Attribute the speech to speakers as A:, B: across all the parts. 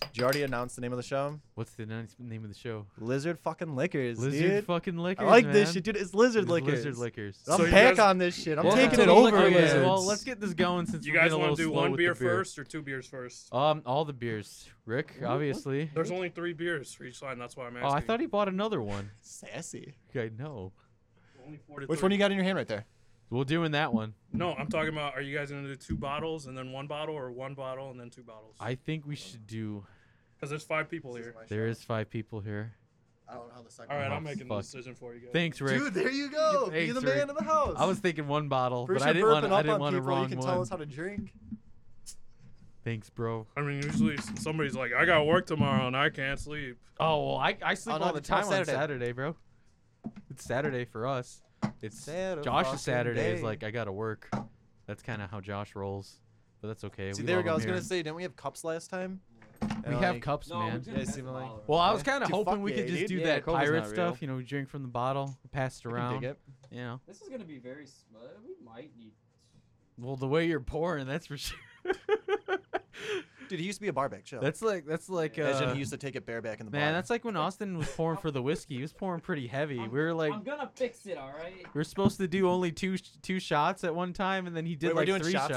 A: Did you already announce the name of the show?
B: What's the nice- name of the show?
A: Lizard fucking liquors,
B: Lizard
A: dude.
B: fucking liquors.
A: I like this
B: man.
A: shit, dude. It's lizard
B: It's
A: liquors.
B: Lizard liquors.
A: I'm
C: So you
A: back
C: guys-
A: on this shit. I'm
C: Welcome
A: taking
C: to
A: it
C: the
A: over.
C: liquor
A: Lizards.
C: game.
B: Well, let's get this going since
C: You
B: we're
C: guys
B: getting a
C: want
B: little
C: to do
B: slow
C: one
B: with
C: beer
B: the beer
C: first or two beers first?
B: Um, all the beers. Rick, obviously.
C: There's only three beers for each line. That's why I'm asking.
B: Oh, I thought he bought another one.
A: sassy.
B: I know.
C: Only four to
D: Which
C: three.
D: one you got in your hand right there?
B: We're doing that one.
C: No, I'm talking about. Are you guys gonna do two bottles and then one bottle, or one bottle and then two bottles?
B: I think we should do.
C: Because there's five people here.
B: There is five people here.
D: I don't know how the second.
C: All right,
B: Oh,
C: I'm making
B: fuck.
C: the decision for you guys.
B: Thanks, Rick.
D: Dude, there you go.
B: Thanks,
D: Be the
B: Rick.
D: man of the house.
B: I was thinking one bottle,
D: First
B: but I
D: you're
B: didn't want.
D: burping
B: I
D: up
B: didn't
D: on
B: want to
D: people,
B: wrong
D: You can
B: one.
D: tell us how to drink.
B: Thanks, bro.
C: I mean, usually s- somebody's like, "I got work tomorrow and I can't sleep."
B: Oh, well, I I sleep
D: Oh, no,
B: all the
D: it's not
B: time on
D: Saturday.
B: Saturday, bro. It's Saturday for us. It's
D: Saturday fucking
B: Josh's Saturday is
D: day.
B: like I gotta work. That's kind of how Josh rolls, but that's okay.
D: See,
B: we
D: there we
B: love
D: go. I
B: him
D: was gonna
B: here.
D: say, didn't we have cups last time?
B: we have cups, man.
D: didn't. guys seem like-
B: Well, I was
D: Okay.
B: kind of
D: Dude,
B: hoping
D: fuck
B: we
D: yeah,
B: could just
D: dude.
B: do
E: Yeah,
B: that
E: Cola's
B: pirate
E: not
B: stuff. You know, drink from the bottle, pass it around.
D: Dig it.
B: You know,
E: This is gonna be very smooth. We might need.
B: well, the way you're pouring, that's for sure.
D: Dude, he used to be a barback show.
B: that's like that's like uh,
D: Imagine he used to take it bareback in the bar.
B: man. That's like when Austin was pouring for the whiskey. He was pouring pretty heavy. We were like.
E: I'm gonna fix it, all right.
B: We are supposed to do only two two shots at one time, and then he did
D: Wait, we're
B: like
D: doing
B: three
D: shots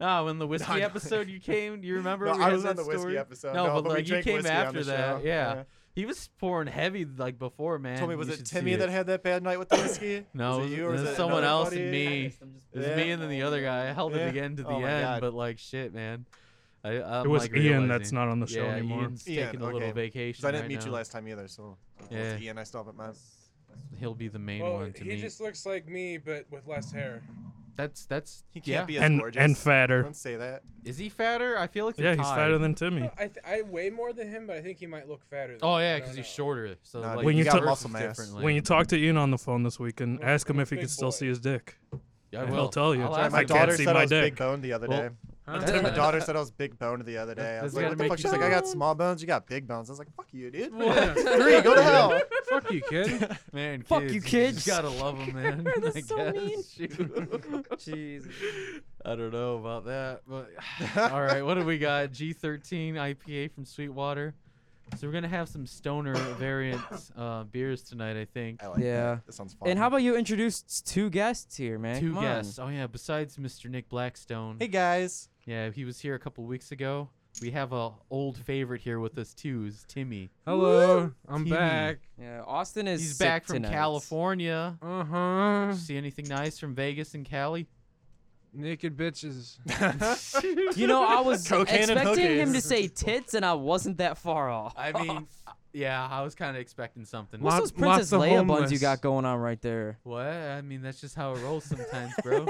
D: now?
B: Ah, when the whiskey
D: I know.
B: episode you came, do you remember?
D: No,
B: we
D: I
B: had
D: was on
B: that
D: the whiskey
B: story?
D: episode.
B: No,
D: No,
B: but
D: but we
B: like you
D: drank
B: came
D: whiskey on
B: after
D: the show.
B: that. Yeah.
D: Yeah.
B: he was pouring heavy like before, man.
D: Tell me, was
B: You
D: it
B: should
D: Timmy
B: see
D: that
B: it.
D: had that bad night with the whiskey?
B: No,
D: was
B: it
D: it you or
B: was
D: was it
B: someone
D: another
B: else and
D: buddy?
B: me.
E: Next, I'm just-
B: It was me and then the other guy. I held
D: Yeah.
B: it again to the
D: Oh my
B: end,
D: God.
B: but like shit, man. I, I'm
C: it was
B: like
C: Ian
B: realizing-
C: that's not on the show
B: yeah,
C: anymore.
B: Ian's
D: Ian,
B: taking a little
D: okay.
B: vacation.
D: So I didn't
B: right
D: meet you
B: now.
D: last time either, so
B: Yeah.
D: yeah. Ian, I still haven't met.
B: He'll be the main one to meet.
C: looks like me, but with less hair.
B: That's that's
D: He can't
B: yeah.
D: be as
C: And
D: gorgeous.
C: and fatter.
D: Don't say that.
B: Is he fatter? I feel like they're
C: Yeah, he's
B: tied.
C: fatter than Timmy.
F: I, th- I weigh more than him, but I think he might look fatter. Than
B: Oh
F: me. I
B: yeah,
F: don't
B: because he's
F: know.
B: shorter. So
D: Nah,
B: like
C: When you
B: he
C: talk-
B: versus
D: muscle mass.
B: differently.
C: When you talk to Ian on the phone this weekend,
F: Well,
C: ask him if he
F: big
C: can still
F: boy.
C: see his dick.
B: yeah,
C: he'll tell you.
B: I'll
C: Sorry,
B: ask
C: my
B: him.
C: dog- can't see
D: said
C: my
D: I was
C: dick.
D: big boned the other
B: Well,
D: day.
B: Huh?
D: my daughter said I was big boned the other day. I
B: That's
D: was like,
B: gotta
D: what the
B: make
D: fuck?
B: you
D: She's like, I got
B: big.
D: small bones. You got big bones. I was like, fuck you, dude.
B: What?
D: Three, go to hell.
F: Fuck you, kid.
B: man,
E: Fuck
B: kids,
E: you,
B: just
E: kids.
B: gotta love them, man. I
E: That's so mean.
B: guess. Shoot.
E: Jesus.
B: I don't know about that, but all right. What do we got? G13 IPA from Sweetwater. So we're gonna have some stoner variant uh, beers tonight, I think.
D: I like that.
E: Yeah.
D: That sounds fun.
E: And how about you introduce two guests here, man?
B: Two
E: Come on.
B: guests. Oh yeah, besides Mr. Nick Blackstone.
D: Hey guys.
B: Yeah, he was here a couple weeks ago. We have a old favorite here with us too, is Timmy.
F: Hello, I'm
B: Timmy.
F: back.
E: Yeah, Austin is.
B: He's
E: sick
B: back from
E: tonight.
B: California.
F: Uh
D: Hmm.
F: huh.
B: See anything nice from Vegas and Cali?
F: Naked bitches.
E: You know, I was
D: Cocaine and
E: expecting him to
D: hookers.
E: say tits, and I wasn't that far off.
B: I mean, yeah, I was kind of expecting something.
E: What's
F: Lot-
E: those Princess
F: lots of
E: Leia buns you
F: homeless.
E: got going on right there?
B: What? I mean, that's just how it rolls sometimes, bro.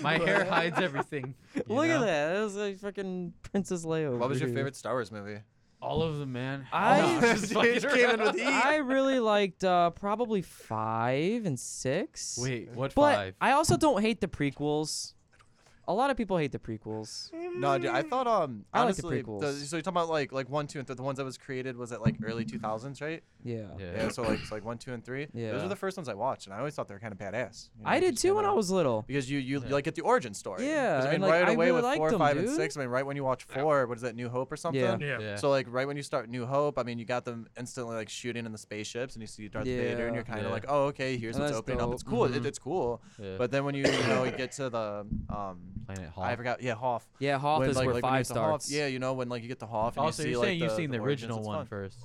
B: My hair hides everything. you
E: Look
B: know?
E: at that. That was like fucking Princess Leia.
D: What was
E: over
D: your
E: here.
D: favorite Star Wars movie?
B: All of them, man.
E: I-
B: No, just
D: Dude,
B: fucking
D: came in
B: around.
D: with E. heat.
E: I really liked uh, probably five and six.
B: Wait, what
E: but
B: five?
E: I also don't hate the prequels. A lot of people hate the prequels.
D: No, dude. I thought um
E: I like the
D: honestly,
E: prequels.
D: so you're talking about like like one, two, and three. The ones that was created was at like early 2000s, right?
E: Yeah.
B: yeah.
D: Yeah. so like so, like one, two, and three. Those
E: Yeah.
D: were the first ones I watched, and I always thought they were kind of badass. you know,
E: I did
D: just
E: too when
D: kinda-
E: I was little.
D: Because you you like get the origin story. 'Cause,
E: Yeah,
D: I mean,
E: and, like,
D: right
E: I
D: away
E: really
D: with
E: liked
D: four,
E: 'em,
D: five, and
E: dude.
D: six. I mean, right when you watch four, what is that, New Hope or something?
E: Yeah.
C: Yeah.
B: Yeah.
D: So like right when you start New Hope, I mean, you got them instantly like shooting in the spaceships, and you see Darth Vader, and
E: Yeah.
D: you're kind of
B: Yeah.
D: like, oh, okay, here's
E: And
D: what's
E: that's
D: opening up.
E: dope. Mm-hmm.
D: It's cool. It,
B: Mhm.
D: it's cool.
B: Yeah.
D: But then when you you know you get to the um,
B: Planet
D: I
B: Hoth.
D: forgot. Yeah, Hoth.
E: Yeah, Hoth
D: When,
E: is
D: like-
E: where
D: like, when you
E: five
D: get to Hoth-
E: starts.
D: yeah, you know when like you get to Hoth. And
B: Oh,
D: you
B: so
D: see,
B: you're
D: like,
B: saying you've
D: the-
B: seen the,
D: origins,
B: original
D: it's
B: one
D: fun.
B: first?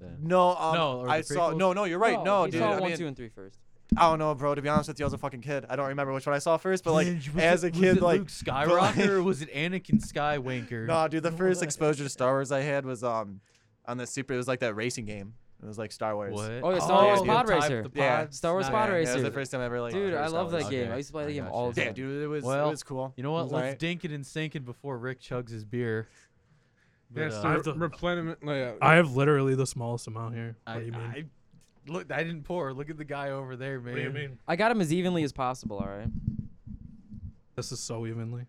B: then.
D: No, um,
B: No, or the
D: I saw.
B: prequels?
D: No, no, you're right. No,
E: he
D: dude.
E: Oh, saw
D: I
E: one,
D: mean,
E: two, and three first.
D: I don't know, bro. To be honest with you, I was a fucking kid. I don't remember which one I saw first, but like
B: Was
D: as
B: it-
D: a
B: was
D: kid,
B: it
D: like
B: Luke
D: but, like-
B: Skywalker or was it Anakin Skywinker?
D: No, dude, the first exposure to Star Wars I had was um on the Super. It was like that racing game. It was like Star Wars.
B: What?
E: Oh, yeah, Star
D: Wars
B: the
D: Pod
B: type-
E: Racer.
B: the
D: Yeah.
B: pods,
E: Star Wars
B: nice.
D: Yeah,
E: Pod
D: yeah, That was
E: Racer.
D: the first time I ever like.
E: Dude,
D: played
E: I
D: Oh, Star
E: love that
D: Wars.
B: Okay,
E: game. I used to play the
B: I
E: game
B: gotcha.
E: all the time.
D: Yeah, dude, it was
B: Well,
D: it was cool.
B: You know what?
D: It was
B: Let's
D: alright.
B: dink it and sink it before Rick chugs his beer.
F: Yeah,
B: But, uh,
F: so
C: I've the-
F: replenishment layout.
C: I have literally the smallest amount here. What do you mean?
B: I, look, I didn't pour. Look at the guy over there, man.
C: what do you mean?
E: I got him as evenly as possible, all right?
C: This is so evenly.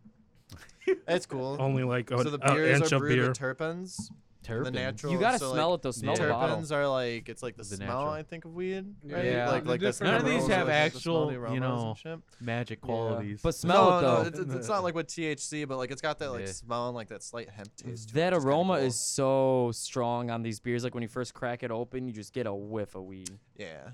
D: It's cool.
C: Only like a,
B: Oh
D: so the
C: a
D: beers
C: inch
B: uh,
D: are
C: of
D: brewed
C: beer.
D: with terpenes.
B: terpens.
D: the natural.
E: You gotta
D: so,
E: smell
D: like,
E: it though.
B: Yeah.
E: Smell the bottle.
D: Terpenes are like it's like the,
B: The
D: smell
B: natural.
D: I think of weed. Right?
F: Yeah.
D: Like,
F: The
D: like
F: different
D: the
F: None of these
D: aromas,
F: have
D: like, the smell, the
B: actual, you
D: aromas and
B: know,
D: shit.
B: Magic
F: Yeah.
B: qualities.
E: But smell
D: no,
E: it
D: no,
E: though.
D: it's, it's not like with THC, but like it's got that like
B: Yeah.
D: smell and like that slight hemp taste. to it,
E: that
D: which is kinda
E: aroma
D: cool.
E: is so strong on these beers. Like when you first crack it open, you just get a whiff of weed.
D: yeah.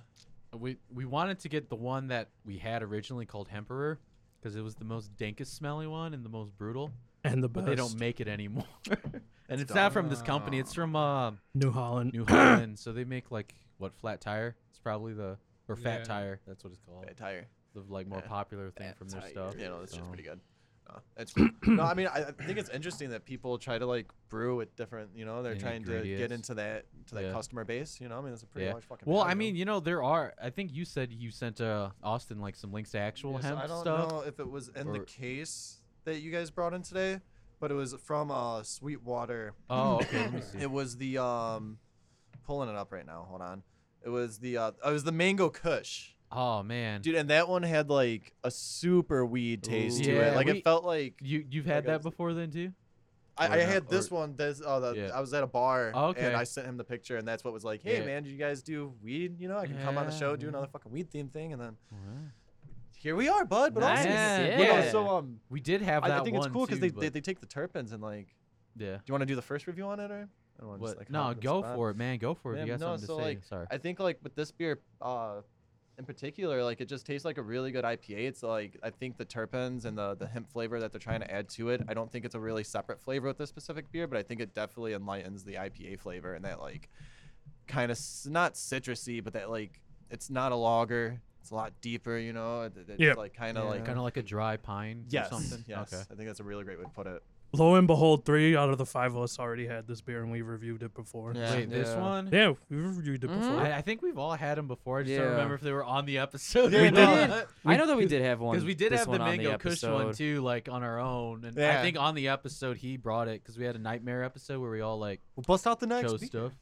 B: we we wanted to get the one that we had originally called Emperor because it was the most dankest smelly one and the most brutal.
C: And the
B: But they don't make it anymore. and it's
D: dumb.
B: not from this company. It's from uh,
C: New Holland.
B: New Holland. so they make like what flat tire. It's probably the or fat
F: Yeah.
B: tire. That's what it's called.
D: Bad tire.
B: The like more
D: Fat
B: popular thing Oh, from their stuff. Oh.
D: Yeah, no, that's just
B: So-
D: pretty good. No, that's cool. no, I mean, I, I think it's interesting that people try to like brew it different. You know, they're
B: Yeah,
D: trying to get
B: ingredients.
D: into that to that
B: Yeah.
D: customer base. You know, I mean, that's a pretty
B: Yeah.
D: large fucking.
B: Well, I
D: patio.
B: mean, you know, there are. I think you said you sent uh, Austin like some links to actual
D: Yeah, so
B: hemp
D: I don't
B: stuff.
D: know if it was in the
B: or-
D: case that you guys brought in today, but it was from uh Sweetwater.
B: Oh, okay. Let me see.
D: It was the um, pulling it up right now. Hold on. It was the uh, it was the mango Kush,
B: Oh man,
D: dude, and that one had like a super weed taste to
B: Yeah,
D: it. Like
B: we-
D: it felt like
B: you you've
D: Like,
B: had
D: I
B: that
D: was-
B: before then too.
D: I,
B: Or
D: I
B: not-
D: had this
B: or-
D: one. This uh, the,
B: Yeah.
D: I was at a bar
B: Oh, okay.
D: and I sent him the picture, and that's what was like, "Hey
B: Yeah.
D: man, do you guys do weed? You know, I can come on the
B: Yeah,
D: show, do
B: yeah.
D: another fucking weed theme thing, and then here we are, bud." But
E: Nice.
D: also,
B: Yeah,
D: but
B: yeah.
D: also, um,
B: We did have that
D: I, I think it's
B: one,
D: cool because
B: too,
D: they,
B: but-
D: they they take the terpenes and like, do
B: yeah.
D: you want to do the first review on it or? I don't wanna just,
B: What?
D: like,
B: no,
D: hop in the
B: go
D: spot.
B: for it, man. Go for it.
D: Man,
B: you got
D: no,
B: something
D: so,
B: to say.
D: like,
B: Sorry.
D: I think like with this beer, uh, in particular, like it just tastes like a really good IPA. It's like I think the terpenes and the the hemp flavor that they're trying to add to it. I don't think it's a really separate flavor with this specific beer, but I think it definitely enlightens the IPA flavor and that like kind of s- not citrusy, but that like it's not a lager. It's a lot deeper, you know. It, it- it's
C: Yep.
D: like kind of
F: Yeah.
D: like
B: kind of like a dry pine
D: yes,
B: or something.
D: yes.
B: Okay.
D: I think that's a really great way to put it.
C: Lo and behold, three out of the five of us already had this beer and we reviewed it before.
D: Yeah.
B: Wait, this
F: Yeah.
B: one.
C: Yeah, we reviewed it
E: Mhm.
C: before.
B: I, I think we've all had them before. I just
E: Yeah.
B: don't remember if they were on the episode. or
D: We
B: not.
E: did. I know that we did have one.
B: Because we did
E: this
B: have the
E: one on
B: mango kush one
E: episode.
B: too, like on our own, and I
D: Yeah.
B: think on the episode he brought it because we had a nightmare episode where we all like
D: We'll bust out the next.
B: chose
D: beer.
B: stuff.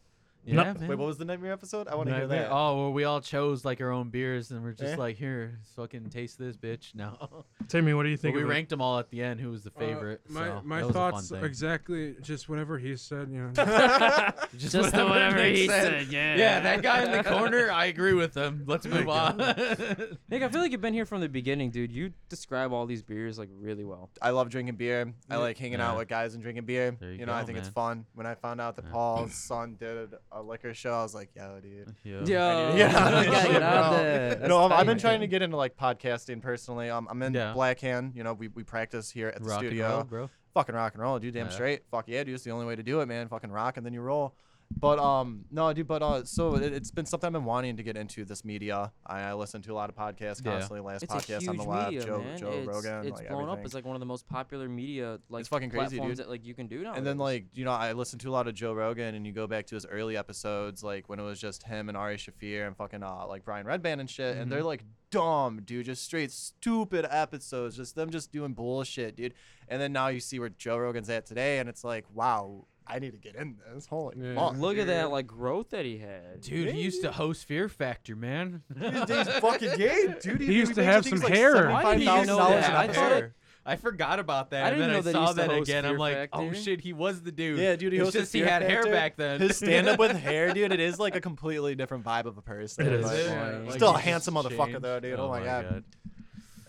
B: Yeah,
C: No-
B: man.
D: Wait, what was the nightmare episode? I want to hear
B: Nightmare-
D: that.
B: Oh, well, we all chose like our own beers, and we're just
D: Yeah.
B: like, here, fucking taste this, bitch. No,
C: Timmy, what do you
B: But
C: think?
B: we
C: of it?
B: ranked them all at the end. Who was the
F: Uh,
B: favorite?
F: my
B: so
F: my
B: that was a fun
F: thoughts
B: thing.
F: exactly just whatever he said. You know.
B: Oh.
E: Just, the whatever he said. Yeah.
B: Yeah, that guy in the corner. I agree with him.
D: Oh
B: Let's move on.
E: Nick, I feel like you've been here from the beginning, dude. You describe all these beers like really well.
D: I love drinking beer. I like hanging
B: Yeah.
D: out with guys and drinking beer.
B: There
D: You,
B: you
D: know, I
B: go,
D: think it's
B: man.
D: fun. When I found out that Paul's son did a liquor show, I was like, yo, dude.
B: Oh,
E: Yo,
D: Yeah,
E: you gotta
D: shit,
E: get out
D: bro.
E: there. That's
D: no, I've, I've
E: tight.
D: been trying to get into like podcasting personally. Um, I'm in
B: Yeah.
D: Black Hand. You know, we, we practice here at the
B: Rock and
D: studio.
B: roll, bro.
D: Fucking rock and roll, dude. Damn
B: Yeah.
D: straight. Fuck yeah, dude. It's the only way to do it, man. Fucking rock and then you roll. But um, no, dude. But uh, so it, it's been something I've been wanting to get into. This media. I, I listen to a lot of podcasts
B: Yeah.
D: constantly. Last
E: It's a
D: podcast
E: huge
D: on the lab,
E: media,
D: Joe
E: man.
D: Joe
E: it's,
D: Rogan.
E: It's
D: like,
E: blown
D: everything.
E: up. It's like one of the most popular media like
D: It's fucking crazy,
E: platforms
D: dude.
E: that like you can do now.
D: And then like you know, I listened to a lot of Joe Rogan, and you go back to his early episodes, like when it was just him and Ari Shafir and fucking uh, like Brian Redband and shit, and they're like dumb, dude, just straight stupid episodes, just them just doing bullshit, dude. And then now you see where Joe Rogan's at today, and it's like, wow, I need to get in this. Holy
F: Yeah.
D: fuck,
E: look at that
D: dude.
E: like growth that he had.
B: Dude, he used to host Fear Factor, man.
D: These days, fucking gay, dude.
F: He used to have some hair.
E: Why
D: Five
E: didn't you
D: thousand
E: know
D: dollars
E: that?
D: an
E: I thought
D: hour.
E: it-
B: I forgot about that.
E: I
B: and
E: didn't
B: then
E: know
B: I
E: that he
B: saw
E: used to
B: that
E: host
B: again.
E: Fear
B: I'm like, oh
E: Factor."
B: shit, he was the dude.
D: Yeah, dude, he
B: it's
D: hosted
B: just he
D: Fear
B: had hair
D: Factor.
B: back then.
D: His stand up with hair, dude, it is like a completely different vibe of a person.
C: It is.
D: Like,
B: Yeah,
F: Yeah.
B: like,
D: Still
B: he
D: a handsome
B: just
D: motherfucker
B: changed.
D: though, dude. Oh my God.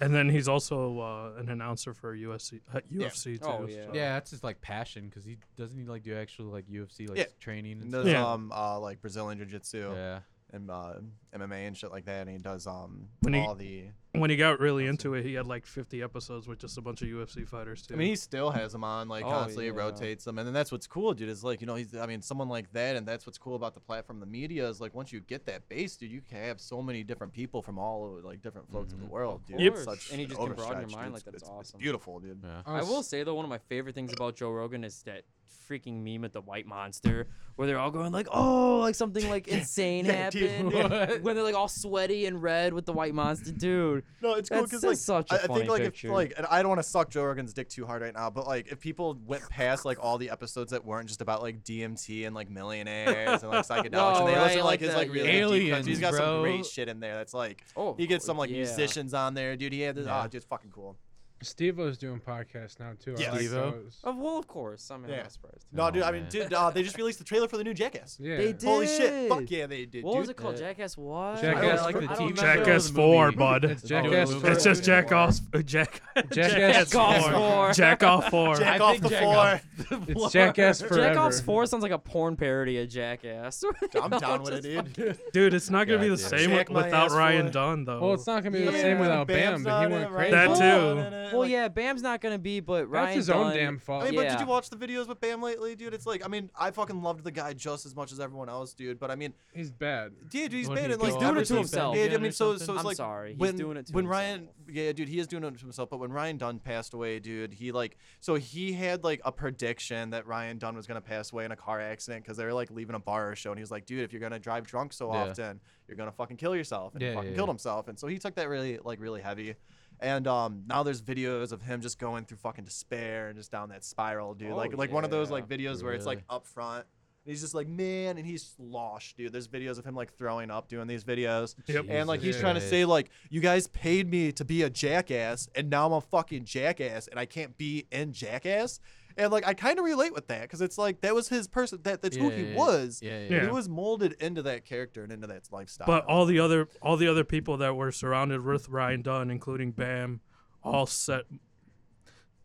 C: and then he's also uh, an announcer for USC, uh, UFC too.
E: Oh, yeah.
C: so-
B: Yeah, that's his like passion because he doesn't he like do actual like UFC like
D: Yeah.
B: training and
D: And
B: stuff.
D: does
C: Yeah.
D: um uh like Brazilian jiu jitsu
B: Yeah.
D: and uh, MMA and shit like that, and he does um
C: When he-
D: all the.
C: When he got really into it, he had like 50 episodes with just a bunch of UFC fighters too.
D: I mean, he still has them on, like
E: Oh,
D: constantly
E: yeah.
D: rotates them, and then that's what's cool, dude. Is like you know he's I mean someone like that, and that's what's cool about the platform, the media is like once you get that base, dude, you can have so many different people from all over, like different floats of the world, dude.
E: Yep.
D: It's such
E: Mm-hmm. And you
D: an
E: just can broaden your
D: overstretch, dude.
E: mind
D: It's-
E: like that. It's
D: It's, it's
E: awesome.
D: beauutful, dude.
B: Yeah.
E: I
F: was-
E: will say though, one of my favorite things about Joe Rogan is that freaking meme with the white monster where they're all going like, oh, like something like insane
D: Yeah, dude,
E: happened.
B: what?
E: When they're like all sweaty and red with the white monster, dude.
D: No, it's cool
E: That's
D: because
E: just
D: like
E: such a
D: I- I
E: funny
D: think like
E: picture.
D: if like and I don't want to suck Joe Rogan's dick too hard right now, but like if people went past like all the episodes that weren't just about like DMT and like millionaires and like psychedelics, and they
E: right,
D: listen to
E: like
D: like his
E: the-
D: like really
B: yeah.
D: deep cuts. He's
B: Aliens,
D: got some
B: bro.
D: great shit in there. That's like
E: Oh,
D: he gets some like
E: yeah.
D: musicians on there, dude. He had this.
B: Yeah.
D: Oh, dude, it's fucking cool.
F: Steve O's doing podcasts now too.
D: Yes.
F: I like
B: Steve-O?
F: those.
E: Of well, of course. I mean,
D: Yeah.
E: I'm not surprised.
D: No,
B: Oh,
D: dude. I
B: man.
D: mean, dude. Uh, they just released the trailer for the new Jackass.
F: Yeah.
E: They did.
D: Holy shit! Fuck
E: Did.
D: yeah, they did.
E: What
D: dude.
E: was it called?
G: Uh,
E: Jackass what?
F: Jackass-
B: I like
E: I
B: the
E: don't
B: TV
E: remember.
B: Jackass
C: Jackass 4,
B: movie.
C: bud.
F: It's
C: It's
F: Jackass
B: It's
F: Forever.
C: just Jack off. uh, Jack,
F: Jackass
E: Jack off
F: Forever.
E: four.
C: Jack off 4.
D: Jack
B: I
D: off
B: think
D: the
B: Jack
D: floor.
B: off the floor.
F: It's Jackass Forever.
E: Jack Off's Four sounds like a porn parody of Jackass.
D: I'm down with it, dude.
C: Dude, it's not going to be the
B: Goddamn.
C: same
D: Jack my
C: without
D: ass
C: Ryan
D: boy.
C: Dunn, though.
F: Well, it's not gonna be the
E: Yeah.
F: same without Bam.
D: Bam's
F: But
D: not
F: he
D: in
F: went
D: it, right?
F: crazy.
C: That
E: Well,
C: too.
E: Well, yeah, Bam's not gonna be, but
F: That's
E: Ryan
F: his own
E: Dunn-
F: damn fault.
D: I mean, but did
E: Yeah.
D: you watch the videos with Bam lately, dude? It's like, I mean, I fucking loved the guy just as much as everyone else, dude. But I mean,
F: He's bad.
D: Yeah, dude, he's
B: What,
D: bad.
B: he's
D: And, like,
B: doing it
D: ever
E: to
D: since-
E: himself
D: Yeah,
B: again
D: I
B: or
D: mean, so
B: something?
D: so it's
E: I'm
D: like
E: sorry, he's
D: when
E: doing it to
D: when
E: himself.
D: Ryan, yeah, dude, he is doing it to himself. But when Ryan Dunn passed away, dude, he like so he had like a prediction that Ryan Dunn was gonna pass away in a car accident because they were like leaving a bar or show, and he was like, dude, if you're gonna drive drunk so
B: Yeah.
D: often, you're gonna fucking kill yourself, and
B: Yeah,
D: he fucking
B: yeah,
D: killed
B: yeah.
D: himself. And so he took that really like really heavy. And um, now there's videos of him just going through fucking despair and just down that spiral, dude.
E: Oh,
D: like like one of those
E: yeah.
D: like videos where it's like
B: Really?
D: up front and he's just like, man, and he's sloshed, dude. There's videos of him like throwing up doing these videos.
C: Yep.
D: And like he's
B: Jesus
D: trying to
B: Christ.
D: say, like, you guys paid me to be a jackass, and now I'm a fucking jackass, and I can't be in jackass. And like I kind of relate with that because it's like that was his person that that's who
B: Yeah,
D: he
B: yeah,
D: was.
B: Yeah, yeah.
C: Yeah.
D: He was molded into that character and into that lifestyle.
C: But all the other all the other people that were surrounded with Ryan Dunn, including Bam, all set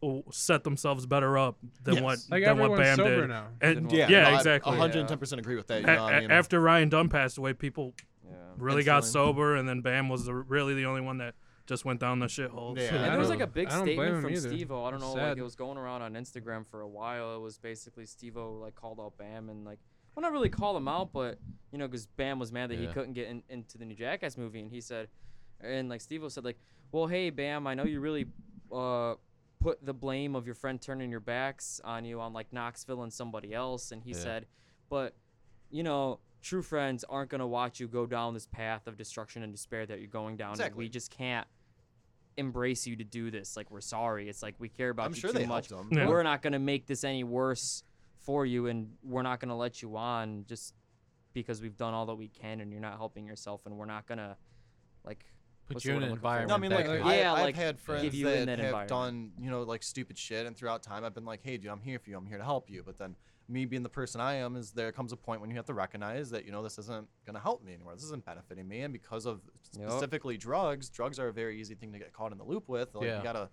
C: oh, set themselves better up than
D: Yes.
C: what
F: Like
C: than what
F: everyone's
C: Bam
F: sober
C: did.
F: now.
C: And
D: yeah,
C: yeah,
D: no, I-
C: exactly.
D: 110% agree with that. You
C: A-
D: know what I
C: a-
D: mean?
C: after Ryan Dunn passed away, people
E: Yeah.
C: really got
D: Instantly.
C: sober, and then Bam was the, really the only one that just went down the shithole.
D: Yeah.
E: And
D: I
E: there was
D: don't-
E: like a big
F: I don't blame
E: statement
F: him
E: from
F: either.
E: Steve O. I don't know, like
F: Sad.
E: it was going around on Instagram for a while. It was basically Steve O like called out Bam and like well not really call him out, but you know, because Bam was mad that he
B: Yeah.
E: couldn't get in, into the new Jackass movie and he said and like Steve O said like, Well, hey Bam, I know you really uh put the blame of your friend turning your backs on you on like Knoxville and somebody else and he
B: Yeah.
E: said, But you know, true friends aren't gonna watch you go down this path of destruction and despair that you're going down. and
D: Exactly.
E: We just can't embrace you to do this. Like we're sorry. It's like we care about
D: I'm
E: you
D: sure
E: too
D: they
E: much.
D: helped him.
C: Yeah.
E: We're not gonna make this any worse for you, and we're not gonna let you on just because we've done all that we can, and you're not helping yourself, and we're not gonna like
B: Put
E: What's
B: you
E: the
B: in
E: word
B: an
E: I'm looking for?
B: environment.
D: No, I mean, like,
B: that
F: Like,
D: I,
E: yeah,
D: I've
E: like,
D: had
E: give
D: friends
E: you in
D: that,
E: that
D: have
E: environment.
D: done, you know, like stupid shit, and throughout time, I've been like, "Hey, dude, I'm here for you. I'm here to help you." But then, me being the person I am, is there comes a point when you have to recognize that, you know, this isn't gonna help me anymore. This isn't benefiting me, and because of
E: Yep.
D: specifically drugs, drugs are a very easy thing to get caught in the loop with. Like,
B: Yeah.
D: you gotta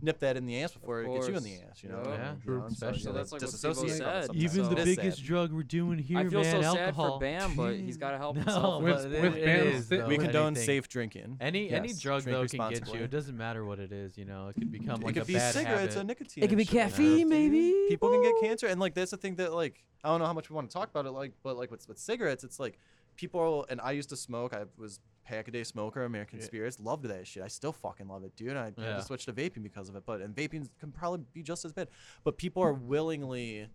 D: nip that in the ass before it gets you in the
E: course.
D: ass. You know,
E: Yep.
D: You
B: Yeah,
D: know,
B: true.
D: and so you
B: So
D: gotta
E: that's like what Steve-O
D: disassociate from it
E: said.
D: sometimes.
B: Even
E: Even
B: the
E: the
D: It's sad.
B: biggest drug we're doing here,
E: I feel
B: man,
E: so sad
B: alcohol.
E: for Bam, but he's gotta help himself.
B: No,
E: at
F: With-
E: this
F: with
E: point.
B: Bam,
F: Bam's
B: is,
F: thi-
B: though.
D: We condone
B: Anything.
D: safe drinking.
B: Any any
D: Yes,
B: drug
D: drink
B: though can get
D: responsibly.
B: you. It doesn't matter what it is, you know. It could become like
D: it
B: a
D: could be
B: bad
D: cigarettes
B: habit.
D: or nicotine.
E: It could
D: and
E: be
D: shit, you know?
E: caffeine, maybe.
D: people can get cancer and like that's the thing that like i don't know how much we want to talk about it like but like with, with cigarettes it's like people and i used to smoke i was pack a day smoker american
B: Yeah.
D: spirits loved that shit i still fucking love it dude and i had
B: Yeah.
D: to switch to vaping because of it but and vaping can probably be just as bad but people are willingly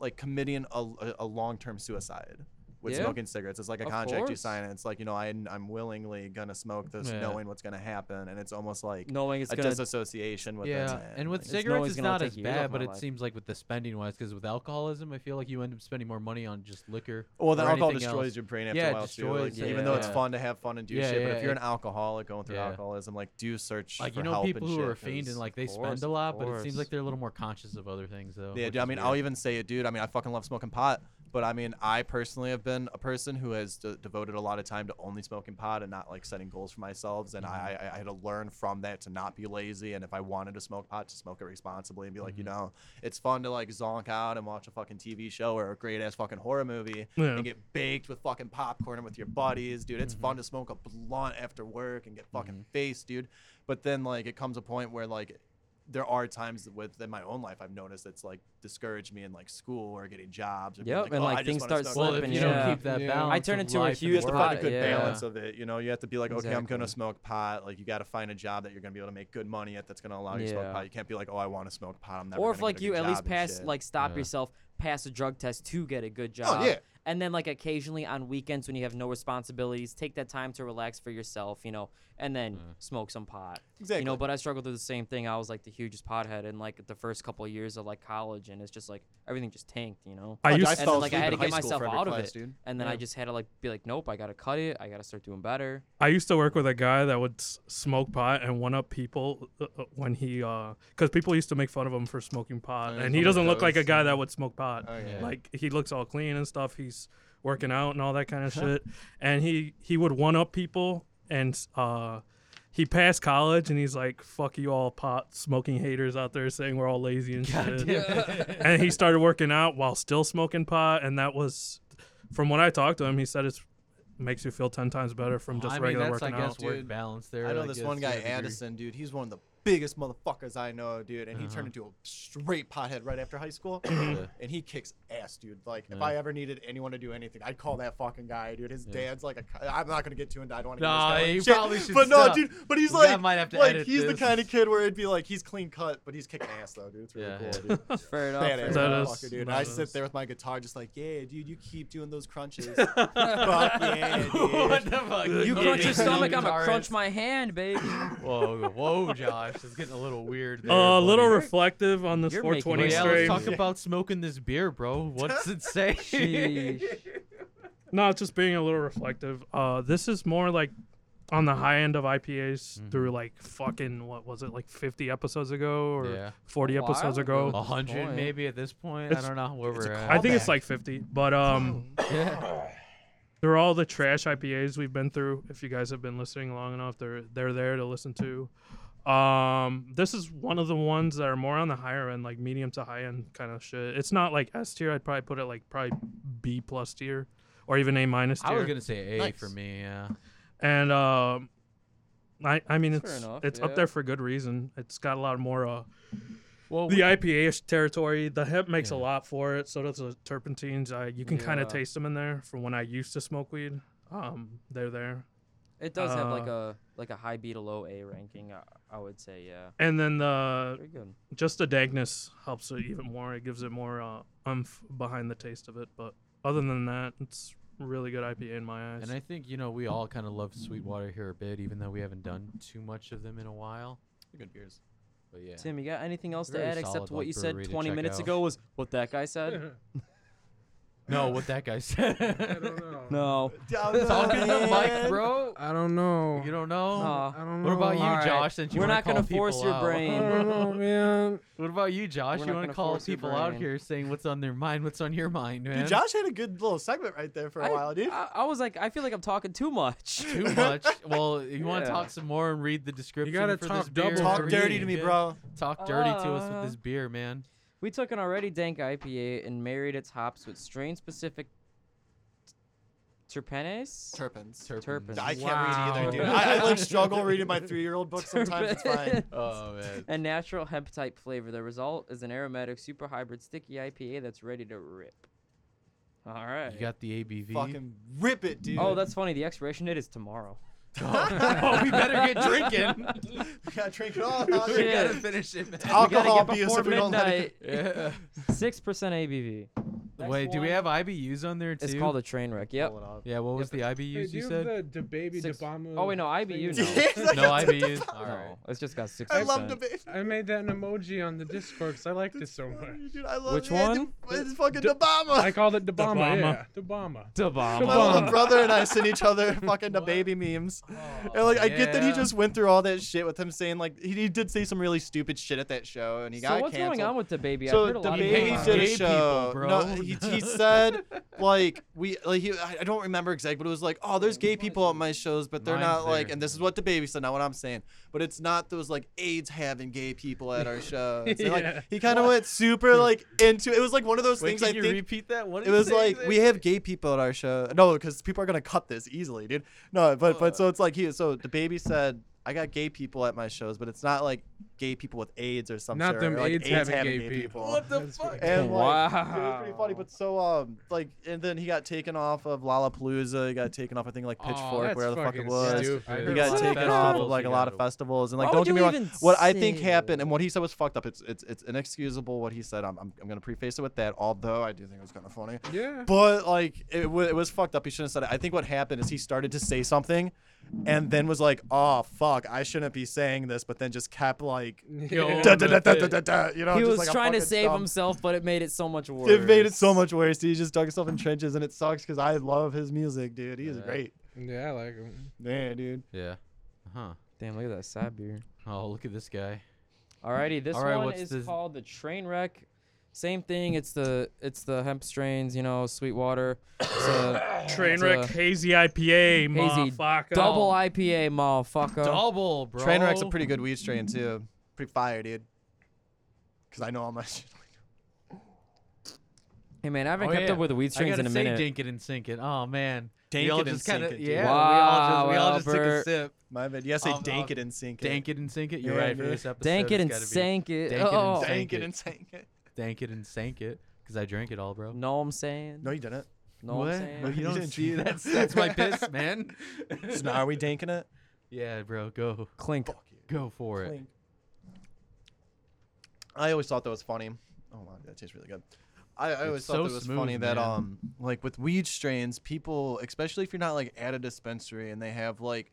D: like committing a, a, a long-term suicide with
E: Yeah.
D: smoking cigarettes it's like a
E: Of
D: contract you
E: course.
D: sign and it's like you know I, i'm willingly gonna smoke this
B: Yeah.
D: knowing what's gonna happen and it's almost like
E: Knowing it's
D: a
E: gonna
D: disassociation with
B: yeah,
D: it
B: and with
E: It's no
B: cigarettes,
E: one's
B: it's
E: gonna
B: not
E: take
B: as
E: years off
B: bad,
E: my
B: but it
E: life.
B: seems like with the spending wise, because with alcoholism, I feel like you end up spending more money on just liquor.
D: Well, then
B: or
D: alcohol
B: anything
D: destroys
B: else.
D: your brain after
B: Yeah,
D: a
B: it
D: while too. Like,
B: destroys
E: it,
D: Even though it's
B: yeah.
D: fun to have fun and do
B: Yeah,
D: shit, but
B: yeah,
D: if you're
B: it-
D: an alcoholic going through
B: yeah.
D: alcoholism, like do search
B: Like
D: for
B: you know,
D: help
B: people
D: and
B: who
D: shit,
B: are fiend
D: 'cause-
B: and like they
E: of
B: spend
E: course,
B: a
E: of
B: lot, but it
E: course.
B: seems like they're a little more conscious of other things though.
D: yeah,
B: which
D: dude, I
B: is
D: mean,
B: weird.
D: I'll even say it, dude. I mean, I fucking love smoking pot, but I mean, I personally have been a person who has de- devoted a lot of time to only smoking pot and not like setting goals for myself. And I,
B: Mm-hmm.
D: I, I had to learn from that to not be lazy. And if I wanted to smoke pot, to smoke it responsibly and be like, you
B: Mm-hmm.
D: know, it's fun to like zonk out and watch a fucking TV show or a great ass fucking horror movie
C: Yeah.
D: and get baked with fucking popcorn and with your buddies, dude. It's
B: Mm-hmm.
D: fun to smoke a blunt after work and get fucking faced, dude. But then like it comes a point where like there are times within my own life I've noticed it's like discouraged me in like school or getting jobs. Or being
E: Yep,
D: like,
E: and,
D: "Oh,
E: like,
D: I just
E: things
D: wanna
E: start
D: smoke."
B: well, if
E: slipping,
B: you
E: yeah.
B: don't keep that
F: Yeah.
B: balance,
E: I turn
B: of
E: into a
B: life and
E: huge
D: you have to
B: work,
D: find a good
E: yeah.
D: balance of it. You know, you have to be like, okay, I'm
E: Exactly.
D: gonna smoke pot. Like, you got to find a job that you're gonna be able to make good money at. That's gonna allow you to smoke
E: Yeah.
D: pot. You can't be like, oh, I want to smoke pot. I'm never.
E: or
D: gonna
E: if
D: get
E: like
D: a
E: you
D: good
E: at
D: job
E: least
D: and
E: pass
D: shit."
E: like stop
B: Yeah.
E: yourself pass a drug test to get a good job
D: yeah.
E: And then like occasionally on weekends when you have no responsibilities, take that time to relax for yourself, you know, and then smoke some pot. You know,
D: Mm. Exactly.
E: but I struggled with the same thing. I was like the hugest pothead in like the first couple of years of like college, and it's just like everything just tanked, you know.
C: I
D: Fuck,
C: used
D: I
E: and
D: fell
E: then like I had to
D: asleep in
E: get
D: high school
E: myself
D: for every
E: out of
D: class,
E: it,
D: dude.
E: and then I just had to like be like, nope, I gotta cut it. I gotta start doing better.
C: I used to work with a guy that would s- smoke pot and one up people uh, uh, when he, because people used to make fun of him for smoking pot,
D: Oh, he's
C: and he
D: one of
C: doesn't look like a
D: those.
C: guy that would smoke pot.
D: Oh, yeah.
C: Like he looks all clean and stuff. He's working out and all that kind of shit. And he he would one up people, and uh, he passed college, and he's like, "Fuck you all pot smoking haters out there saying we're all lazy and shit." and he started working out while still smoking pot, and that was, from what I talked to him, he said it's makes you feel ten times better from just
B: I mean,
C: regular
B: that's I
C: working out.
B: guess work
D: Dude,
B: balance there.
D: I know
B: I
D: this
B: guess,
D: one
B: to
D: guy,
B: a degree.
D: Addison, dude. He's one of the biggest motherfuckers I know, dude. And he turned
B: Uh-huh.
D: into a straight pothead right after high school. and he kicks ass, dude. Like, if
B: Yeah.
D: I ever needed anyone to do anything, I'd call that fucking guy, dude. His dad's like a. co- I'm not gonna get too into. I don't want to.
B: Nah,
D: get
B: you
D: this guy
B: probably
D: shit.
B: should
D: But
B: stop.
D: no, dude. But he's
B: That
D: like,
B: might have to
D: like
B: edit
D: he's
B: this.
D: the kind of kid where it'd be like he's clean cut, but he's kicking ass though, dude. It's really
B: Yeah,
D: cool,
B: yeah.
D: dude.
E: Fair enough.
D: Badass
E: fair enough.
C: That
D: motherfucker,
C: is-
D: dude. And
C: that
D: I
C: is-
D: sit there with my guitar, just like, yeah, dude. You keep doing those crunches. Fuck yeah, dude.
B: what the fuck?
C: You
E: Crunch your
C: Yeah.
E: stomach, I'ma crunch my hand, baby.
B: Whoa, whoa, Josh, it's getting a little weird. There,
C: Uh, A little
B: buddy.
C: reflective on this
E: You're making
C: 420
E: me-
B: yeah,
C: stream.
B: let's talk about smoking this beer, bro. What's it say?
E: Sheesh.
C: No, it's just being a little reflective. Uh, this is more like on the high end of IPAs
B: Mm-hmm.
C: through like fucking what was it like 50 episodes ago or
B: Yeah. Oh,
C: 40 episodes
E: Wow.
C: ago?
B: A hundred
E: point.
B: maybe at this point.
C: It's-
B: I don't know where we're at.
C: I think it's like 50, but um,
B: yeah.
C: they're all the trash IPAs we've been through. If you guys have been listening long enough, they're they're there to listen to. Um, this is one of the ones that are more on the higher end, like medium to high end kind of shit. It's not like S tier. I'd probably put it like probably B plus tier, or even A minus tier.
B: I was gonna say A
D: Nice.
B: for me. Yeah.
C: and um, I I mean
E: Fair
C: it's
E: enough,
C: it's
E: yeah.
C: up there for good reason. It's got a lot more uh
B: Well,
C: the IPA territory. The hemp makes a
B: Yeah.
C: lot for it. So does the turpentines. Uh, you can kind
E: Yeah.
C: of taste them in there. From when I used to smoke weed, um, they're there.
E: It does have like
C: Uh,
E: a like a high B to low A ranking. I, I would say, yeah,
C: And then the
E: pretty good.
C: just the dankness helps it even more. It gives it more uh, umph behind the taste of it. But other than that, it's really good IPA in my eyes.
B: and I think you know we all kind of love Sweetwater here a bit, even though we haven't done too much of them in a while.
D: Good beers.
B: But yeah.
E: Tim, you got anything else to
B: Very
E: add except
B: solid,
E: to what
B: like,
E: you said
B: brewery to
E: 20
B: check
E: minutes
B: out.
E: ago was what that guy said?
B: No, what that guy said.
F: I don't know.
E: no.
B: Talking to the mic, bro.
F: I don't know.
B: You don't know.
E: Aw.
F: I don't know.
B: What about you,
E: All right.
B: Josh? Since you
E: We're
B: wanna
E: not gonna
B: call people
E: force your
B: out?
F: I
E: brain.
F: don't know, man.
B: What about you, Josh?
E: We're
B: you
E: not
B: want to
E: gonna
B: call
E: force your
B: people out
E: brain.
B: here saying what's on their mind, what's on your mind, man?
D: Dude, Josh had a good little segment right there for a
E: I,
D: while, dude.
E: I, I was like, I feel like I'm talking too much.
B: Too much. Well, you want
E: Yeah.
B: to talk some more and read the description.
F: gotta
B: for
F: talk
B: this beer
F: double
B: and
F: Talk
B: everything.
F: dirty to me,
B: Yeah.
D: bro.
B: Talk dirty to us
E: Uh,
B: with this beer, man.
E: We took an already dank IPA and married its hops with strain-specific t- terpenes.
D: Turpins.
E: Turpins.
D: I can't read
F: Wow.
D: either, dude. I, I like struggle reading my three-year-old book sometimes. It's fine.
B: Oh man.
E: A natural hemp type flavor. The result is an aromatic super hybrid sticky IPA that's ready to rip. All right.
B: You got the ABV.
D: Fucking rip it, dude.
E: oh, that's funny. The expiration date is tomorrow.
B: oh, we better get drinking.
D: we gotta drink it all.
B: we
E: Shit.
B: gotta finish it, man.
E: We gotta
D: Alcohol
E: get
D: abuse
E: before
D: if we don't let it.
B: Yeah.
E: Six percent ABV.
B: Wait, do we have IBUs on there too?
E: It's called a train wreck. Yep.
D: Pull it off.
B: yeah. What was the
F: Hey,
B: IBUs
F: do
B: you
F: you
B: said?
F: have the DeBaby
E: Six-
F: DeBamu?
E: Oh wait, no, IBU.
F: thing?
E: No.
D: He's like,
B: No
D: "What the
B: IBUs.
D: fuck?"
B: All right.
E: no, it's just got six.
D: I love the
E: percent.
D: baby.
F: I made that an emoji on the Discord because I liked it so much.
D: Dude, I love
E: Which
D: yeah, dude,
E: one?
D: It's fucking
F: D- I
D: Dabama.
F: called it DeBama.
C: Dabama.
F: Yeah, DeBama.
D: My little brother and I send each other fucking the baby memes.
E: Oh,
D: and like, I get that he
B: Oh, yeah.
D: just went through all that shit with him saying like he, he did say some really stupid shit at that show and he
E: So
D: got
E: what's
D: canceled.
E: going on with the baby?
D: so
E: I've heard a
D: the
E: lot
D: baby
E: about
D: did
E: it.
D: a
B: Gay people,
D: show.
B: bro.
D: No, he, he said like we like he, I I don't remember exactly, but it was like oh, there's gay people at my shows, but they're
B: Mine's
D: not like.
B: there.
D: And this is what the baby said, not what I'm saying. But it's not those like AIDS having gay people at our shows. And,
F: Yeah.
D: Like he kind of went super like into it. Was like one of those
B: Wait,
D: things
B: can
D: I
B: you
D: think.
B: repeat that? What
D: It was like we have gay people at our show. No, because people are gonna cut this easily, dude. No, but but so it's like he. So the baby said I got gay people at my shows, but it's not like gay people with AIDS or something.
F: Not them
D: like
F: AIDS having gay people.
D: What the
F: That's pretty
D: fuck? And like, dude, it was pretty funny.
E: Wow.
D: But so um, like, and then he got taken off of Lollapalooza. He got taken off, I think, like
B: Aw,
D: Pitchfork,
F: that's
D: where the fuck it
F: fucking
D: was.
F: stupid. I
D: He
F: heard
D: got
F: a lot of
D: taken off of
B: festivals
D: like
B: he
D: a
B: got
D: lot of
B: to.
D: festivals, and
E: Why
D: like,
E: would
D: don't get
E: you
D: me wrong.
E: even
D: What I think
E: say
D: happened,
E: that?
D: and what he said was fucked up. It's it's it's inexcusable what he said. I'm I'm, I'm gonna preface it with that, although I do think it was kind of funny.
F: Yeah.
D: But like it, w- it was fucked up. He shouldn't have said it. I think what happened is he started to say something, and then was like, "Oh fuck, I shouldn't be saying this," but then just kept like,
F: Yeah.
D: da, da, da, da, da, da, da, you know,
E: he
D: just
E: was
D: like a
E: trying to
D: fucking
E: save
D: dumb-
E: himself, but it made it so much worse.
D: It made it so much worse. He just dug himself in trenches, and it sucks because I love his music, dude. He's
B: Yeah.
D: great,
F: Yeah, I like him.
D: man, dude.
B: Yeah. Huh.
E: Damn, look at that sad beer.
B: Oh, look at this guy.
E: Alrighty, this
B: Alright,
E: one
B: what's
E: is
B: this-
E: called the train wreck. Same thing. It's the it's the hemp strains, you know, Sweetwater. It's a
C: Train
E: it's
C: wreck,
E: a
C: hazy IPA,
E: Hazy
C: motherfucker.
E: double IPA, motherfucker.
B: Double, bro.
D: Trainwreck's a pretty good weed strain too. Pretty fire, dude. Because I know all my shit.
E: Hey man, I haven't
B: Oh,
E: kept
B: yeah.
E: up with the weed
B: I
E: strains
B: gotta
E: in a
B: say
E: minute.
B: dink it and sink it. Oh man.
D: Dank
B: we all
D: it and
B: just kinda,
D: sink it, dude.
B: Yeah, we all just, we all
E: Wow,
B: just took a
E: Albert.
B: sip.
D: My bad. Yes, I
B: Um,
D: dank
B: uh,
D: it and sink it.
B: Dank it and sink it. You're
D: Yeah,
B: right for
D: dude.
B: this episode.
E: Dank it
B: it's
E: and
B: gotta be
E: sank it.
B: dank it and
E: oh.
B: sank.
D: Dank it
B: it.
D: and sink it.
B: Dank it and sank it. Cause I drank it all, bro.
E: Know what I'm saying?
D: No, you didn't.
E: know
B: what?
E: what I'm
B: No,
E: saying?
B: you
D: You
B: don't
D: didn't
B: see
D: drink.
B: that's that's my piss, man.
D: So now are we danking it?
B: yeah, bro. Go,
E: Clink.
B: go for it.
D: I always thought that was funny. Oh wow, that tastes really good. I, I always thought
B: so
D: that was
B: smooth,
D: funny that
B: man.
D: um like with weed strains, people especially if you're not like at a dispensary and they have like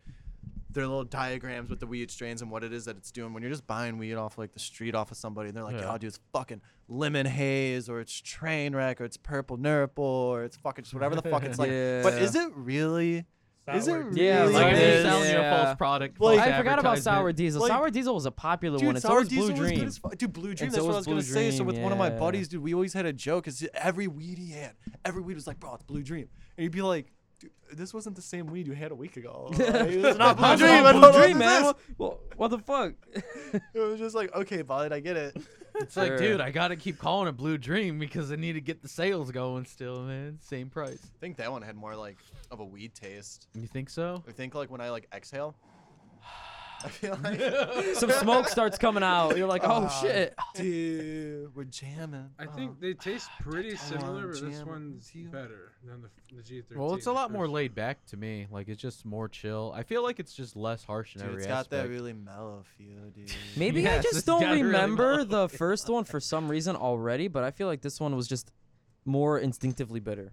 D: their little diagrams with the weed strains and what it is that it's doing. When you're just buying weed off like the street off of somebody, and they're like,
B: Yeah.
D: "Oh, dude, it's fucking lemon haze, or it's train wreck, or it's purple nurple, or it's fucking just whatever the fuck it's like." But
E: Yeah.
D: is it really? Is it
C: Sour
D: really?
E: Yeah,
B: It's like
E: it
B: they're
E: is.
B: selling you a
E: Yeah.
B: false product.
D: Like-
B: false
E: I forgot about
B: advertisement.
E: sour diesel.
D: Like-
E: sour diesel was a popular
D: Dude,
E: one. It's
D: sour
E: always
D: diesel
E: Blue
D: was good
E: Dream.
D: as fuck. Dude, Blue Dream.
E: It's
D: that's what I was
E: always
D: gonna
E: Blue
D: say. So
E: Dream,
D: with one of my
E: yeah.
D: buddies, dude, we always had a joke. Cause every weed he had, every weed was like, bro, it's Blue Dream, and he'd be like, dude, this wasn't the same weed you had a week ago. Like, it's not Blue
E: How's it
D: Dream. I
E: not
D: don't
E: Blue
D: know
E: Dream,
D: what
E: man.
D: this is."
E: What, what- what the fuck?
D: It was just like, okay, bud, I get it.
B: It's like,
E: Sure.
B: dude, I gotta keep calling it Blue Dream because I need to get the sales going still, man. Same price.
D: I think that one had more like of a weed taste.
B: You think so?
D: I think like when I like exhale, I feel like,
E: Some smoke starts coming out. You're like,
D: Ah.
E: oh shit.
D: dude, we're jamming.
F: I
D: Oh.
F: think they taste pretty similar, but this
D: jam
F: one's
D: with you.
F: better than the, the G13.
B: Well, it's a lot more
F: first.
B: laid back to me. Like it's just more chill. I feel like it's just less harsh in
D: Dude,
B: every
D: it's got
B: aspect.
D: that really mellow feel, dude.
E: Maybe
B: Yes,
E: I
B: it's
E: just don't
B: gotta really
E: remember
B: mellow.
E: the first one for some reason already, but I feel like this one was just more instinctively bitter.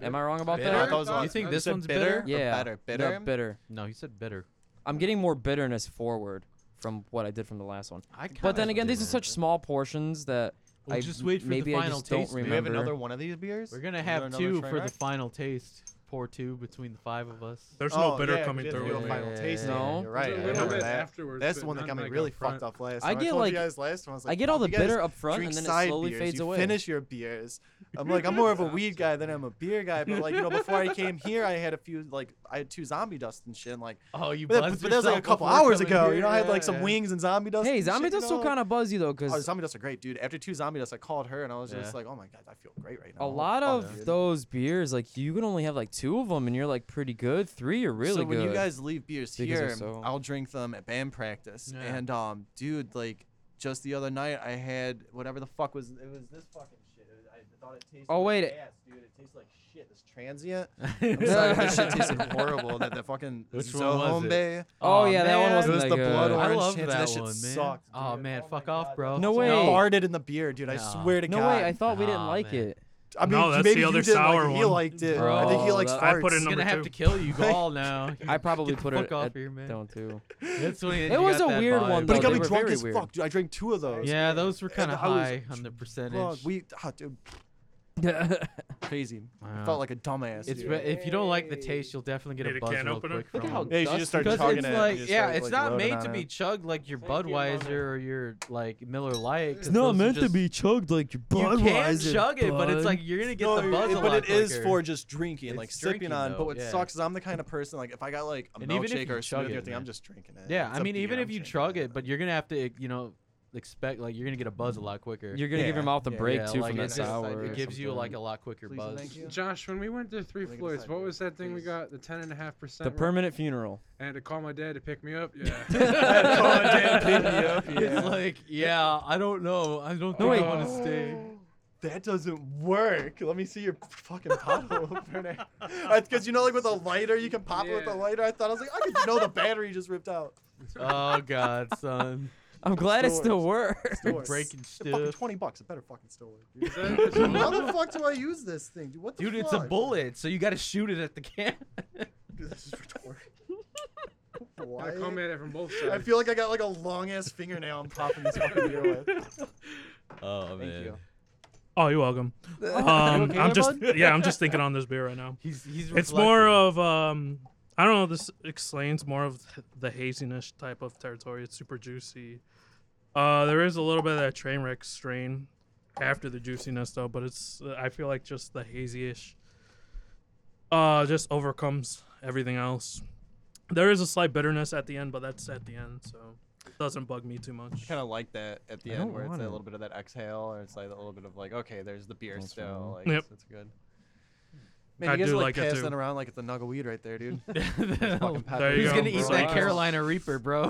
E: Am I wrong about
B: Bitter?
D: I
E: that?
D: thought it was all-
B: you think
F: I
B: this
D: said
B: one's
D: bitter?
B: bitter?
D: or
E: yeah.
D: better?
E: no,
D: Bitter?
E: bitter.
B: No, you said bitter.
E: I'm getting more bitterness forward from what I did from the last one.
B: I kinda
E: But then again, these
B: do.
E: are such small portions that
B: Well,
E: I
B: just wait for the
E: maybe I
B: final
E: just don't
B: taste, man.
D: Do we have
E: remember.
D: another one of these beers?
B: We're gonna
D: Is there
B: have
D: another
B: two
D: train
B: for the
D: wreck?
B: final taste. Pour two between the five of us.
C: There's
D: Oh,
C: no bitter
D: yeah,
C: coming
D: we didn't
C: through.
D: do a
C: with
D: final
C: it.
D: taste.
E: No.
D: You're
F: There's
D: right.
F: a
D: I
F: little
D: remember
F: bit
D: that.
F: afterwards,
D: That's
F: but
D: the one that
F: not
D: got me
F: like
D: really
F: up
D: fucked
F: front.
D: up last
E: I
D: time.
E: get,
D: told
E: like-
D: you guys last time. I was like,
E: I get all
D: "Fuck,
E: the
D: you guys
E: bitter up front,
D: drink
E: and then it
D: side
E: slowly
D: beers.
E: fades
D: you
E: away.
D: Finish your beers. I'm like, I'm more of a weed guy than I'm a beer guy. But like, you know, before I came here, I had a few like I had two zombie dust and shit. And like,
B: Oh, you
D: but that, but that was like a couple hours ago. You know, I had like some wings and zombie dust.
E: Hey,
D: and shit,
E: zombie
D: you
E: dust
D: know?
E: still kind of buzz you though,
D: Oh,
E: because
D: zombie dust are great, dude. After two zombie dust, I called her and I was just
B: Yeah.
D: like, oh my god, I feel great right now.
E: a lot
D: Fuck,
E: of
D: dude.
E: those beers, like you can only have like two of them, and you're like pretty good. Three are really
D: so when
E: good.
D: you guys leave beers
E: Because they're
D: here,
E: so-
D: I'll drink them at band practice.
B: Yeah.
D: And um, dude, like just the other night, I had whatever the fuck was it was this fucking shit. It was- I thought it tasted.
E: Oh,
D: like
E: wait, it-
D: ass, dude, it tastes like shit. This transient. I'm sorry, this
B: wings.
D: shit tasted horrible. That the fucking
B: Which one was it?
D: Zohombe-
E: oh, yeah, that one
D: It
E: wasn't
D: was
E: that
D: the
E: good.
D: blood
B: I
D: orange
B: love
D: chance,
B: that,
D: and that shit
B: one, man.
D: sucked,
B: oh
D: dude.
B: man,
D: Oh my
B: fuck off,
D: God,
B: bro.
E: No way.
D: I farted in the beer, dude. I
B: Nah.
D: swear to
E: no
D: God.
E: way. I thought we didn't
B: Nah,
E: like
B: man.
E: it.
D: I mean,
C: No, that's
D: maybe
C: the
D: you
C: other
D: didn't like
C: sour
D: it. He
C: one.
D: liked it. I think he
E: Bro,
D: likes farts.
E: that-
C: I put it in
B: He's
C: number
B: gonna have
C: two.
B: to kill you, Gall. Now
E: I probably
B: Get the
E: put
B: fuck
E: it
B: off
E: at
B: here, man.
E: down too.
B: That's when
E: It was a weird one,
D: but
E: though.
D: he got
E: They
D: me
E: were
D: drunk
E: very
D: as
E: weird.
D: fuck, dude. I drank two of those.
B: Yeah, those were kind of
D: I was
B: high on the percentage.
D: Fuck, we ah, dude, crazy. I felt like a dumbass.
B: it's
D: dude.
B: re- if you don't like the taste, you'll definitely get
C: Need
B: a
C: a
B: buzz
C: can
B: real
C: opener?
B: quick.
C: Look
B: from
E: how
B: it.
D: Yeah, you should just start
E: Because
B: Because
D: chugging
B: it's
D: it. You
B: like,
D: just
B: yeah,
D: start,
B: it's
D: like,
B: not
D: loading
B: made
D: on
B: to
D: it.
B: be chugged like your
E: Thank you,
B: Budweiser
E: mother.
B: or your like Miller Lite. 'cause
E: It's not
B: those are
E: meant to
B: just-
E: be chugged like your
B: You can
E: Budweiser.
B: chug it, but it's like you're gonna get
D: No,
B: the buzz
D: it-
B: a
D: but
B: lot
D: it is
B: quicker.
D: for just drinking,
B: It's
D: like
B: drinking,
D: sipping on.
B: though,
D: but what
B: yeah.
D: sucks is I'm the kind of person like if I got like a
B: And even if
D: milkshake
B: you
D: or a
B: chug
D: smoothie
B: it,
D: or thing,
B: man.
D: I'm just drinking it.
B: Yeah,
D: It's
B: I
D: a
B: mean, even
D: beer,
B: if
D: I'm
B: you
D: drinking
B: chug it, but you're gonna have to, you know, expect like you're gonna get a buzz a lot quicker.
E: You're gonna give your
D: Yeah,
E: mouth a
D: yeah,
E: break
B: yeah,
E: too
B: like
E: from
B: it
E: that
B: just-
E: sour.
B: it
E: or
B: gives you
E: something.
B: like a lot quicker
G: Please and
B: buzz.
G: thank you.
F: Josh, when we went to Three
G: Make a
F: Floyds,
G: decision,
F: what was that thing we
G: please.
F: got? The ten and a half percent.
E: the permanent funeral.
F: I had to call my dad to pick me up. Yeah.
B: It's like, yeah, I don't know. I don't think I want to stay.
D: That doesn't work. Let me see your fucking pothole opener. Because you know, like with a lighter, you can pop it with
F: Yeah.
D: a lighter. I thought I was like, I could know the battery just ripped out.
B: Oh God, son,
E: I'm glad it still
D: Stores.
E: works.
D: Still works.
B: breaking
D: It's fucking
B: stuff.
D: twenty bucks. It better fucking still work. Dude.
F: Is that what you
D: How
F: want?
D: the fuck do I use this thing, dude? What the
B: Dude,
D: fuck?
B: it's a bullet, so you got to shoot it at the can.
D: Dude, this is retarded.
F: Gotta come
D: Why?
F: at it from both
D: I
F: sides.
D: feel like I got like a long ass fingernail I'm popping this fucking beer with.
B: oh man,
G: you.
C: Oh, you're welcome. Um,
D: okay
C: I'm
D: there,
C: just yeah, I'm just thinking on this beer right now.
B: he's he's.
C: It's more of um, I don't know. This explains more of the haziness type of territory. It's super juicy. Uh, there is a little bit of that train wreck strain after the juiciness though, but it's uh, I feel like just the hazyish. Uh, just overcomes everything else. There is a slight bitterness at the end, but that's at the end, so it doesn't bug me too much.
G: kind of like that at the
E: I
G: end
E: don't
G: where it's a
E: want it.
G: little bit of that exhale or it's like a little bit of like okay there's the beer
E: That's fine.
G: still like
C: Yep.
G: that's good
D: Man,
C: I
D: you guys
C: do
D: are
C: like
D: like,
C: it
D: passing
C: too.
D: around like it's a nug of weed right there, dude.
B: Who's
D: fucking pepper.
C: There you go.
B: gonna eat that
C: Relax.
B: Carolina Reaper, bro?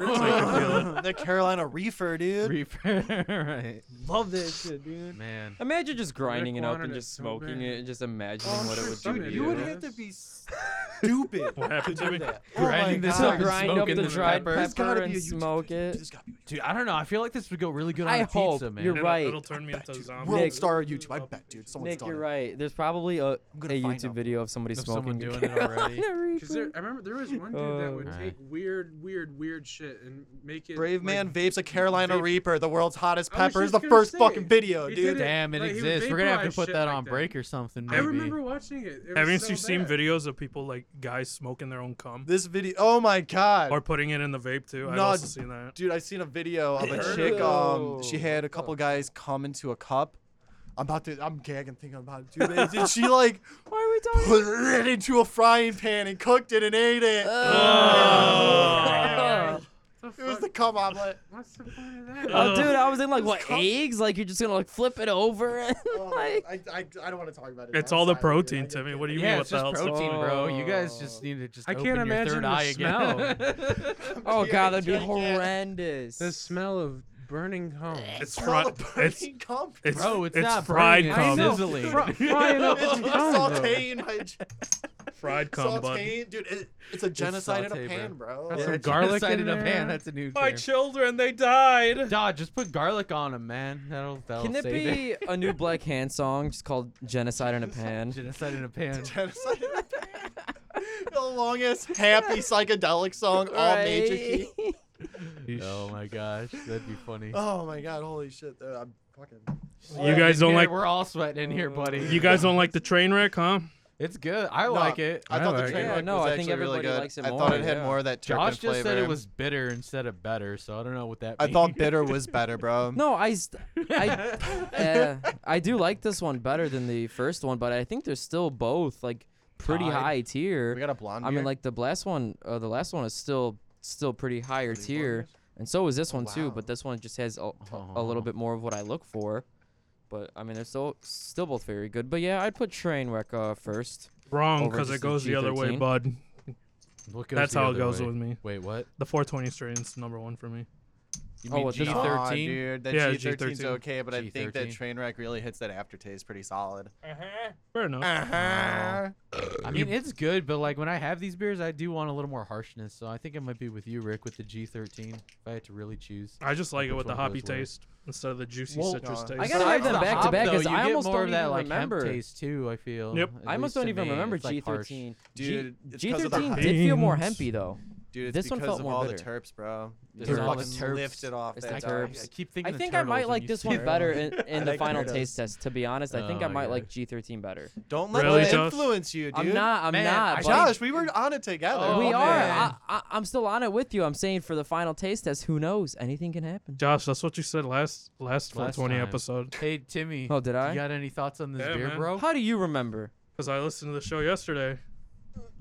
D: the Carolina reefer, dude.
B: Reaper, right?
D: Love this shit, dude.
B: Man,
E: Imagine just grinding it up
F: wanted
E: and
F: it
E: just
F: so
E: smoking
F: bad.
E: it and just imagining
F: I'm
E: what
F: sure
E: it would
F: some
E: do to
F: idiot
E: Oh, you.
D: You would have to be stupid
C: What happened to
D: to
C: me?
D: do that. Oh my
B: Grinding this
D: God.
B: up and
E: grind up
B: smoking
E: the
B: the
E: dried
B: pepper.
E: pepper,
D: There's gotta
E: and
D: be a YouTube
E: smoke
D: dude,
E: it.
D: there's gotta be a
B: dude, I don't know. I feel like this would go really good on
E: I
B: a
E: hope
B: pizza, man.
E: you're
C: It'll-
E: right.
C: It'll turn me into a
D: YouTube.
C: zombie.
D: World
E: Nick-
D: star YouTube, I bet, dude. Someone's
E: Nick,
D: done
E: you're
D: it.
E: right. There's probably a, a
D: gonna find
E: YouTube
D: out.
E: video of somebody
B: Of someone
E: smoking your
B: doing it already.
E: Carolina
F: Cause there,
E: Reaper.
F: I remember there was one dude
E: Oh.
F: that would
B: Alright.
F: take weird, weird, weird shit and make it.
D: Brave
F: like,
D: man vapes a Carolina
F: vape-
D: Reaper, the world's hottest
F: I was
D: pepper. Is the
F: just gonna
D: first
F: say,
D: fucking video,
F: he
D: dude.
F: did
B: Damn, it
F: Like, he would
B: exists. We're gonna have to
F: vaporize
B: put
F: shit
B: that
F: like
B: on
F: that.
B: break or something.
F: I
B: Maybe.
F: remember watching it. it
C: Haven't
F: was
C: you
F: so
C: seen
F: bad.
C: videos of people like guys smoking their own cum
D: This video, oh my god.
C: or putting it in the vape too? I've
D: No,
C: also seen that.
D: Dude, I seen a video of a
F: Ew.
D: chick. Um, she had a couple guys come into a cup. I'm about to. I'm gagging thinking about it. Dude, did she like
E: Why are we talking?
D: put it into a frying pan and cooked it and ate it?
E: Oh.
F: The
D: It was
F: fuck-
D: the cum omelet.
F: What's the point of that?
E: Oh, dude, I was in like
D: Just
E: what
D: come-
E: eggs? Like you're just gonna like flip it over and
D: Oh,
E: like.
D: I, I, I don't want to talk about it.
C: It's
D: I'm
C: all the
D: sorry, dude. I
C: protein,
D: get
C: Timmy.
D: it.
C: What do you
B: Yeah,
C: mean?
B: it's
C: What
B: just
C: the hell?
B: protein, bro. You guys just need to just.
C: I
B: open
C: can't
B: your
C: imagine
B: third
C: the
B: eye again.
E: Oh
D: Yeah,
E: god, that'd be
D: yeah, yeah.
E: horrendous.
F: The smell of burning home.
C: It's
D: It's all
C: fried.
D: the
C: It's
D: protein cum.
C: it's
B: bro, it's,
C: it's
B: not
C: fried
B: burning,
C: cum.
B: It's sizzling.
F: frying up
D: It's sauteing my
C: fried cum, bud.
D: sauteing, dude. It, it's a genocide in a
B: saute, bro.
D: pan, bro.
F: That's
D: Like,
F: some
B: Yeah,
F: garlic
B: genocide
F: in
B: a
F: there.
B: pan. That's a new
C: My
B: term.
C: children, they died.
B: Nah, just put garlic on them, man. That'll that'll
E: Can it
B: save it.
E: be a new Black Hand song just called "Genocide in a Pan"?
B: Genocide in a pan.
D: genocide in a pan. the longest happy psychedelic song, all major key.
E: Right?
B: oh my gosh, that'd be funny.
D: Oh my god, holy shit! dude, I'm fucking.
C: You guys don't
B: Peter,
C: like.
B: We're all sweating in here, buddy.
C: You guys don't like the train wreck, huh?
B: It's good. I
D: No,
B: like it.
D: I thought
F: like
D: the
F: it.
D: train
E: Yeah,
D: wreck
E: no,
D: was
E: I think
D: actually really
E: everybody
D: good.
E: likes it
D: I thought
E: more,
D: it had
E: yeah.
D: more of that
B: Josh
D: turpin
B: just
D: flavor.
B: said it was bitter instead of better, so I don't know what that.
D: I
B: means.
D: thought bitter was better, bro.
E: No, I, st- I, uh, I do like this one better than the first one, but I think they're still both like pretty
B: Tied.
E: high
D: We
E: tier.
D: got a blonde.
E: I mean,
D: beer?
E: like the last one, uh, the last one is still still pretty higher tier, and so is this one too.
D: Wow.
E: But this one just has a, a little bit more of what I look for. But I mean, they're still still both very good. But yeah, I'd put Trainwreck uh, first.
C: Wrong,
E: Over
C: because
E: just
C: it
E: the
C: goes the other way,
E: G13?
C: bud.
B: What goes
C: That's
B: the
C: how it
B: other
C: goes
B: way?
C: with me.
B: Wait, what?
C: The 420 strain is number one for me.
B: You
E: Oh,
B: mean
E: what, this
B: G
E: one?
D: Aw,
B: thirteen?
D: dude, that
C: Yeah,
D: G13's
C: G13.
D: okay, but I think that
B: G13.
D: train wreck really hits that aftertaste pretty solid. Uh-huh.
C: Fair
E: Uh-huh.
C: enough.
B: Ah. I mean, it's good, but like when I have these beers, I do want a little more harshness. So I think it might be with you, Rick, with the G thirteen. If I had to really choose.
C: I just like it
B: Which
C: with the
B: one
C: hoppy
B: goes where?
C: taste instead of the juicy
D: Well,
C: citrus
D: uh,
C: taste.
E: I gotta
B: Besides
E: have them
B: the
E: back to
B: hop,
E: back
B: though,
E: 'cause
B: you
E: I
B: get
E: almost
B: more
E: don't
B: of that
E: even
B: like hemp
E: remember.
B: taste too. I feel.
C: Yep.
B: At
E: I almost
B: least
E: don't
B: to
E: even
B: me,
E: remember
B: it's, like, harsh.
E: G13.
D: Dude, it's
E: G-
D: 'cause of the
E: G13
D: hop-
E: did feel more
C: beans.
E: hempy though.
D: Dude, it's
E: This one
D: because
E: felt
D: of
E: more
D: all the
E: bitter.
D: terps, bro. You
B: Because
D: just
B: of all the
D: fucking
B: terps.
D: lifted off
E: It's
D: that
E: the
B: I- I, I
E: terps.
B: keep thinking.
E: I
B: of
E: think I might
B: turtles when
E: like
B: you
E: this
B: say
E: one
B: that.
E: better in, in the
D: like
E: final
D: turtles.
E: taste test. To be honest, I think
B: Oh,
E: I might
B: yeah.
E: like G13 better.
D: Don't let
C: Really,
D: that
C: Josh?
D: influence you, dude.
E: I'm not. I'm
B: Man, I
E: not.
B: should-
E: buddy.
D: Josh, we were on it together.
B: Oh,
E: we
B: man.
E: are. I, I, I'm still on it with you. I'm saying for the final taste test, who knows? Anything can happen.
C: Josh, that's what you said last last 420
B: time.
C: episode.
B: Hey Timmy.
E: Oh, did I?
B: You got any thoughts on this
C: Yeah,
B: beer,
C: man.
B: bro?
E: How do you remember?
C: Because I listened to the show yesterday.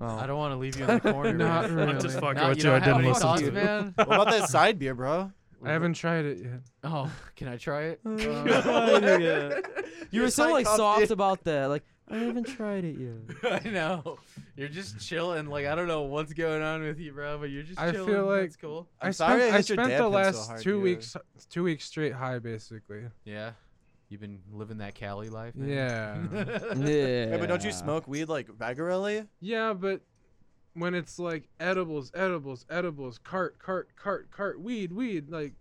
E: Oh.
B: I don't want to leave you in the corner.
F: Not
B: man.
F: really.
C: I'm just
B: Not-
C: fucking with
B: you
C: you. I
B: don't have
C: didn't
B: any
C: listen
B: thoughts,
C: to it.
B: man.
D: What about that side beer, bro?
F: I haven't tried it yet.
B: Oh, can I try it?
E: You were so like soft about that. Like I haven't tried it yet.
B: I know. You're just chilling. Like I don't know what's going on with you, bro, but you're just
F: I
B: chilling.
F: feel like-
B: That's cool.
D: I'm
F: I
D: sorry I
F: spent, I
D: hit your
F: spent
D: dad
F: the
D: pin so
F: last
D: hard,
F: two
D: dude.
F: weeks, two weeks straight high, basically.
B: Yeah. You've been living that Cali life. man.
F: Yeah.
E: Yeah.
D: Hey, but don't you smoke weed like regularly?
F: yeah, but when it's like edibles, edibles, edibles, cart, cart, cart, cart, weed, weed, like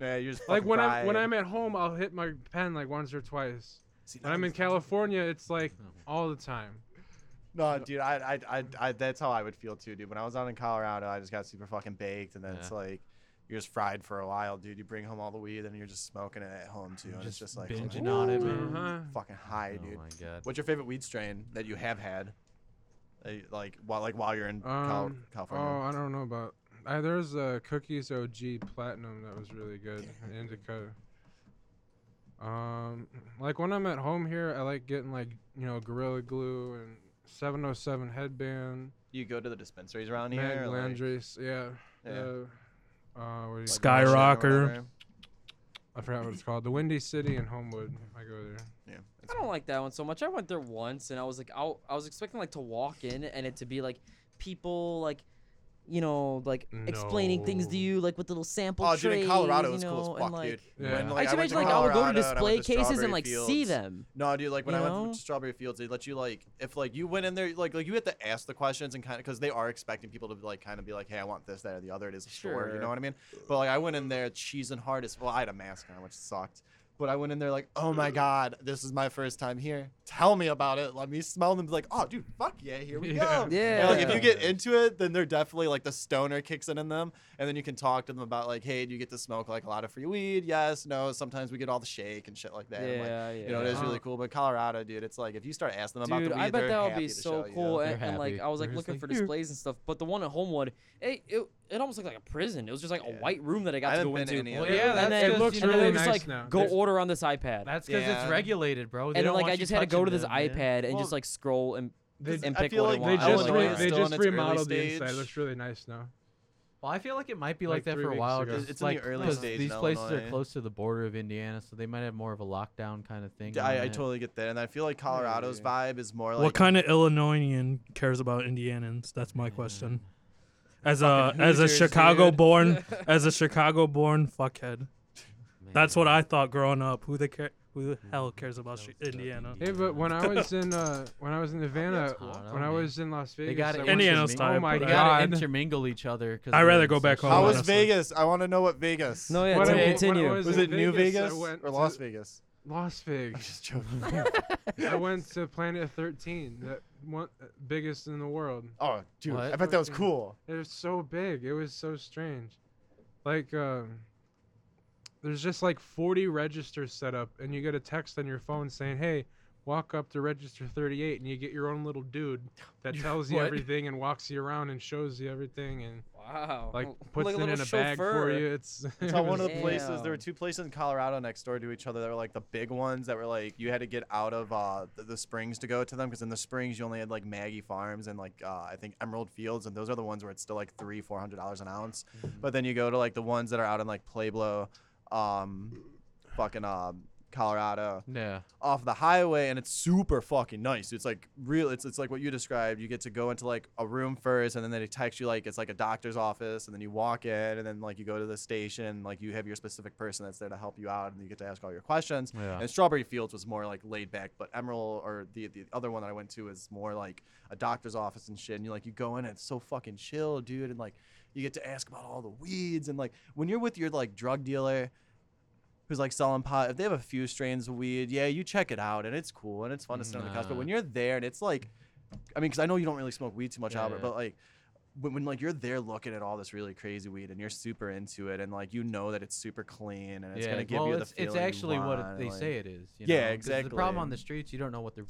D: Yeah, you're just
F: like
D: fucking
F: when I'm when
D: fried.
F: I'm at home, I'll hit my pen like once or twice.
D: See,
F: When I'm in
D: nothing's-
F: California, it's like
D: Oh.
F: all the time.
D: No, dude, I, I, I, I, that's how I would feel too, dude. When I was out in Colorado, I just got super fucking baked, and then it's
B: Yeah.
D: like you're just fried for a while, dude. You bring home all the weed, and you're just smoking it at home too, and
B: Just
D: it's just like
B: binging
D: fucking,
B: on it,
D: ooh,
B: man.
F: Uh-huh.
D: fucking high,
B: Oh
D: dude.
B: my god.
D: What's your favorite weed strain that you have had, Uh, like while like while you're in Cal-
F: Um, Oh,
D: California?
F: I don't know about. I, there's a Cookies OG Platinum that was really good, an indica. Um, like when I'm at home here, I like getting like you know Gorilla Glue and 707 headband,
D: You go to the dispensaries around
F: Mag
D: here, like,
F: Landris, yeah,
D: yeah, like
F: Uh, uh, what do you-
C: Sky-
D: Russian or
C: Skyrocker.
D: whatever.
F: I forgot what it's called. The Windy City in Homewood. If I go there.
D: Yeah, it's-
E: I don't like that one so much. I went there once and I was like out I was expecting like to walk in and it to be like people like you know, like explaining things to
F: No.
E: you, like with little sample
D: Oh,
E: trays.
D: dude, in Colorado, it was
E: you know,
D: cool as
E: and,
D: fuck,
E: like,
D: dude.
F: Yeah.
D: When,
F: I
D: like,
E: I just
D: went
E: imagine
D: to
E: like I would go to
D: Colorado and I went
E: display cases and
D: Strawberry
E: like see
D: Fields.
E: them.
D: No, dude. Like when
E: You
D: I went
E: know?
D: to Strawberry Fields, they let you like if like you went in there like like you had to ask the questions and kind of because they are expecting people to like kind of be like, hey, I want this, that, or the other. It is a store, you
E: Sure.
D: know what I mean? But like I went in there cheesing hard as well. I had a mask on, which sucked. But I went in there like, oh my god, this is my first time here. Tell me about it. Let me smell them. Be like, oh, dude, fuck yeah, here we
C: Yeah.
D: go.
E: Yeah.
D: And, like if you get into it, then they're definitely like the stoner kicks in in them, and then you can talk to them about like, hey, do you get to smoke like a lot of free weed? Yes, no. Sometimes we get all the shake and shit like that.
E: yeah,
D: I'm like,
E: yeah.
D: you know, it is
F: Yeah.
D: really cool. But Colorado, dude, it's like if you start asking them about
E: Dude,
D: the weed,
E: I bet
D: they're
E: that would
D: happy
E: be
D: to
E: so
D: show you.
E: cool.
B: They're
E: And, and, like
B: happy.
E: I was like
B: They're just like,
E: looking for
B: "Here."
E: displays and stuff, but the one at Homewood, it it, it almost looked like a prison. It was just like a
D: Yeah.
E: white room that I got
D: I
E: to
D: haven't
E: go
D: been to
E: into.
D: any
E: and
D: of
B: Well, yeah,
D: them.
B: that's
E: then
B: just,
F: looks
B: you
E: and
B: know,
E: then
F: really
E: it was
F: nice
E: like
F: now.
E: go
F: There's-
E: order on this iPad.
B: That's because
D: Yeah.
B: it's regulated, bro. They
E: and then
B: don't
E: like
B: want
E: I
B: you
E: just had to go
B: touching
E: to this
B: them, man.
E: iPad and just
D: Well,
E: like scroll and
F: They,
E: and
D: I
E: pick
D: feel
E: what
D: like
E: I
F: they
E: want.
D: I
F: just
D: like
F: re-
D: it. Still
F: they
D: in
F: just
D: its early
F: remodeled the
D: stage.
F: inside. It looks really nice now.
B: Well, I feel like it might be like,
F: Like
B: that
F: three
B: for a
F: weeks
B: while.
F: ago.
B: Just
D: It's in the
B: like,
D: early
B: 'cause
D: stage in
B: These places are
D: Illinois.
B: close to the border of Indiana, so they might have more of a lockdown kind of thing.
D: I,
B: on
D: I
B: it.
D: totally get that, and I feel like Colorado's vibe is more like
C: what kind of Illinoisian cares about Indianans? That's
B: Mm.
C: my question. As a
D: Fucking
C: as a
D: Hoosiers,
C: Chicago
D: dude.
C: born as a Chicago born fuckhead. That's what
B: Man.
C: I thought growing up. Who the care, who the hell cares about
B: That
C: Chi-
B: was
C: Indiana?
B: fucking
F: Hey, but when I was in uh, when I was in Havana,
B: cool. I don't
F: when I
B: know, man.
F: was in Las Vegas,
B: They got
F: I
B: to
F: went to
C: Indiana
F: this-
C: style,
F: Oh my
B: They
C: but-
B: got to
F: god!
B: intermingle each other. 'cause
C: I'd
B: they're
C: rather
B: in
C: go
B: such
C: back
B: a-
C: home,
D: How was
C: honestly.
D: Vegas? I want to know what Vegas.
E: No, yeah,
F: When I-
E: to
F: when I
E: continue.
F: was
D: was
F: in
D: it New
F: Vegas, I
D: Vegas
F: went
D: or
F: to-
D: Las Vegas?
F: Las
D: I'm
F: Vegas.
D: just joking.
F: I went to Planet 13, that one uh, biggest in the world.
D: oh, dude, I
B: What?
D: bet that was cool.
F: It was so big. It was so strange. Like, um, there's just like 40 registers set up, and you get a text on your phone saying, "Hey, walk up to register 38," and you get your own little dude that tells you
B: What?
F: everything and walks you around and shows you everything and
E: Wow.
F: like
E: Well,
F: puts
E: like
F: it in
E: little
F: a bag for
E: chauffeur.
F: you. It's
D: It's
F: it
D: how one
F: was-
D: of the places. There were
E: Damn.
D: two places in Colorado next door to each other that were like the big ones that were like you had to get out of uh, the, the springs to go to them because in the springs you only had like Maggie Farms and like uh, I think Emerald Fields and those are the ones where it's still like three four hundred dollars an ounce. But then you go to like the ones that are out in like Pueblo, um, fucking um, Colorado
B: Yeah.
D: off the highway and it's super fucking nice. It's like real it's it's like what you described. You get to go into like a room first and then they text you like it's like a doctor's office and then you walk in and then like you go to the station, like you have your specific person that's there to help you out and you get to ask all your questions.
B: Yeah.
D: And Strawberry Fields was more like laid back, but Emerald or the the other one that I went to is more like a doctor's office and shit. And you like you go in and it's so fucking chill, dude, and like you get to ask about all the weeds and like when you're with your like drug dealer who's like selling pot, if they have a few strains of weed, yeah, you check it out and it's cool and it's fun to sit on the couch. But when
B: Nah.
D: you're there and it's like, I mean, because I know you don't really smoke weed too much,
B: Yeah,
D: Albert,
B: yeah.
D: but like when, when like you're there looking at all this really crazy weed and you're super into it and like you know that it's super clean and it's
B: yeah.
D: gonna give
B: well,
D: you the
B: it's,
D: feeling
B: it's
D: you
B: actually what it-
D: want,
B: they
D: like-
B: say it is. You
D: Yeah,
B: know? 'Cause The problem on
D: exactly.
B: the streets, you don't know what they're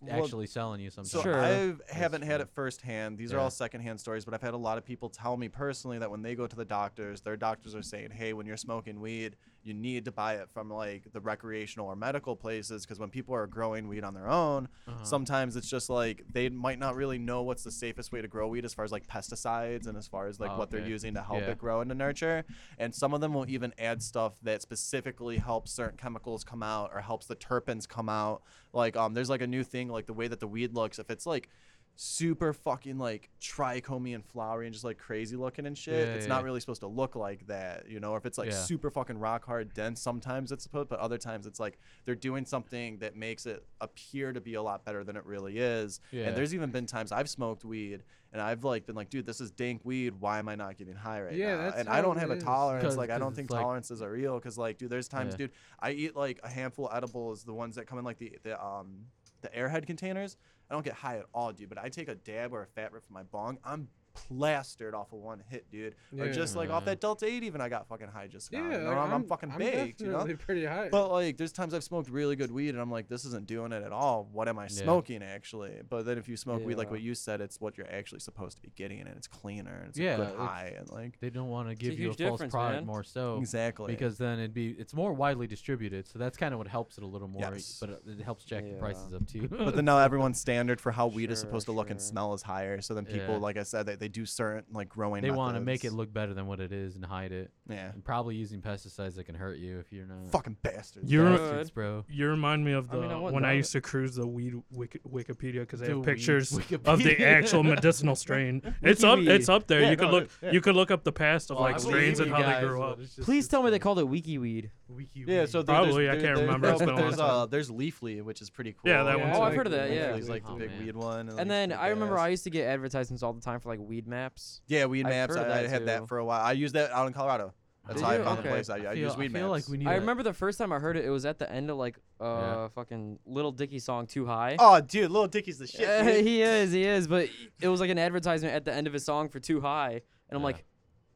D: Well,
B: actually selling you sometimes.
D: So
E: Sure.
D: I haven't had
B: true.
D: it firsthand. These are
B: Yeah.
D: all secondhand stories, but I've had a lot of people tell me personally that when they go to the doctors, their doctors are saying, "Hey, when you're smoking weed, you need to buy it from like the recreational or medical places because when people are growing weed on their own,
B: Uh-huh.
D: sometimes it's just like they might not really know what's the safest way to grow weed as far as like pesticides and as far as like
B: Oh,
D: what they're
B: okay.
D: using to help
B: Yeah.
D: it grow and to nurture. And some of them will even add stuff that specifically helps certain chemicals come out or helps the terpenes come out. Like um, there's like a new thing like the way that the weed looks. If it's like super fucking like trichomy and flowery and just like crazy looking and shit.
B: Yeah,
D: it's
B: yeah,
D: not
B: yeah.
D: really supposed to look like that, you know. Or if it's like
B: Yeah.
D: super fucking rock hard dense, sometimes it's supposed, but other times it's like they're doing something that makes it appear to be a lot better than it really is.
B: Yeah.
D: And there's even been times I've smoked weed and I've like been like, dude, this is dank weed. Why am I not getting high right
F: Yeah,
D: now?
F: that's
D: and
F: how
D: I don't
F: it
D: have a
F: is.
D: tolerance.
B: 'Cause-
D: like I
B: 'cause
D: don't think
B: it's like-
D: tolerances are real. Cause like, dude, there's times,
B: Yeah.
D: dude, I eat like a handful of edibles, the ones that come in like the the um the airhead containers. I don't get high at all, dude. But I take a dab or a fat rip from my bong. I'm plastered off of one hit, dude. Or
F: Yeah.
D: just like off
B: Yeah.
D: that Delta 8 even I got fucking high just now.
F: Yeah,
D: you know,
F: like,
D: I'm, I'm fucking baked, you know?
F: definitely pretty high.
D: But like, there's times I've smoked really good weed, and I'm like, this isn't doing it at all. What am I smoking actually? But then if you smoke weed like
E: Yeah.
D: what you said, it's what you're actually supposed to be getting, and it's cleaner, and it's
B: Yeah,
D: a good
B: it's-
D: high, and like
B: They don't want to give you a
E: huge
B: false
E: difference,
B: product
E: man.
B: more so.
D: exactly
B: Oh, Because then it'd be it's more widely distributed, so that's kind of what helps it a little more.
D: Yes.
B: But it- it helps jack the
E: Yeah.
B: prices up too.
D: But then now everyone's standard for how weed is
E: Sure,
D: supposed to look and
E: sure.
D: smell is higher. So then people,
B: Yeah.
D: like I said, they, they do certain like growing.
B: they want to make it
D: methods.
B: look better than what it is and hide it,
D: yeah,
B: and probably using pesticides that can hurt you if you're not.
D: fucking bastards.
C: You rem-
B: Bastards,
E: Good.
B: bro.
C: You remind me of
B: I
C: the
B: mean, I wouldn't
C: when I
B: doubt
C: used to cruise the weed wiki- Wikipedia because they
B: The
C: have
B: weed
C: pictures of the
B: Wikipedia.
C: actual medicinal strain. It's up. It's up there.
B: Yeah,
C: you could
B: no,
C: look.
B: it- yeah.
C: You could look up the past of
B: Oh, I
C: like
B: believe
C: strains
B: you
C: and how they
B: guys,
C: grew
B: but
C: up.
B: it's just
E: Please
B: this
E: tell me they
B: thing.
E: called it wiki weed.
B: Wiki
D: yeah,
B: weed.
D: so there's,
C: Probably, I
D: there's,
C: can't
D: there's,
C: remember, it's
D: There's,
C: been a long
D: there's,
C: time.
D: uh, there's leafly, which is pretty cool.
C: Yeah, that one's
E: Oh, I've
F: like
E: heard of that,
F: the-
E: yeah.
D: Leafly's like the
B: Oh,
D: big
B: man.
D: weed one. And, like,
E: And then
D: big
E: I remember
D: ass.
E: I used to get advertisements all the time for like weed maps.
D: Yeah, weed
E: I've
D: maps.
E: heard
D: I, I
E: that
D: had
E: too.
D: that for a while. I used that out in Colorado. That's
E: Did
D: how I
E: you?
D: found the
E: Okay.
D: place. I, I,
B: feel,
D: used weed
B: I feel
D: maps.
B: like we need.
E: I
B: a-
E: remember the first time I heard it, it was at the end of like uh
B: Yeah.
E: fucking Little Dicky song Too High.
D: Oh, dude, little Dicky's the shit.
E: Yeah,
D: dude.
E: he is, he is. But it was like an advertisement at the end of his song for Too High, and I'm
B: Yeah.
E: like,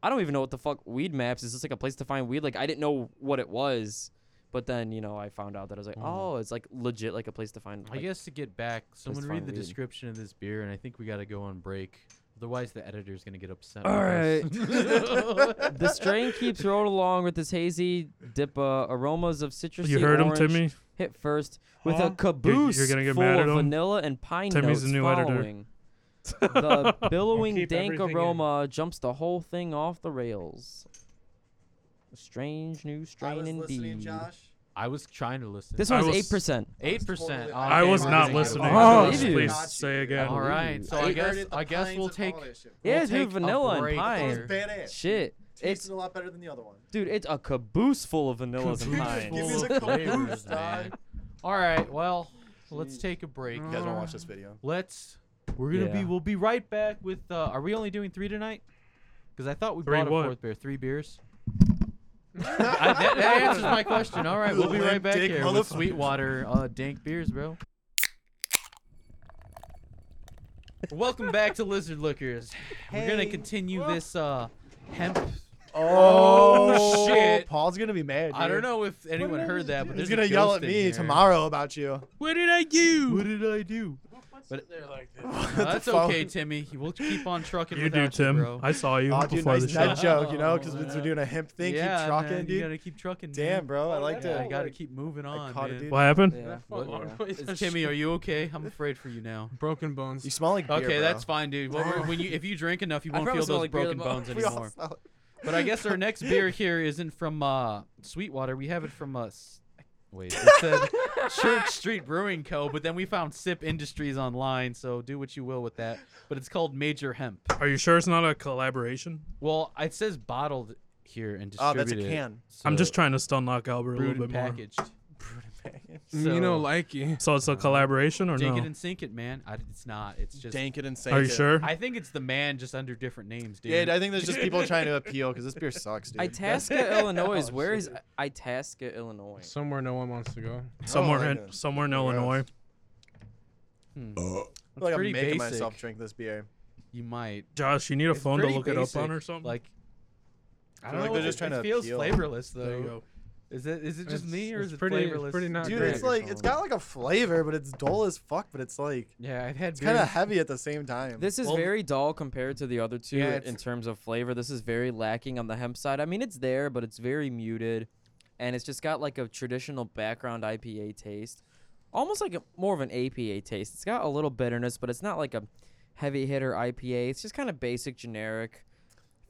E: I don't even know what the fuck weed maps is. This like a place to find weed? Like I didn't know what it was, but then you know I found out that I was like,
B: Mhm.
E: oh, it's like legit like a place to find.
B: I
E: like,
B: guess to get back, someone
E: find
B: read the
E: weed.
B: description of this beer, and I think we got to go on break. Otherwise, the editor's gonna get upset.
E: All
B: with us.
E: the strain keeps rolled along with this hazy dip uh, aromas of citrus.
C: You heard him,
E: orange,
C: Timmy.
E: Hit first with
C: Huh?
E: a caboose
C: you're gonna get
E: full
C: mad at
E: of
C: him?
E: vanilla and pine
C: Timmy's the
E: notes
C: new editor.
E: following. the billowing
F: keep
E: dank
F: everything in.
E: aroma jumps the whole thing off the rails. A strange new strain indeed.
B: I was trying to listen.
E: This
C: I
E: one's
C: was-
E: eight percent.
B: eight percent.
C: I was not listening.
E: Oh,
C: so
E: dude.
C: please say again.
B: All right, so I guess I guess we'll take.
E: Yeah,
B: we'll
E: dude,
B: take a
E: vanilla and
B: break.
E: pine.
D: badass.
E: Shit, it's
D: Tasted a lot better than the other one.
E: dude, it's a caboose full of vanillas and
B: Caboose
D: Give
E: pines.
D: me the
B: full of
D: caboose,
B: flavors,
D: dog.
B: man. All right, well, let's take a break.
D: You guys want to watch this video?
B: Let's. We're gonna be.
E: Yeah.
B: We'll be right back with. Uh, are we only doing three tonight? Because I thought we
C: Three
B: brought
C: what?
B: a fourth beer. Three beers. I, that, that answers my question. All right, we'll be right
D: Limp
B: back
D: dick
B: here with
D: motherfucker.
B: Sweetwater uh, Dank Beers, bro. Welcome back to Lizard Lookers. We're gonna continue this uh, hemp.
D: Oh,
B: shit.
D: Paul's gonna be mad.
B: I don't
D: dude.
B: know if anyone heard that, but
D: He's
B: there's
D: gonna
B: a
D: yell
B: ghost
D: at
B: in
D: me
B: here.
D: tomorrow about you.
B: What did I do? What did I do?
D: The
B: No, that's
D: phone.
B: okay, Timmy. We'll keep on trucking
C: You
B: without
C: do, Tim.
B: bro.
C: I saw you
D: Oh, dude,
C: before
D: nice
C: the
D: dead
C: show.
D: joke, you know, because
B: Oh,
D: we're doing a hemp thing.
B: yeah,
D: keep trucking,
B: man,
D: dude.
B: You gotta keep trucking.
D: Damn,
B: man.
D: bro, I like
B: Yeah, I
D: that.
B: gotta keep moving on.
D: caught it,
B: man.
D: dude.
C: What happened?
E: Yeah.
F: Fuck,
E: Yeah.
F: why is that
B: Is Timmy, are you okay? I'm afraid for you now.
F: broken bones.
D: You smell like beer,
B: Okay, that's
D: bro.
B: fine, dude. Well, we're- when you, if you drink enough, you
E: I
B: won't
E: promise
B: feel
E: it's not
B: those
E: like beer
B: broken
E: that mo-
B: bones
D: We all
B: anymore.
D: smell it.
B: But I guess our next beer here isn't from uh, Sweetwater. We have it from us. Wait, it said Church Street Brewing Co. But then we found Sip Industries online, so do what you will with that. But it's called Major Hemp.
C: Are you sure it's not a collaboration?
B: Well, it says bottled here and
D: Oh,
B: distributed.
D: that's a can.
C: I'm just
B: so
C: trying to stun lock Albert a
B: brewed
C: little
B: and
C: bit more.
B: packaged.
F: you know,
B: So-
F: likey.
C: So it's a collaboration or
B: Take
C: no?
B: it and sink it, man. I, it's not. It's just.
D: Dank it and sink
C: Are you
D: it.
C: sure?
B: I think it's the man just under different names, dude.
D: Yeah, I think there's just people trying to appeal because this beer sucks, dude.
E: Itasca, Illinois.
B: Oh,
E: is- Where is Itasca, Illinois?
F: Somewhere no one wants to go.
C: Somewhere
D: Oh,
C: in
D: okay.
C: somewhere in
D: Gross.
C: Illinois.
D: I feel like I'm
B: pretty
D: making
B: basic.
D: myself drink this beer.
B: you might.
C: Josh, you need a
B: It's
C: phone to
B: pretty
C: look it
B: basic,
C: up on or something.
B: Like, Um, I
D: Feel
B: don't
D: like
B: know.
D: they're
B: if
D: just
B: it,
D: trying
B: it
D: to
B: feels
D: appeal.
B: flavorless though.
C: there you go.
B: Is it is it just
F: It's-
B: me or
F: it's
B: is it
F: pretty- it's
B: flavorless?
F: pretty not
D: Dude,
F: great.
D: it's like it's got like a flavor, but it's dull as fuck. But it's like
B: yeah, I've had
D: it's kind of
B: beers-
D: heavy at the same time.
E: This is
B: Well-
E: very dull compared to the other two
B: Yeah,
E: in
B: it's-
E: terms of flavor. This is very lacking on the hemp side. I mean, it's there, but it's very muted. and it's just got like a traditional background IPA taste, almost like a, more of an APA taste. It's got a little bitterness, but it's not like a heavy hitter IPA. It's just kind of basic, generic.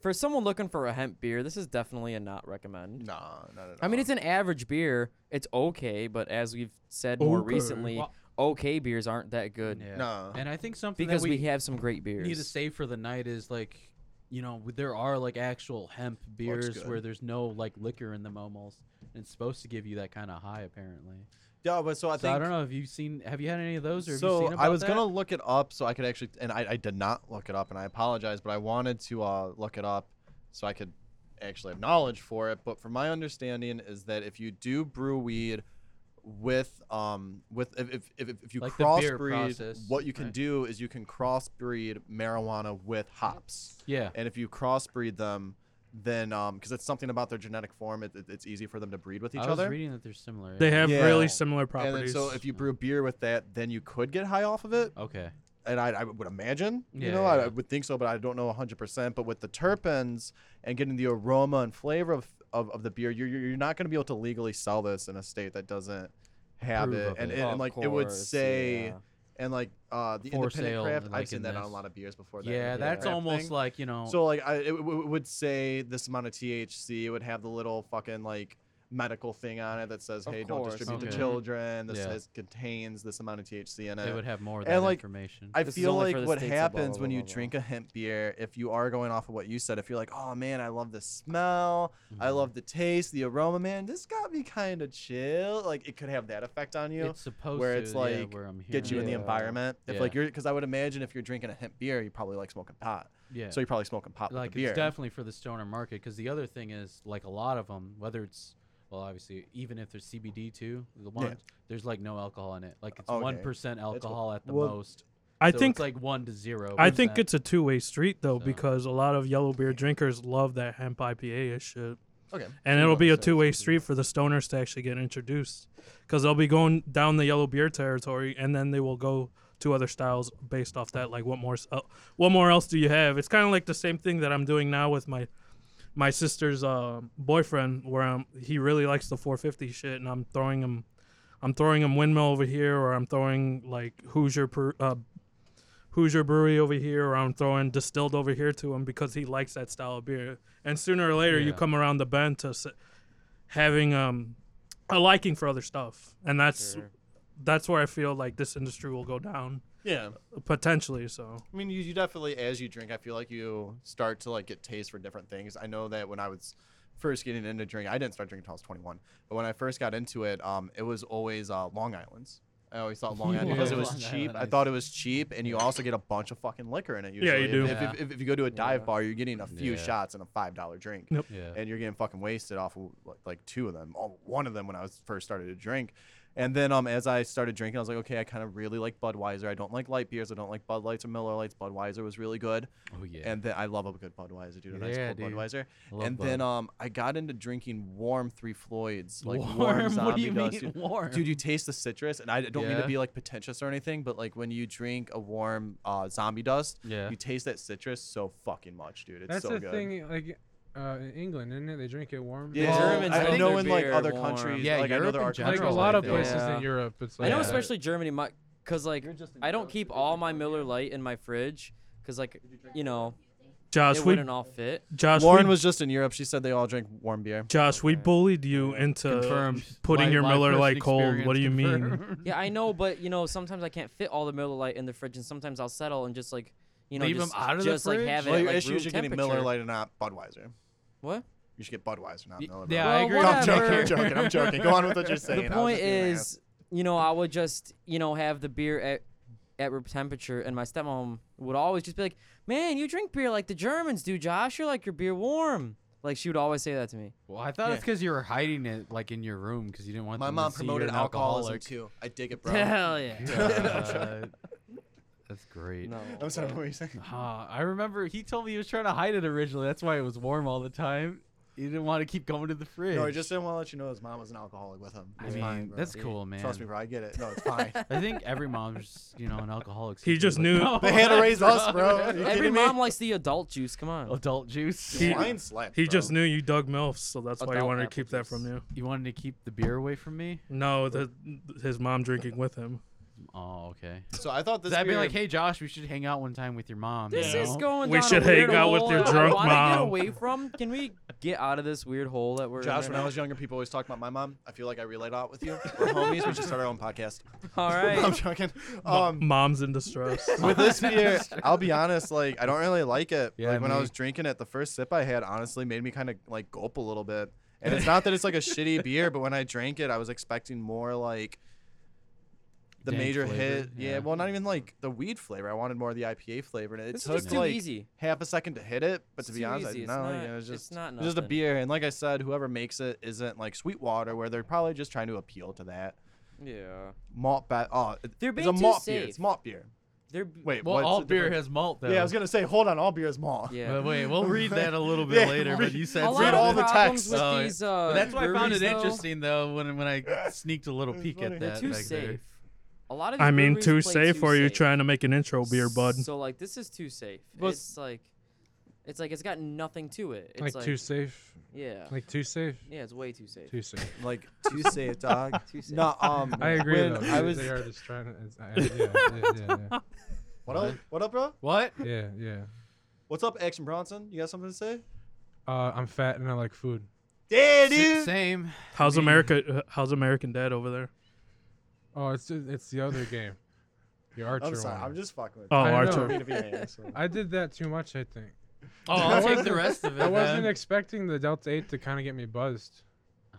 E: For someone looking for a hemp beer, this is definitely a not recommend.
G: Nah, not at all.
E: I mean, it's an average beer. It's okay, but as we've said more
F: Okay.
E: recently,
B: Well-
E: okay beers aren't that good
G: nah.
B: And I think something
E: because
B: that
E: we, have some great beers.
B: need to save for the night is like, you know, w- there are like actual hemp beers where there's no like liquor in them almost, and it's supposed to give you that kind of high apparently.
D: Yeah, but so I
B: so
D: think
B: I don't know. Have you seen? Have you had any of those? Or have you
D: so
B: seen about
D: I was
B: that?
D: gonna look it up so I could actually, and I, I did not look it up, and I apologize, but I wanted to uh, look it up so I could actually have knowledge for it. But from my understanding is that if you do brew weed with um with if if, if, if you
B: Like the beer
D: crossbreed,
B: process,
D: what you can
B: right?
D: do is you can crossbreed marijuana with hops,
B: Yeah.
D: and if you crossbreed them. Then, um, because it's something about their genetic form, it, it- it's easy for them to breed with each
B: I was
D: other.
B: reading that they're similar.
C: They
B: yeah.
C: have
D: Yeah.
C: really similar
D: And then,
C: properties.
D: so if you brew beer with that, then you could get high off of it.
B: Okay.
D: and I, I would imagine, you
B: Yeah,
D: know,
B: yeah,
D: I,
B: yeah.
D: I would think so, but I don't know 100%. But with the terpenes and getting the aroma and flavor of, of, of the beer, you're, you're you're not going to be able to legally sell this in a state that doesn't have
B: Approve
D: it.
B: of
D: And,
B: it.
D: and,
E: Of
D: like, it would
E: course,
D: say,
E: yeah.
D: and like uh, the
B: For sale,
D: independent craft,
B: like
D: I've seen
B: in
D: that on a
B: this.
D: lot of beers before. that
B: Yeah,
D: independent
B: that's
D: craft
B: almost
D: thing.
B: like you know.
D: So like I it, w- w- would say this amount of THC. It would have the little fucking like medical thing on it that says,
E: Of
D: "Hey, don't
E: course,
D: distribute
B: okay.
D: to children." This
B: Yeah.
D: says contains this amount of THC in it.
B: they would have more of
D: and,
B: that
D: like,
B: information.
D: I
E: This is
D: feel
E: only for
D: like
E: the
D: what
E: States, so blah,
D: happens
E: blah,
D: when
E: blah,
D: you
E: blah,
D: drink a hemp beer, if you are going off of what you said, if you're like, oh man, I love the smell, I
B: Mhm.
D: love the taste, the aroma, man, this got me kind of chill. Like it could have that effect on you,
B: it's supposed
D: where
B: to
D: it's
B: yeah,
D: like,
B: where I'm
D: get you in
B: hearing
D: the
B: it.
E: Yeah.
D: environment. If like
B: Yeah.
D: you're, because I would imagine if you're drinking a hemp beer, you probably like smoking pot,
B: yeah.
D: so you're probably smoking pot
B: like
D: with the beer.
B: it's definitely for the stoner market because the other thing is like a lot of them whether it's well obviously even if there's cbd too the ones there's like no alcohol in it like it's
D: Okay.
B: one alcohol at the
D: well,
B: most
C: I
B: So
C: think
B: it's like one to zero
C: I think it's a two way street though,
B: So-
C: because a lot of yellow beer drinkers love that hemp IPA as shit.
D: Okay.
C: And it'll be a two way street for the stoners to actually get introduced, because they'll be going down the yellow beer territory, and then they will go to other styles based off that. Like, what more? s- Uh, what more else do you have? It's kind of like the same thing that I'm doing now with my my sister's uh, boyfriend, where I'm, he really likes the 450 shit, and I'm throwing him. I'm throwing him windmill over here, or I'm throwing like Hoosier per, uh, Hoosier Brewery over here, or I'm throwing distilled over here to him because he likes that style of beer. And sooner or later, you
B: Yeah.
C: come around the bend to s- having um, a liking for other stuff, and that's
E: Sure.
C: that's where I feel like this industry will go down
D: yeah.
C: potentially. So
D: I mean, you, you definitely, as you drink, I feel like you start to like get taste for different things. I know that when I was first getting into drinking, I didn't start drinking until I was 21. But when I first got into it, um, it was always uh, Long Islands. I always thought Long Island because it was
B: Long
D: cheap.
B: Island
D: I
B: ice.
D: thought it was cheap, and you also get a bunch of fucking liquor in it. Usually.
C: Yeah, you do.
D: If, if, if, if you go to a dive
E: Yeah.
D: bar, you're getting a few
B: Yeah.
D: shots and a five dollar drink
B: yeah
D: and you're getting fucking wasted off of like, like two of them. Oh, one of them when I was first started to drink, and then um as I started drinking, I was like, okay, I kind of really like Budweiser. I don't like light beers. I don't like Bud Lights or Miller Lights. Budweiser was really good,
B: oh yeah
D: and then I love a good Budweiser, dude. A nice
B: Yeah,
D: cold
B: dude.
D: Budweiser.
B: I love
D: and
B: Bud.
D: then um I got into drinking warm Three Floyds, like warm,
B: warm what do
D: zombie
B: you mean
D: dust, dude.
B: warm
D: Dude, you taste the citrus, and I don't mean
B: Yeah.
D: to be like pretentious or anything, but like when you drink a warm uh, zombie dust,
B: yeah
D: you taste that citrus so fucking much, dude. It's
F: That's
D: so
F: the
D: good.
F: thing, like uh, in England, isn't it? They drink it warm.
D: Yeah,
E: Well,
D: Germans
E: I
D: I,
E: think
D: know
E: their
D: in like
E: beer
D: other
E: warm.
D: countries,
B: Yeah,
D: like I know
B: Europe
D: there
B: and
D: are
B: Germany.
F: like
D: countries
F: a
B: General,
F: lot
B: I
F: of
B: think.
F: places
E: Yeah.
F: in Europe, it's
E: I
F: like
E: know,
F: that.
E: especially Germany, my, cause like I don't keep all my Miller Light in my fridge, cause like you know
C: Josh,
E: it
C: we
E: wouldn't all fit.
C: Josh,
D: Lauren
C: we,
D: was just in Europe. She said they all drink warm beer.
C: Josh, we bullied you into
B: confirmed
C: Uh, putting
B: My-
C: your
B: my
C: Miller
B: first
C: Lite cold.
B: experience
C: What do you mean?
B: confirmed.
E: Yeah, I know, but you know sometimes I can't fit all the Miller Light in the fridge, and sometimes I'll settle and just like you know
B: Leave 'em
E: just,
B: out of the
E: just like
B: fridge?
E: have it
D: Well,
E: at,
D: your
E: like,
D: issue
E: room
D: is you're getting Miller
E: temperature.
D: Light and not Budweiser.
E: What?
D: You should get Budweiser, not
B: Y-
D: Miller.
B: yeah
D: Light.
B: i
E: Well,
B: agree
D: I'm
B: with you
D: joking.
E: whatever.
D: I'm joking. I'm joking. Go on with what you're saying. I
E: The
D: was
E: point
D: just being an
E: is, you know, I would just, you know, have the beer at at room temperature, and my stepmom would always just be like, "Man, you drink beer like the Germans do, Josh. You're like your beer warm." Like she would always say that to me.
B: well i thought
D: Yeah.
B: it's because you were hiding it like in your room because you didn't
D: ass.
B: want
D: My
B: them
D: mom
B: to see you're
D: promoted
B: an
D: alcoholism
B: alcoholic.
D: too. I dig it, bro.
E: Hell yeah.
B: Uh, that's great
E: No.
D: I'm sorry. What were you saying?
B: Ah, I remember he told me he was trying to hide it originally. That's why it was warm all the time. He didn't want to keep going to the fridge.
D: No, he just didn't want to let you know his mom was an alcoholic with him.
B: I
D: It's
B: mean,
D: fine, bro.
B: that's
D: You-
B: cool, man.
D: Trust me, bro. I get it. No, it's fine.
B: I think every mom's, you know, an alcoholic.
C: He
B: sometimes,
C: just
B: like,
C: knew-
B: "No,
D: they had to raise us, bro. Are you
E: Every
D: kidding
E: mom
D: me?
E: likes the adult juice. Come on.
B: adult juice.
C: He-
D: Lion slap,
C: He
D: bro.
C: just knew you dug milfs, so that's why he
E: Adult
C: wanted to
E: apple
C: keep that from
E: juice.
C: you.
B: you wanted to keep the beer away from me.
C: No, the, his mom drinking with him.
B: Oh, okay.
D: So I thought this.
B: I'd be
D: beer-
B: like, hey, Josh, we should hang out one time with your mom. you
E: This
C: Yeah.
E: is
B: know?
E: going.
C: We
E: down
C: should
E: a weird
C: hang out with
E: hole
C: your
E: that
C: drunk
E: I wanna
C: mom.
E: Get away from. Can we get out of this weird hole that we're
D: Josh,
E: in?
D: when I
E: right
D: was younger, people always talked about my mom. I feel like I relate a lot with you. We're homies. We should start our own podcast.
E: now? All
D: I'm
E: right.
D: joking.
C: Um,
D: Um,
C: mom's in distress.
D: with this beer, I'll be honest. Like, I don't really like it.
B: Yeah,
D: like when I
B: me.
D: was drinking it, the first sip I had honestly made me kind of like gulp a little bit. And it's not that it's like a shitty beer, but when I drank it, I was expecting more like the
B: Dank
D: major
B: flavor,
D: hit. Yeah.
B: yeah.
D: Well, not even like the weed flavor. I wanted more of the IPA flavor, and it
E: This is
D: took
E: just too
D: like
E: easy.
D: half a second to hit it. But
E: It's
D: to be
E: too
D: honest, I,
E: easy. It's
D: no,
E: not-
D: you know,
E: it's
D: it's just
E: not
D: it's just a
E: nothing.
D: beer. And like I said, whoever makes it isn't like Sweetwater, where they're probably just trying to appeal to that
E: Yeah.
D: malt. Ba- oh, it-
E: They're
D: it's a
E: being too
D: malt beer. It's
E: safe.
D: malt beer.
E: They're.
D: Wait,
B: Well,
D: what's
B: all
D: the
B: beer
D: difference?
B: has malt, though.
D: Yeah, I was gonna say, hold on, all beer is malt.
E: Yeah.
B: But wait, we'll read that a little bit
D: Yeah,
B: later. But
D: read-
B: you said
E: A lot
D: read
E: of
D: all the
E: problems
D: text.
E: with
B: So,
E: these. Uh,
B: But that's why I found it
E: breweries, though,
B: interesting though when when I sneaked a little
D: It was
B: peek at
D: funny.
B: that.
D: They're
E: They're too
B: back there.
E: safe. A lot of. These
C: I mean,
E: breweries
C: too
E: play
C: safe,
E: too
C: or are you
E: safe.
C: trying to make an intro beer, bud?
E: So like, this is too safe.
D: Well, s-
E: it's like, it's like it's got nothing to it. It's
F: Like,
E: like
F: too safe.
E: Yeah.
F: Like too safe.
E: Yeah, it's way too safe.
F: Too safe.
D: Like too safe, dog.
E: Too safe.
D: No, um,
F: I agree.
D: when
F: though.
D: I was
F: They are just trying to. It's, I, yeah, yeah, yeah,
D: what up? What up, bro?
B: What?
F: yeah, yeah, yeah.
D: What's up, Action Bronson? You got something to say?
F: Uh, I'm fat and I like food.
D: Yeah,
B: S-
D: dude.
B: Same.
C: How's
B: Me.
C: America? uh, How's American Dad over there?
F: Oh, it's it's the other game. The Archer
D: I'm sorry.
F: one.
D: I'm just fucking with.
C: Oh,
D: you.
F: I know.
C: Archer.
D: Beat a beat, man, so.
F: I did that too much, I think.
B: Oh, I'll take the rest of it.
F: I wasn't
B: then.
F: expecting the Delta 8 to kind of get me buzzed.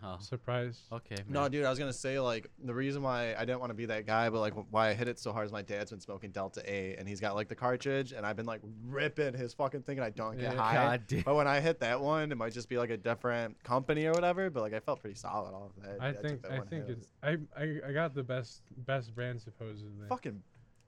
B: Oh,
F: Surprise.
B: okay.
D: No,
B: man.
D: dude, I was gonna say like the reason why I didn't want to be that guy, but like why I hit it so hard is my dad's been smoking Delta A, and he's got like the cartridge, and I've been like ripping his fucking thing, and I don't get
F: Yeah.
D: high.
B: God damn.
D: But when I hit that one, it might just be like a different company or whatever. But like I felt pretty solid off that.
F: I
D: took
F: think
D: that
F: I
D: one
F: think
D: hit.
F: it's I, I I got the best best brand supposedly.
D: fucking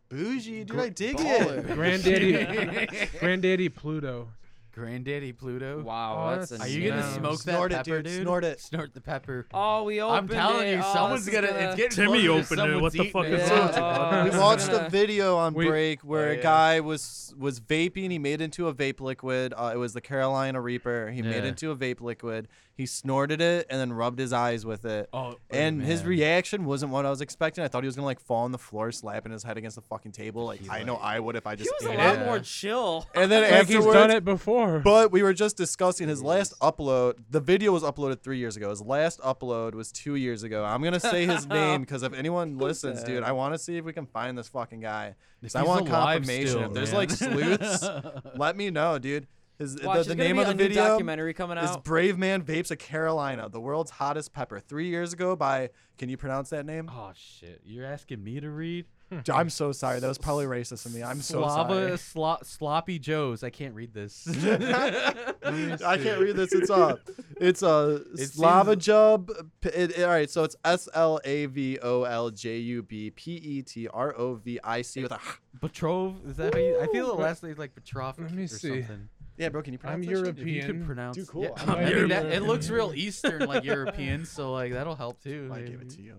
D: bougie, dude.
F: Gr-
D: I dig
E: baller.
D: it.
F: Granddaddy Granddaddy Pluto.
B: Granddaddy Pluto.
E: Wow,
F: Oh,
E: that's.
F: that's-
E: a
B: Are you gonna
E: no.
F: Yeah.
B: smoke
D: Snort it,
B: that pepper,
D: dude, snort it.
B: Snort the pepper.
E: Oh, we opened
B: I'm telling
E: it.
B: you,
E: Oh,
B: someone's
E: this is
B: gonna, It's getting closer
C: Timmy
B: to
C: opened it.
B: someone's
C: What the
B: eating
C: fuck
B: it. Oh,
C: is
E: Yeah,
C: Sounds
E: uh,
D: we
E: this is
D: watched
E: gonna-
D: a video on
F: We-
D: break where
F: Oh,
D: a
F: yeah.
D: guy was was vaping. He made into a vape liquid. Uh, it was the Carolina Reaper. He made
B: Yeah.
D: into a vape liquid. He snorted it and then rubbed his eyes with it.
B: Oh,
D: and his
B: man.
D: reaction wasn't what I was expecting. I thought he was gonna like fall on the floor, slapping his head against the fucking table. Like I know I would if I
E: He
D: just
E: was a
D: ate
E: lot
D: it.
E: more chill.
D: And then
F: Like he's
D: afterwards,
F: done it before.
D: but we were just discussing his last upload. The video was uploaded three years ago. His last upload was two years ago. I'm gonna say his name because if anyone listens, dude, I want to see if we can find this fucking guy. 'Cause I
B: He's
D: want
B: alive
D: confirmation.
B: still,
D: if there's
B: man.
D: like sleuths, let me know, dude. His, the-
E: Watch,
D: the,
E: there's gonna
D: name
E: be
D: of the
E: a new
D: video
E: documentary coming
D: is
E: out.
D: Brave Man Vapes a Carolina, the world's hottest pepper. Three years ago by can you pronounce that name?
B: oh shit! You're asking me to read?
D: I'm so sorry. That was probably racist of me. I'm so
B: Slava,
D: sorry.
B: Slo- sloppy Joes. I can't read this.
D: I can't read this. It's uh, it's uh,
B: seems-
D: Slava Jub. P- It, it- all right, so it's S L A V O L J U B P E T R O V I C with a.
B: Petrov? Is that how you? I feel the
F: Ooh.
B: last name's like Petrov
F: Let me
B: or
F: see.
B: something.
D: Yeah, bro, can you pronounce
F: I'm
D: that shit?
B: If you
F: European.
B: can pronounce.
D: Dude, cool.
B: yeah,
D: I'm
B: I mean, that, it
C: European.
B: looks real Eastern, like European, so like that'll help too.
D: I
B: maybe.
D: gave it to you.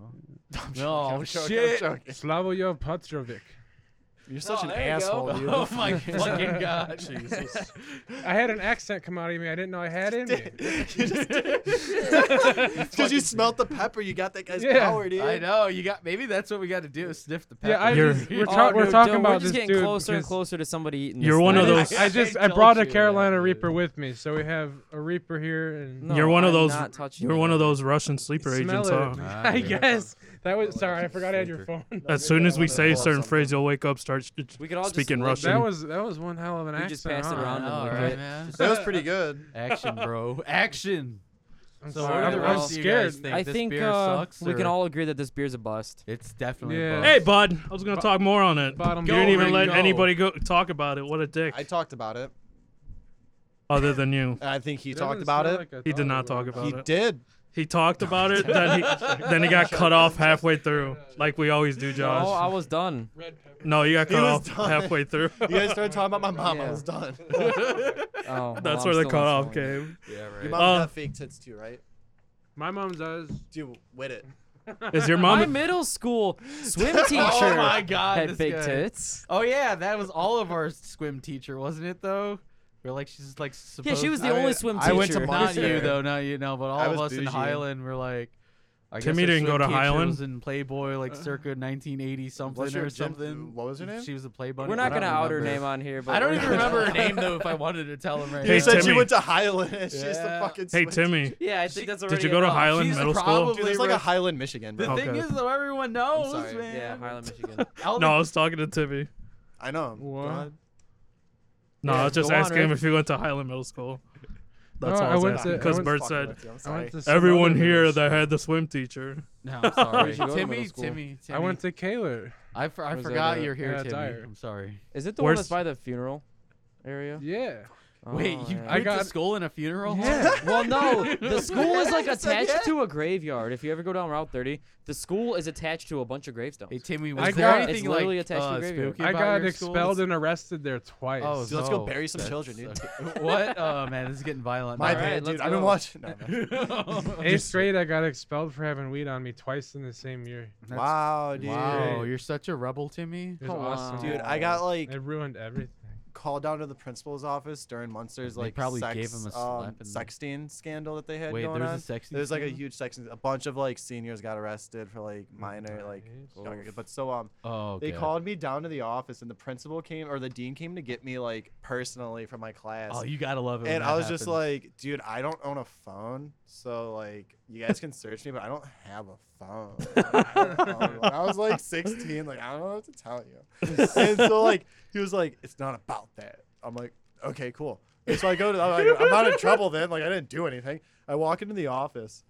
B: No
D: I'm joking, I'm
B: shit.
D: joking.
F: Slavoyov Patrovic.
D: You're such an
E: Oh, there you go.
D: asshole, dude.
B: Oh my fucking god! Jesus.
F: I had an accent come out of me I didn't know I had in me.
D: Because you smelt the pepper, you got that guy's
F: Yeah.
D: power, dude.
B: I know you got. Maybe that's what we got to do. Is sniff the pepper.
F: Yeah, I
C: You're-
F: just, we're,
E: Oh,
F: ta- we're
E: dude,
F: talking
E: dude,
F: about
E: We're just
F: this
E: getting
F: dude
E: closer and
F: because-
E: closer to somebody eating.
C: You're
E: this
C: one
E: thing.
C: of
F: I
C: those-
F: just- I just
B: I
F: I
B: told
F: brought
B: you
F: a
B: that,
F: Carolina
B: dude.
F: Reaper with me, so we have a Reaper here and
E: No,
C: you're one of
E: I'm
C: those.
E: not touching
C: You're
E: that.
C: one of those Russian sleeper
F: smell
C: agents.
F: it.
C: Huh?
B: Nah,
F: I
B: dude.
F: guess that was sorry. I forgot I had your
B: Sleeper.
F: phone.
C: As soon as we
D: wanna
C: say
D: pull
C: a
D: up
C: certain
D: something.
C: phrase, you'll wake up, start sh-
E: We could all just
C: speaking
E: lick
C: Russian.
F: That was that was one hell of an
E: We
F: accent.
E: just passed it
F: huh?
E: around.
B: I know,
E: and look
B: right,
E: at-
B: man.
D: That was pretty good.
B: Action, bro. Action.
F: I'm
B: So
F: sorry.
B: what do
F: I'm,
B: the
F: I'm
B: rest of you
F: scared.
B: guys think?
E: I
B: This
E: think
B: beer
E: uh,
B: sucks,
E: we can
B: or-
E: all agree that this beer's a bust.
B: It's definitely.
F: Yeah.
B: both.
C: hey, bud. I was gonna talk more on it.
F: Bottom
C: you didn't
B: go,
C: even
B: Ring,
C: let
B: go.
C: anybody go talk about it. What a dick.
D: I talked about it.
C: Other than you.
D: and I think he
F: It
D: talked
F: doesn't
D: about
F: smell
D: it.
F: like I
C: He
F: thought
C: did not
F: would.
C: talk about
D: he
C: it.
D: did.
C: He talked about it, then he then he got cut off halfway through, like we always do,
E: No, I
C: Josh.
E: was done. Oh,
F: Red pepper.
C: No, you got
G: He
C: cut off
G: was done.
C: halfway through.
G: You guys started talking about my mom.
E: Yeah.
G: I was done.
E: Oh, well,
C: That's
E: I'm
C: where
E: still
C: the
E: on
C: cutoff
E: Sony.
C: came.
B: Yeah,
G: Your
B: right.
G: mom
C: Uh,
G: got fake tits too, right?
F: My mom does.
G: Dude, with it.
C: Is your
E: My
C: mom?
E: middle school swim teacher
B: Oh my god,
E: had
B: this
E: big
B: guy.
E: tits.
B: Oh yeah, that was all of our swim teacher, wasn't it though? We're like she's just, like supposed
E: Yeah, she was the
B: I-
E: only swim teacher.
D: I went to mine.
B: not you
D: Sure.
B: though, not you know, but all
D: I
B: of us
D: was
B: in
D: bougie.
B: Highland were like. I
C: Timmy
B: guess our
C: didn't go
B: swim
C: to
B: teacher
C: Highland?
B: Was in Playboy, like circa 1980 something or
D: your gym-
B: something.
D: what was her name?
B: She was a Playboy.
E: We're not
B: I don't
E: gonna out her
B: remember.
E: name on here, but
B: I don't
E: we're
B: even
E: gonna-
B: remember her name though. If I wanted to tell him right
C: Hey,
B: now.
D: You said
C: Timmy.
D: she went to Highland. She's
B: Yeah.
D: the fucking.
C: Hey
D: switch.
C: Timmy,
E: Yeah, I think that's already.
C: did you go to
E: enough.
C: Highland
B: she's
C: Middle School?
B: probably-
D: Dude, there's like a
B: Ref-
D: Highland, Michigan.
B: The
D: Bro.
B: thing
C: Okay.
B: is though, everyone knows,
D: sorry.
B: man.
E: Yeah, Highland, Michigan.
B: All
C: No, I
B: the-
C: was talking to Timmy.
D: I know. him. Go
F: What?
D: on.
C: No, I was just
E: go on,
C: asking him if he went to Highland Middle School. That's
F: No,
C: all
F: I
C: I was
F: went
C: asking
F: to- I
C: because
F: went-
C: Bert
D: Fucking
C: said
D: with you, I'm
F: I
D: sorry.
F: went to some
C: everyone
F: other
C: here
F: news.
C: that had the swim teacher.
B: No, I'm sorry.
E: Where'd you go to
B: Timmy,
E: middle school?
B: Timmy, Timmy.
F: I went to Kaler.
B: I, for, I
E: Was
B: forgot
E: that a-
B: you're here,
F: yeah,
B: Timmy.
F: dire.
B: I'm sorry.
E: Is it the
C: Where's-
E: one that's by the funeral area?
F: Yeah.
B: Wait,
E: Oh,
B: you
E: yeah.
B: I got
F: got-
B: to school in a funeral home?
F: Yeah.
E: Well, no, the school is like
D: Just like,
E: attached
D: yeah.
E: to a graveyard. If you ever go down Route 30, the school is attached to a bunch of gravestones.
B: Hey Timmy, was
F: I
B: there
F: got-
B: anything
E: It's literally
B: like
E: attached to
B: uh,
E: the graveyard.
B: spooky
F: I
B: about
F: got
B: your
F: expelled
B: school's-
F: and arrested there twice.
B: Oh,
D: Dude, let's go
B: no,
D: bury some
B: that's-
D: children, dude.
B: okay. what? Oh man, this is getting violent.
D: My
E: All
B: now.
E: right,
D: bad, dude.
E: let's
D: I've been
E: go.
D: watching. No, no.
F: Eighth grade, I got expelled for having weed on me twice in the same year.
B: That's-
D: Wow, dude.
B: Wow, you're such a rebel, Timmy.
F: It was
E: Oh, wow.
F: awesome.
D: Dude, I got like
F: It ruined everything.
D: called down to the principal's office during Munster's
B: They
D: like
B: probably
D: sex,
B: gave him a
D: um,
B: slapping.
D: sexting scandal that they had
B: Wait,
D: going
B: there was a
D: on.
B: sexting
D: There's like a
B: scandal?
D: huge sexting. A bunch of like seniors got arrested for like minor like. younger- But so um,
B: Oh,
D: they
B: God.
D: called me down to the office and the principal came or the dean came to get me like personally from my class.
B: Oh, you gotta love it. when
D: and
B: that
D: I was just
B: happens.
D: like, dude, I don't own a phone, so like, you guys can search me, but I don't have a phone. I, don't have a phone. When I was like 16, like I don't know what to tell you. and so like, he was like, it's not about that. I'm like, okay, cool. And so I go to, I'm, like, I'm not in trouble then. Like I didn't do anything. I walk into the office,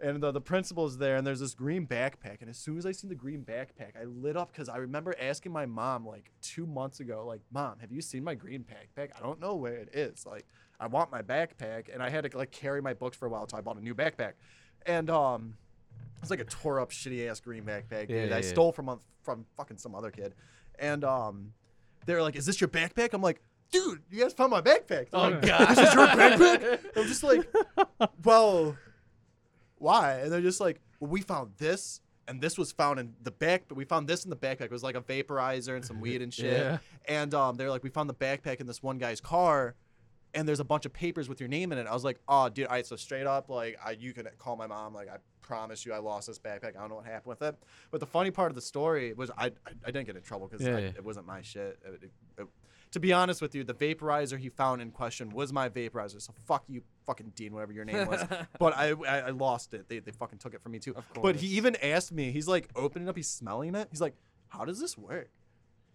D: and the, the principal's there, and there's this green backpack. And as soon as I seen the green backpack, I lit up because I remember asking my mom like two months ago, like, Mom, have you seen my green backpack? I don't know where it is. Like, I want my backpack. And I had to like carry my books for a while until I bought a new backpack. And um it's like a tore up shitty ass green backpack, dude.
B: Yeah, yeah,
D: I
B: yeah.
D: stole from a, from fucking some other kid. And um they were like, Is this your backpack? I'm like, dude, you guys found my backpack. They're
B: Oh,
D: like,
B: God.
D: This is your backpack? I'm just like, well, why? And they're just like, well, we found this, and this was found in the back. But we found this in the backpack. It was like a vaporizer and some weed and shit.
B: Yeah.
D: And um, they're like, we found the backpack in this one guy's car, and there's a bunch of papers with your name in it. I was like, oh, dude, all right. So straight up, like, I, you can call my mom. Like, I promise you, I lost this backpack. I don't know what happened with it. But the funny part of the story was, I I, I didn't get in trouble because
B: Yeah, yeah.
D: it wasn't my shit. It- it- it- to be honest with you, the vaporizer he found in question was my vaporizer. So fuck you, fucking Dean, whatever your name was. but I, I, I lost it. They, they fucking took it from me too.
E: Of
D: But
E: course.
D: he even asked me. He's like opening up. He's smelling it. He's like, how does this work?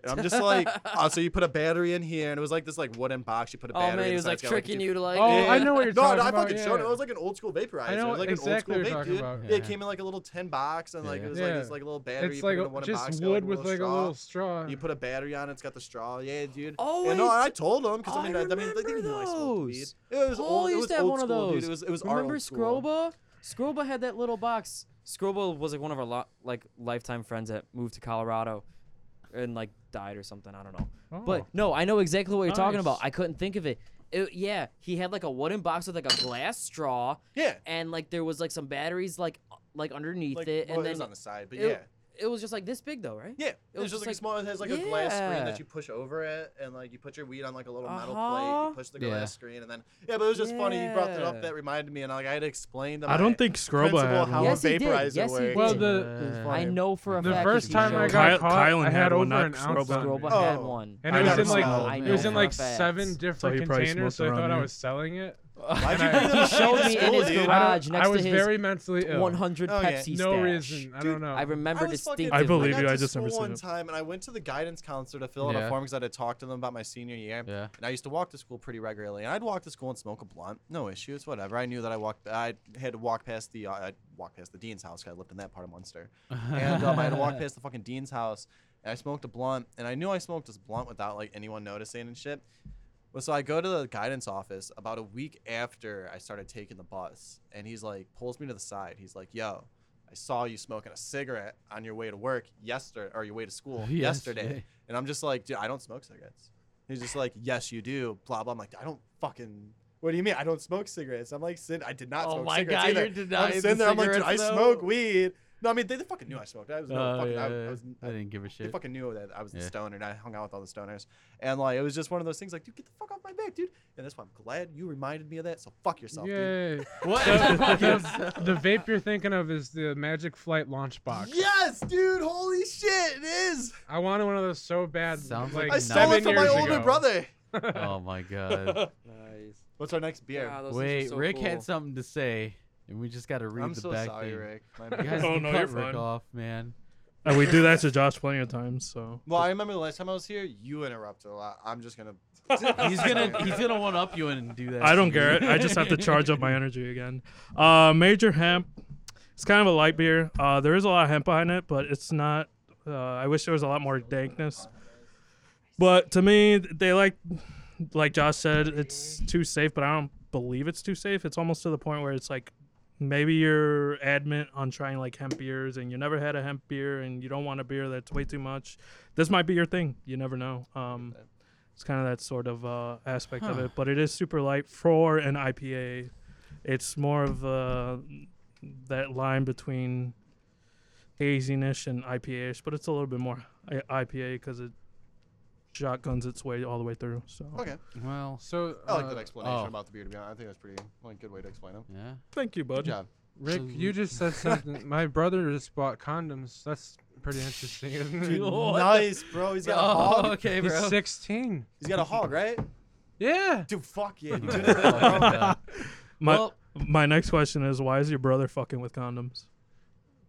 D: And I'm just like, oh, so you put a battery in here, and it was like this like wooden box. You put a
E: oh
D: battery.
E: man, he
D: and
E: was
D: so
E: like
D: it's got,
E: tricking
D: two-
E: you to like.
F: Oh, I know what you're
D: no,
F: talking
D: no, I
F: about.
D: fucking showed it.
F: yeah.
D: It was like an old school vaporizer.
F: I
D: it
F: know
D: was like
F: exactly
D: an
F: what
D: old school vape,
F: you're talking
D: dude.
F: about.
D: Yeah, it
B: Yeah.
D: came in like a little tin box, and like
B: Yeah.
D: it was
F: Yeah.
D: like this like a little battery.
F: It's
D: you put
F: like
D: in a wooden
F: just
D: box, got,
F: wood with
D: little
F: like
D: straw.
F: a little straw.
D: You put a battery on it, it's got the straw. Yeah, dude.
E: Oh,
D: and no,
E: wait.
D: I told him because
E: Oh,
D: I mean,
E: I
D: I, I mean, they didn't know I smoked weed.
E: remember
D: It was
E: Paul
D: old. It
E: used
D: was
E: to have
D: old
E: one of
D: school,
E: those.
D: Dude. It was it was our
E: Remember
D: old school.
E: Scroba? Scroba had that little box. Scroba was like one of our lo- like lifetime friends that moved to Colorado, and like died or something. I don't know.
D: Oh.
E: But no, I know exactly what you're talking about.
F: Nice.
E: I couldn't think of it. It- yeah, he had like a wooden box with like a glass straw,
D: Yeah.
E: and like there was like some batteries like u- like underneath
D: Like,
E: it,
D: well,
E: and
D: it
E: then
D: was on the side, but
E: it-
D: yeah.
E: it was just like this big though, right?
D: Yeah, it was
E: was
D: just
E: just
D: like, a small. It has like a glass screen that you push over it, and like you put your weed on like a little metal plate.
E: Uh-huh.
D: You push the
B: Yeah.
D: glass screen, and then yeah. But it was just funny. You brought that
E: Yeah.
D: up. That reminded me, and like I had explained. To
C: I don't
D: my
C: think Scroba
D: principal
C: had
D: how
C: one.
E: Yes,
D: a
E: he did.
D: vaporizer
E: Yes, he
D: works.
F: well,
E: did.
F: the
B: Uh,
E: I know for a
F: the
E: fact.
F: first
E: he
F: time I
E: showed-
C: Kyle-
F: got caught,
C: Kylan
F: I
C: had
F: had
C: one,
F: over
C: not
F: an ounce.
C: Scroba.
F: of
E: Scroba
F: it.
E: had
D: Oh.
E: one.
F: And
C: I
F: it was
C: never
F: in like
C: smelled
E: I
F: it
E: know
F: was
E: for
F: in
E: a
F: like
E: fact.
F: seven different
C: he probably
F: containers, so
C: smoked
F: I thought
C: around
F: I
C: you.
F: was selling it.
D: Why'd you
F: And
D: bring
F: I-
D: that up?
E: He showed me in
D: School,
E: his
D: dude.
F: I,
E: garage
F: don't, I
E: next
F: was
E: to his
F: very mentally ill.
E: 100
D: Oh, yeah.
E: Pepsi
F: no
E: stash.
F: reason. I don't know.
E: I remember
D: I was fucking-
E: distinctively.
C: I believe
D: got
C: you,
D: to
C: I just
D: school
C: never seen
D: one
C: it.
D: time, and I went to the guidance counselor to fill out
B: Yeah.
D: a form because I had to talk to them about my senior year.
B: Yeah.
D: And I used to walk to school pretty regularly, and I'd walk to school and smoke a blunt, no issues, whatever. I knew that I walked, I had to walk past the, uh, I'd walk past the dean's house 'cause I lived in that part of Munster, and um, I had to walk past the fucking dean's house, and I smoked a blunt, and I knew I smoked this blunt without like anyone noticing and shit. Well, so I go to the guidance office about a week after I started taking the bus, and he's like, pulls me to the side. He's like, "Yo, I saw you smoking a cigarette on your way to work yesterday, or your way to school yesterday."
B: Yesterday.
D: And I'm just like, "Dude, I don't smoke cigarettes." He's just like, "Yes, you do." Blah blah. I'm like, "I don't fucking." What do you mean? I don't smoke cigarettes. I'm like, "Sin, I did not
B: Oh
D: smoke
B: my
D: cigarettes
B: God,
D: either."
B: you're denying
D: I'm
B: the
D: sitting there. I'm like, "Dude, I
B: cigarettes, though."
D: smoke weed." No, I mean they, they fucking knew I smoked. I was no
B: Uh,
D: fucking.
B: yeah,
D: I,
B: yeah.
D: I was.
B: I didn't give a
D: They
B: shit.
D: fucking knew that I was
B: Yeah.
D: a stoner and I hung out with all the stoners. And like it was just one of those things like, dude, get the fuck off my back, dude. And that's why I'm glad you reminded me of that. So fuck yourself, dude.
F: Yay.
B: What? Oh,
F: the, the vape you're thinking of is the Magic Flight launch box.
D: Yes, dude, holy shit, it is.
F: I wanted one of those so bad.
B: Sounds
F: like
B: like
D: I
B: nice.
D: stole
F: seven
D: it from my
F: years
D: older
F: ago.
D: brother.
B: oh my god.
E: Nice.
D: What's our next beer?
E: Yeah, those things are
B: Wait,
E: so
B: Rick
E: cool.
B: had something to say, and we just got to read
D: I'm
B: the
D: so
B: back
D: sorry,
B: thing.
D: Rick. My
B: You
D: bad.
B: guys
C: Oh,
B: can
C: no,
B: cut
C: you're
B: Rick
C: fine.
B: off, man.
C: And we do that to Josh plenty of times. So
D: well, I remember the last time I was here, you interrupted a lot. I'm just gonna
B: He's gonna he's gonna one up you and do that.
C: I
B: to
C: don't
B: you.
C: care. I just have to charge up my energy again. Uh, Major Hemp. It's kind of a light beer. Uh, there is a lot of hemp behind it, but it's not. Uh, I wish there was a lot more dankness. But to me, they like, like Josh said, it's too safe. But I don't believe it's too safe. It's almost to the point where it's like, maybe you're adamant on trying like hemp beers, and you never had a hemp beer, and you don't want a beer that's way too much. This might be your thing. You never know. Um, it's kind of that sort of uh, aspect of
B: Huh.
C: it, but it is super light for an IPA. It's more of uh, that line between hazinish and IPA-ish, but it's a little bit more I- IPA because it shotguns its way all the way through. So
D: Okay.
B: Well,
F: So
D: I like
F: uh,
D: that explanation
B: oh.
D: about the beer to be honest. I think that's pretty like good way to explain them.
B: yeah.
C: thank you,
D: Good
C: bud.
D: job.
F: Rick, you just said something. my brother just bought condoms. That's pretty interesting, isn't it?
D: nice, bro. He's got a hog.
B: Oh, okay,
F: He's
B: bro.
F: 16.
D: He's got a hog, right?
F: Yeah.
D: Dude, fuck yeah.
B: Oh,
D: Dude,
B: God.
C: My
B: Well-
C: my next question is why is your brother fucking with condoms?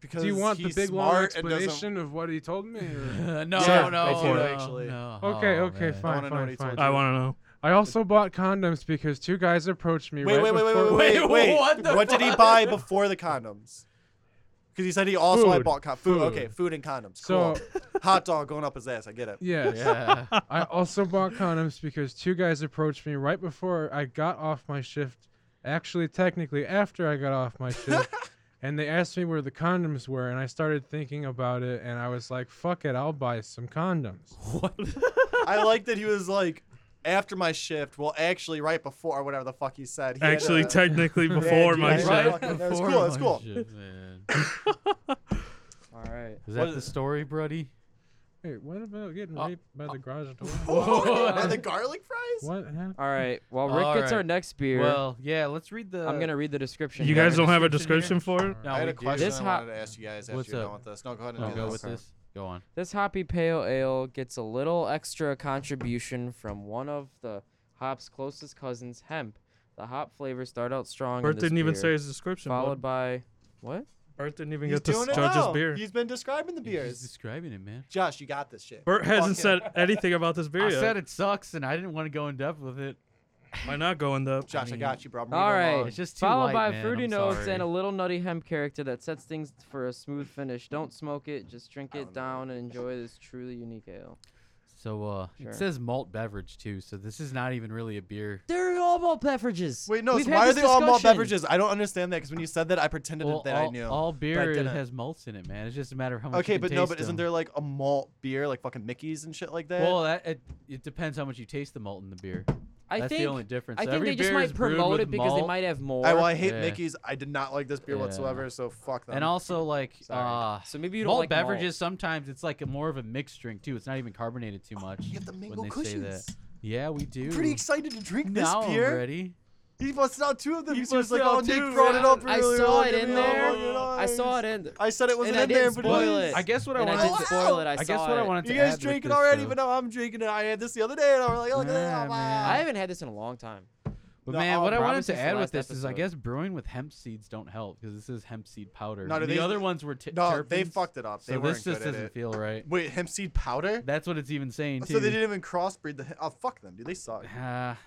D: because
F: Do you want the
D: he's
F: big long
D: smart and doesn't
F: explanation of what he told me? or-
B: Uh, no,
D: Yeah,
B: no,
D: I do,
B: no,
D: actually.
B: no.
F: Okay,
B: Oh,
F: okay,
B: man.
D: I
F: fine,
D: wanna know what
F: fine,
D: he
F: fine.
D: told
C: I want to know.
F: I also bought condoms because two guys approached me
D: Wait,
F: right
D: wait, wait, wait,
F: before-
D: wait, wait,
B: Wait,
D: wait.
B: what
D: What,
B: the
D: did he
B: fuck?
D: buy before the condoms? Because he said he also had
F: Food.
D: bought con- food.
F: Food.
D: Okay, food and condoms.
F: So,
D: Cool. Hot dog going up his ass. I get it.
F: yes.
B: Yeah.
F: I also bought condoms because two guys approached me right before I got off my shift. Actually, technically, after I got off my shift. and they asked me where the condoms were. And I started thinking about it. And I was like, fuck it, I'll buy some condoms.
D: I like that he was like, after my shift. Well, actually, right before or whatever the fuck he said. He had
C: Actually,
D: a-
C: technically
D: yeah,
C: before
D: dude,
C: my
D: I
C: shit.
D: fucking- That was
B: Before
D: cool. That's
B: my
D: cool.
B: shit, man.
E: All right.
B: Is that the story, buddy?
F: Wait, what about getting
B: Uh,
F: raped by the garage door?
D: and the garlic fries.
F: what happened?
E: All right. While Rick
B: All
E: gets our
B: right.
E: next beer,
B: Well, uh, yeah. Let's read the.
E: I'm gonna read the description.
C: You
E: here.
C: guys don't have a
B: description
C: description
B: here?
C: for it?
B: No,
D: I had
B: we
D: a
B: do.
D: question
E: This
D: I
E: hot-
D: wanted to ask you guys after
B: What's
D: you're
B: up?
D: done with this. No, go ahead and
B: Wanna
D: do
B: go
D: this.
B: with this. Go on.
E: This hoppy pale ale gets a little extra contribution from one of the hop's closest cousins, hemp. The hop flavors start out strong. in
C: Bert
E: this
C: didn't even say
E: beer,
C: his description.
E: Followed
C: Followed
E: by what?
C: Bert didn't even
D: He's
C: get to
D: doing it
C: judge his
D: now.
C: beer.
D: He's been describing the
B: He's
D: beers.
B: describing it, man.
D: Josh, you got this shit.
C: Bert hasn't
D: Fuck
C: said
D: it.
C: anything about this beer
B: I
C: yet.
B: said it sucks, and I didn't want to go in depth with it.
C: Why not go in the?
D: Josh, I got you, bro.
E: All right.
B: It's just too
E: Followed
B: light,
E: by
B: man.
E: fruity
B: I'm
E: notes
B: sorry.
E: and a little nutty hemp character that sets things for a smooth finish. Don't smoke it, just drink it down and enjoy this truly unique ale.
B: So uh,
E: Sure.
B: it says malt beverage too. So this is not even really a beer.
E: They're all malt beverages.
D: Wait, no. So why are they all malt beverages? I don't understand that because when you said that, I pretended
B: Well,
D: that
B: all,
D: I knew.
B: all beer it
D: didn't.
B: has malts in it, man. It's just a matter of how much.
D: Okay,
B: you can
D: but no,
B: taste
D: but isn't
B: them.
D: there like a malt beer, like fucking Mickey's and shit like that?
B: Well, that it, it depends how much you taste the malt in the beer.
E: I
B: That's
E: think
B: the only difference.
E: I think
B: Every
E: they just
B: beer is
E: might
B: brewed
E: promote
B: with
E: it because they
B: malt,
E: might have more.
D: I, well, I hate
B: Yeah.
D: Mickey's. I did not like this beer
B: Yeah.
D: whatsoever, so fuck them.
B: And also like uh,
E: Sorry. so maybe you don't
B: malt
E: like malt.
B: beverages sometimes it's like a more of a mixed drink too. It's not even carbonated too much.
D: Oh, you have the
B: when
D: mango
B: they say that.
D: cushions.
B: Yeah, we do.
D: I'm pretty excited to drink this
B: now
D: beer.
B: I'm ready.
D: He busted out two of them.
C: He
D: because He was
C: busted
D: like, "Oh,
C: out
D: Nick
C: two,
D: brought it
C: yeah.
D: up
E: I
D: earlier.
E: saw
D: look
E: it
D: at
E: in
D: me,
E: there.
D: oh, look at
E: I saw it
D: us."
E: in.
D: I said it wasn't
E: and I
D: in there,
E: didn't
D: but
E: spoil
D: it is.
E: it.
B: I guess what I
E: and I
B: wanted.
E: didn't
D: to-
E: spoil it. I,
B: guess
E: saw
B: what I
E: it.
B: wanted
D: You
B: to
D: guys
B: add
D: drank it
B: with this,
D: already,
B: though.
D: but now I'm drinking it. I had this the other day, and I was like, "Look at
B: Yeah,
D: that!" wow.
E: I haven't had this in a long time.
B: But
D: No,
B: man,
D: uh,
B: what I
E: probably
B: wanted
E: since
B: to
E: the
B: add with
E: last
B: this is, I
E: episode.
B: guess brewing with hemp seeds don't help because this is hemp seed powder.
D: No, do
B: the
D: they-
B: other ones were t-
D: No, they
B: terpenes,
D: fucked it up. They
B: so
D: weren't
B: this just
D: good at
B: doesn't
D: it.
B: feel right.
D: Wait, hemp seed powder?
B: That's what it's even saying too.
D: So they didn't even crossbreed the. Oh fuck them, dude. They suck.
B: Ah,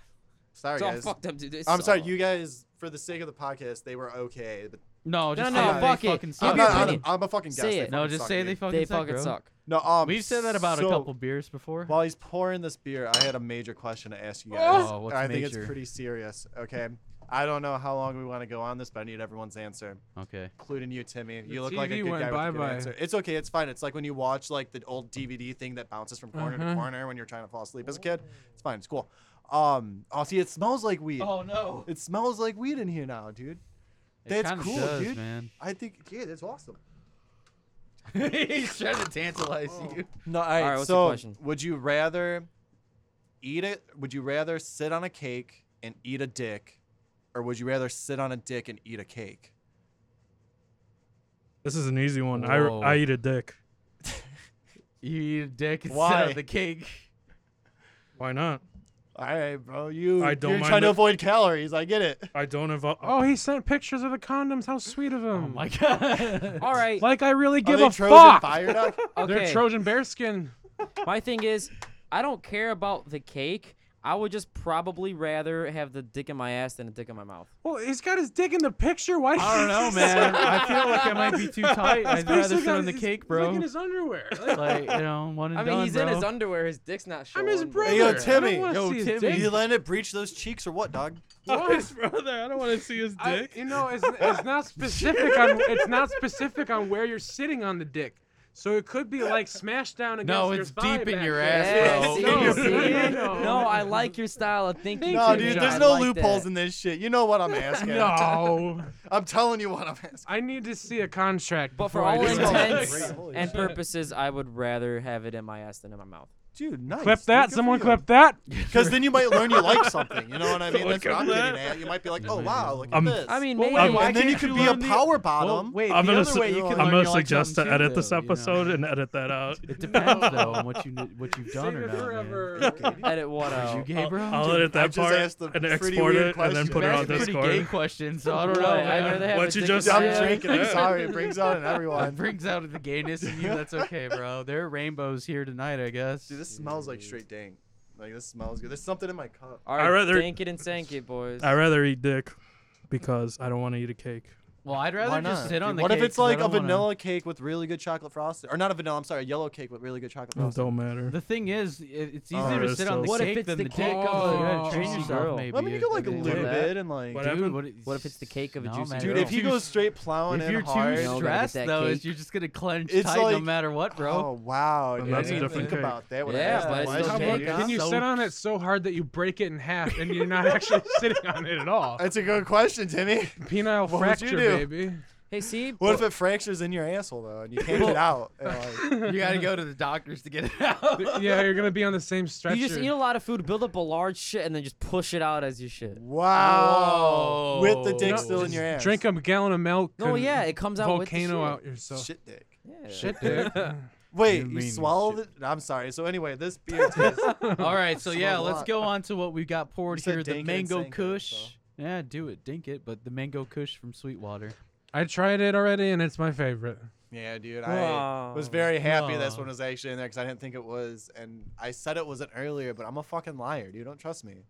D: Sorry,
E: It's all
D: guys.
E: fucked up, dude. They
D: I'm sorry,
E: suck.
D: you guys. For the sake of the podcast, they were okay, but
B: No, just
E: no,
B: say
E: no,
B: they
E: fuck it.
B: fucking
E: Give
B: suck.
E: your
D: I'm, not,
E: opinion.
D: I'm, I'm a fucking guest.
E: Say
D: They
E: it.
B: No,
D: fucking
B: just
D: suck,
B: say
D: dude.
B: they fucking
E: they
B: suck.
E: fucking
B: bro.
E: suck.
D: No, um,
B: We've said that about
D: so
B: a couple beers before.
D: While he's pouring this beer, I had a major question to ask you guys.
B: Oh, what's
D: and I think
B: major?
D: it's pretty serious. Okay. I don't know how long we want to go on this, but I need everyone's answer,
B: okay.
D: including you, Timmy. You
F: The
D: look like a
F: TV
D: good
F: went
D: guy with a good
F: bye-bye.
D: answer. It's okay. It's fine. It's like when you watch like the old DVD thing that bounces from corner
F: Uh-huh.
D: to corner when you're trying to fall asleep as a kid. It's fine. It's cool. Um. Oh, see, it smells like weed.
B: Oh no.
D: It smells like weed in here now, dude. That's
B: kinda
D: cool,
B: does,
D: dude.
B: man.
D: I think, yeah, that's awesome.
B: He's trying to tantalize you.
D: No, all right.
E: Alright, what's the
D: so,
E: question?
D: would you rather eat it? Would you rather sit on a cake and eat a dick, or would you rather sit on a dick and eat a cake?
C: This is an easy one. I,
B: Whoa.
C: I eat a dick.
B: You eat a dick instead
D: Why?
B: of the cake.
C: Why not?
D: All right, bro. You.
C: I don't
D: you're
C: mind
D: trying to
C: it.
D: avoid calories. I get it.
C: I don't involve.
F: Oh, he sent pictures of the condoms. How sweet of him.
B: Oh my god.
E: All right.
F: Like I really
D: Are
F: give
D: they
F: a
D: Trojan
F: fuck.
D: fired up?
F: They're
E: Okay.
F: Trojan bearskin.
E: My thing is, I don't care about the cake. I would just probably rather have the dick in my ass than a dick in my mouth.
F: Well, he's got his dick in the picture. Why?
B: I don't know, man. I feel like I might be too tight. I'd rather
F: Basically
B: sit
F: got-
B: on the
F: he's-
B: cake,
F: He's like
B: bro.
F: in his underwear.
B: Like, you know, one and
E: I mean,
B: done,
E: he's
B: bro.
E: in his underwear. His dick's not showing.
F: I'm his
E: bro.
F: brother.
D: yo,
F: I
D: Timmy.
F: don't wanna
B: Yo,
F: see his
B: Timmy.
F: dick.
D: you letting it breach those cheeks or what, dog?
C: Fuck his brother. I don't want to see his dick.
F: I, you know, it's, it's not specific on it's not specific on where you're sitting on the dick. So it could be like smashed down against
B: No,
F: your
B: it's
F: thigh
B: deep in
F: back
B: your
F: there.
B: ass,
E: Yeah,
B: bro.
E: see,
F: No,
E: see?
F: no, no.
E: No, I like your style of thinking.
D: No,
E: Tim
D: dude.
E: John.
D: There's
E: I
D: no
E: like
D: loopholes
E: that.
D: in this shit. You know what I'm asking.
F: No,
D: I'm telling you what I'm asking.
F: I need to see a contract.
E: But for
F: before I
E: all
F: do that.
E: intents
D: Great, holy
E: and
D: shit.
E: purposes, I would rather have it in my ass than in my mouth.
D: Dude, nice.
F: clip that. Someone clip that.
D: Because then you might learn you like something. You know what I mean? That's what
C: clip
D: I'm
C: that.
D: getting at. You might be like, oh
B: Yeah.
D: wow, look at
C: I'm-
D: this.
E: I mean,
B: Well,
E: maybe.
B: wait, why
D: and then you
B: can't
D: could
B: you
D: be a
B: learn the-
D: power
B: Well,
D: bottom.
B: wait,
C: I'm
B: the
C: gonna
B: other
C: su-
B: way you can
D: I'm
B: learn
C: I'm
B: you
C: gonna
B: like
C: suggest to
B: something too,
C: edit this
B: though, you know?
C: episode and edit that out.
B: It depends though on what you kn- what you've done
F: Save
B: or
F: it
B: not.
F: forever.
E: Edit what
B: Man.
E: out.
B: You gay, bro?
C: I'll edit
D: I
C: that
D: just
C: part
D: asked the
C: and
D: pretty
C: export
D: weird
C: it and then put it
D: question.
C: on
B: That's a pretty gay
C: Discord.
B: question, so I don't know.
E: Right, I'd
B: man.
E: rather have
C: What
E: a
C: you
E: dick
C: just
E: in my
D: I'm
C: Yeah.
E: ass.
D: drinking. I'm
C: Yeah.
D: sorry. It brings out in
B: That
D: everyone.
B: brings out the gayness in you. That's okay, bro. There are rainbows here tonight, I guess.
D: Dude, this smells like straight dang. Like this smells good. There's something in my cup.
E: All
C: I'd
E: right,
C: rather-
E: dank it and sank it, boys.
C: I'd rather eat dick because I don't want to eat a cake.
B: Well, I'd rather just sit on the
D: what
B: cake
D: if it's
B: 'cause I
D: like a
B: don't wanna-
D: vanilla cake with really good chocolate frosting, or not a vanilla? I'm sorry, a yellow cake with really good chocolate
C: It
D: frosting.
C: don't matter.
B: The thing is, it, it's
C: Oh,
B: easier to
C: it's
B: sit on
C: so-
B: the
E: What if
B: cake
E: it's
B: than
E: the
B: the,
E: cake
B: dick.
E: of
B: Oh,
E: a
B: you gotta train
E: juicy
B: yourself,
E: girl?
B: maybe.
D: Let me
B: if-
D: go like a
B: if-
E: think
D: little
E: about that.
D: bit and like.
C: What
D: Dude,
B: Dude,
C: Whatever.
B: what it-
E: What if it's the cake of a
B: No,
E: juicy
B: man,
E: girl?
D: if he goes straight plowing
B: If
D: in
B: you're
D: hard,
B: too
E: No, gotta get
B: stressed,
E: that
B: though, is
E: cake.
B: you're just gonna clench
D: It's
B: tight no
D: like-
B: matter what,
D: oh
B: bro.
D: wow, dude, I
C: that's a
D: didn't even
C: different
D: think
C: cake.
D: about that. when I
E: Yeah,
D: asked
E: but
D: that
E: it's
D: question,
E: still
D: dude.
E: cake,
F: Can you
B: So-
F: sit on it so hard that you break it in half and you're not actually sitting on it at all?
D: That's a good question, Timmy.
F: Penile
D: would you
F: fracture,
D: do?
F: baby.
E: Hey, see,
D: What if it fractures in your asshole though, and you can't get out? And, like-
B: You gotta go to the doctors to get it out.
F: Yeah, you're gonna be on the same stretcher.
E: you just eat a lot of food, build up a large shit, and then just push it out as your shit.
D: Wow. With the dick
B: Whoa.
D: still in your ass.
F: Drink a gallon of milk.
E: No,
F: and
E: Oh, yeah, it comes out with the
F: volcano
E: shit.
F: out yourself.
D: shit dick.
E: Yeah.
F: Shit, dick.
D: Wait,
B: You
D: you,
B: mean
D: swallowed it? I'm sorry. So anyway, this beer tastes.
B: All right, so
D: It's a
B: yeah,
D: lot.
B: let's go on to what we got poured
D: You said
B: here. The
D: dink it and
B: mango
D: sank it,
B: kush.
D: so.
B: Yeah, do it, dink it. But the mango kush from Sweetwater.
D: Oh
F: I tried it already, and it's my favorite.
D: yeah, dude. I was very happy this one was actually in there because I didn't think it was, and I said it wasn't earlier, but I'm a fucking liar, dude. Don't trust me.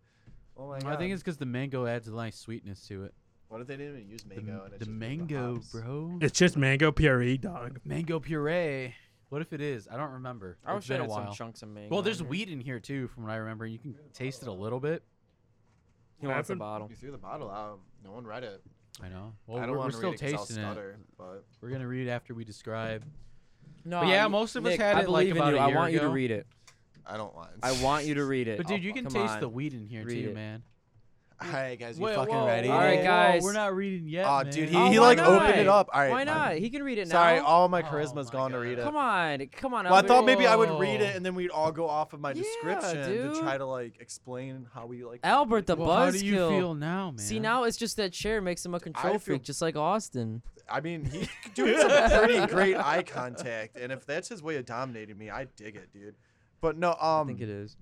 D: Oh my god.
B: I think it's because the mango adds a nice sweetness to it.
D: What if they didn't even use
B: The,
D: mango? and it's
B: the
D: just
B: mango,
D: hops?
B: bro.
C: It's just mango puree, dog.
B: mango puree. What if it is? I don't remember.
E: I
B: it's
E: wish I
B: been a
E: had
B: while.
E: some chunks of mango.
B: Well, there's
E: in here.
B: wheat in here too, from what I remember. You can taste it a little bit.
E: He wants a
C: happened?
E: bottle.
D: You threw the bottle out. No one read it.
B: I know. Well,
D: I don't
B: we're, we're
D: want to
B: still
D: read it 'cause I'll
B: tasting it.
D: stutter, but
B: We're gonna read after we describe.
E: No,
B: But yeah,
E: you-
B: most of us
E: Nick,
B: had
E: I
B: it, like,
E: believe in
B: about
E: you.
B: a
E: I
B: year
E: want you to
B: ago.
E: read it.
D: I don't want.
E: I want you to read it. Oh,
B: But dude, you can
E: come
B: taste
E: on.
B: the wheat in here
E: Read
B: too,
E: it.
B: man.
D: All right, guys, you
B: Wait,
D: fucking
B: whoa,
D: ready?
B: whoa,
E: All right,
B: whoa,
E: guys.
B: We're not reading yet.
D: Oh,
B: man.
D: dude, he,
E: Oh,
D: he
E: why
D: like
E: not?
D: opened it up. All right,
E: Why
D: fine.
E: not? He can read it now.
D: Sorry, all my
B: Oh
D: charisma's
B: my
D: gone to
B: God.
D: read it.
E: Come on, come on.
D: Well, I
E: Albert.
D: thought maybe I would read
B: Whoa.
D: it and then we'd all go off of my
E: Yeah,
D: description
E: dude.
D: to try to like explain how we like.
E: Albert the
B: Well, how do you
E: buzzkill.
B: feel now, man?
E: See, now it's just that chair makes him a control
D: feel-
E: freak, just like Austin.
D: I mean, he's doing some pretty great eye contact, and if that's his way of dominating me, I dig it, dude. But no,
E: I
D: um,
E: think it is.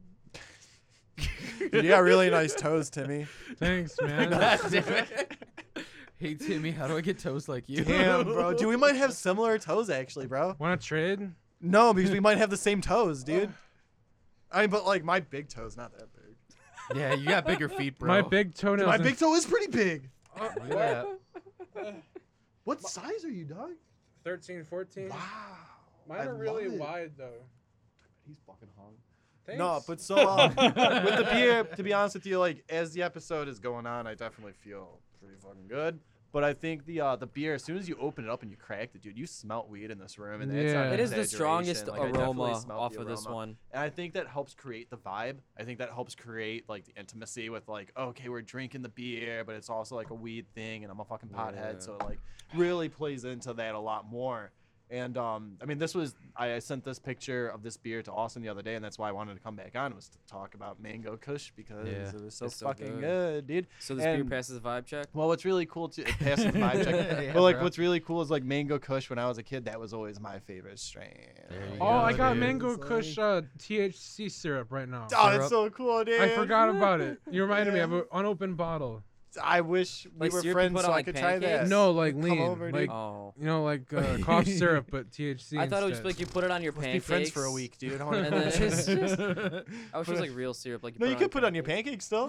D: dude, you got really nice toes, Timmy.
F: Thanks, man.
B: God damn it. Hey Timmy, how do I get toes like you?
D: Damn, bro, dude, we might have similar toes actually, bro.
F: Want to trade?
D: No, because we might have the same toes, dude. I mean, but like my big toe's not that big.
B: yeah, you got bigger feet, bro.
F: My big toenails.
D: My
F: and-
D: big toe is pretty big.
B: Look at that.
D: What size are you, dog?
F: 13, 14.
D: Wow.
E: Ah,
F: Mine
D: I
F: are really
D: love it.
F: wide though.
D: He's fucking hung.
F: Thanks.
D: No, but so um, with the beer, to be honest with you, like as the episode is going on, I definitely feel pretty fucking good. But I think the uh, the beer, as soon as you open it up and you crack it, dude, you smelt weed in this room, and that's not
F: Yeah.
D: an
E: It is the strongest
D: exaggeration. Like, I definitely
E: aroma
D: smelt
E: off
D: the
E: of this
D: aroma.
E: one.
D: and I think that helps create the vibe. I think that helps create like the intimacy with like, okay, we're drinking the beer, but it's also like a weed thing, and I'm a fucking pothead,
E: Yeah.
D: so it like really plays into that a lot more. And um, I mean, this was I, I sent this picture of this beer to Austin the other day, and that's why I wanted to come back on was to talk about Mango Kush because
B: Yeah.
D: it was so
E: It's so
D: fucking
E: good.
D: good. dude.
E: So this
D: And-
E: beer passes the vibe check.
D: Well, what's really cool too, it passes the vibe check.
B: Yeah,
D: but like,
B: bro.
D: what's really cool is like Mango Kush. When I was a kid, that was always my favorite strain.
B: There you
F: Oh, I
B: Yeah,
F: got
B: dude.
F: Mango
D: It's like-
F: Kush uh, THC syrup right now.
D: Oh,
B: Syrup.
D: it's so cool, dude.
F: I forgot about it. You reminded me. I have an unopened bottle.
D: I wish we
E: Like
D: were
E: syrup you
D: friends
E: put
D: so
E: on,
D: I
E: like,
D: could try that.
E: pancakes?
F: No, like
D: Come
F: lean,
D: over, dude.
F: like
E: Oh.
F: you know, like uh, cough syrup, but THC.
E: I thought it was just
F: instead.
E: like you put it on your
D: Let's
E: pancakes.
D: be friends for a week, dude. I wanna-
E: And then it's just, I wish it was like real syrup. Like you
D: no,
E: put
D: you
E: it
D: could put it on your pancakes still.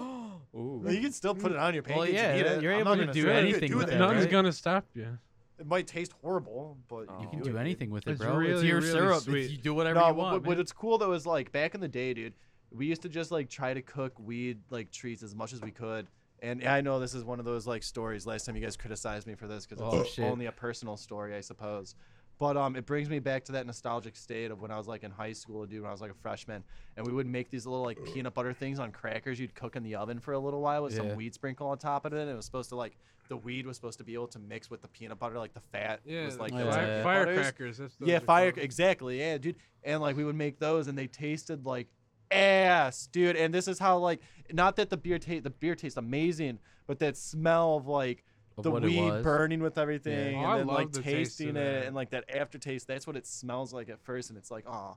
E: your. Ooh.
D: No, you can still put it on your pancakes.
B: yeah,
D: and eat it.
B: you're
D: I'm
B: able
D: not
B: to
D: gonna
B: do
D: say I could
B: anything with
D: that,
B: it,
F: None's
D: right?
F: gonna stop you.
D: It might taste horrible, but
E: Oh.
D: you
B: You can
E: Dude,
B: do anything with it,
F: it's
B: bro. it's
F: really,
B: your
F: really
B: syrup. It's,
F: sweet.
B: you do whatever
D: No,
B: you
D: what-
B: want.
D: what, what it's cool though is like back in the day, dude, we used to just like try to cook weed like treats as much as we could. And I know this is one of those like stories. Last time you guys criticized me for this because
B: Oh,
D: it's
B: shit.
D: only a personal story, I suppose. But um, it brings me back to that nostalgic state of when I was like in high school, dude. When I was like a freshman, and we would make these little like peanut butter things on crackers you'd cook in the oven for a little while with
B: Yeah.
D: some weed sprinkle on top of it. And it was supposed to like the weed was supposed to be able to mix with the peanut butter, like the fat
F: Yeah,
D: was like
B: the
D: the
B: fire-
D: peanut butters.
F: firecrackers. That's those
D: Yeah,
F: are
D: fire
F: called.
D: exactly. Yeah, dude. And like we would make those, and they tasted like ass, dude. And this is how like not that the beer taste the beer tastes amazing, but that smell of like
B: Of
D: the
B: what it
D: weed
B: was.
D: burning with everything,
F: Oh, I
D: and then
F: love
D: like
F: the taste of
D: tasting it,
F: that.
D: and like that aftertaste. That's what it smells like at first, and it's like oh.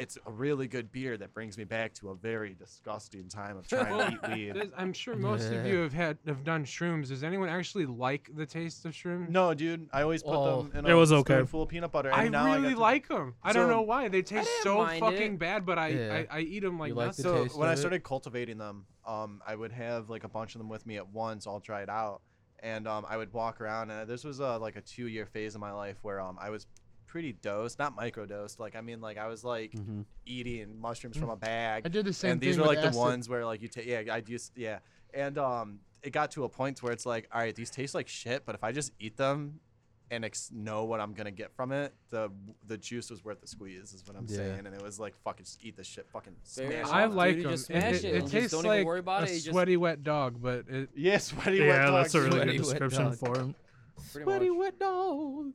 D: It's a really good beer that brings me back to a very disgusting time of trying to eat weed.
F: There's- I'm sure most of you have had have done shrooms. Does anyone actually like the taste of shrooms?
D: No, dude, I always put
B: Oh.
D: them in
C: It
D: a
C: was okay.
D: spoonful of peanut butter. And
F: I
D: now I
F: really
D: got to-
F: like them. I don't
D: So-
F: know why. They taste
E: didn't
F: so
E: mind
F: fucking
E: it.
F: bad, but I,
B: Yeah.
F: I, I eat them like
B: You like the taste
F: nothing.
D: so
B: taste
D: when
B: of
D: I
B: it?
D: started cultivating them, um, I would have like a bunch of them with me at once, all dried out, and um, I would walk around. And this was uh, like a two-year phase of my life where um, I was pretty dosed, not microdosed. Like I mean, like I was like
B: Mhm.
D: eating mushrooms
B: Mm.
D: from a bag.
H: I did the same
D: and these
H: thing
D: were
H: with
D: like the
H: acid.
D: ones where like you take yeah i used yeah and um it got to a point where it's like all right these taste like shit but if i just eat them and ex- know what i'm gonna get from it the the juice was worth the squeeze is what i'm
B: Yeah.
D: saying and it was like fucking just eat the shit fucking
E: Very
D: smash
E: much.
D: all
F: I
D: that.
F: like
E: Dude, you
F: them.
E: just
F: it,
E: smash it
F: it,
E: and
F: it
E: just
F: tastes
E: don't even
F: like
E: worry about
F: a
E: it, you just-
F: sweaty wet dog, but it,
D: yeah sweaty wet
C: Yeah,
D: dog
C: that's a really
B: Sweaty
C: good
B: wet
C: description
B: dog.
C: for him.
E: Pretty
B: Sweaty
E: much.
B: wet dog.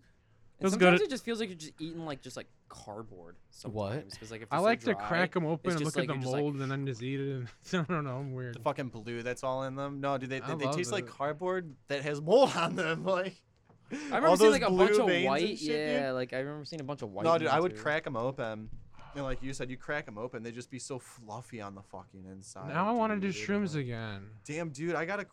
E: And
C: That's
E: sometimes
C: good.
E: it just feels like you're just eating like just like cardboard.
B: What?
E: Sometimes, 'cause, like, if
F: I
E: they're so
F: like to
E: dry-
F: crack them open
E: it's
F: and
E: just
F: look
E: like
F: at the
E: you're just like-
F: mold and then just eat it. And I don't know. I'm weird.
D: the fucking blue that's all in them no dude they,
F: I
D: they, they
F: love
D: taste like
F: it.
D: cardboard that has mold on them like
E: I remember
D: all
E: seeing
D: those
E: like a
D: blue
E: bunch of
D: veins and
E: white.
D: shit, dude.
E: yeah, like I remember seeing a bunch of white.
D: No, dude,
E: ones,
D: I would
E: too.
D: crack them open. And like you said, you crack them open, they just be so fluffy on the fucking inside.
F: Now I want to do
D: dude.
F: shrooms again.
D: Damn, dude, I gotta.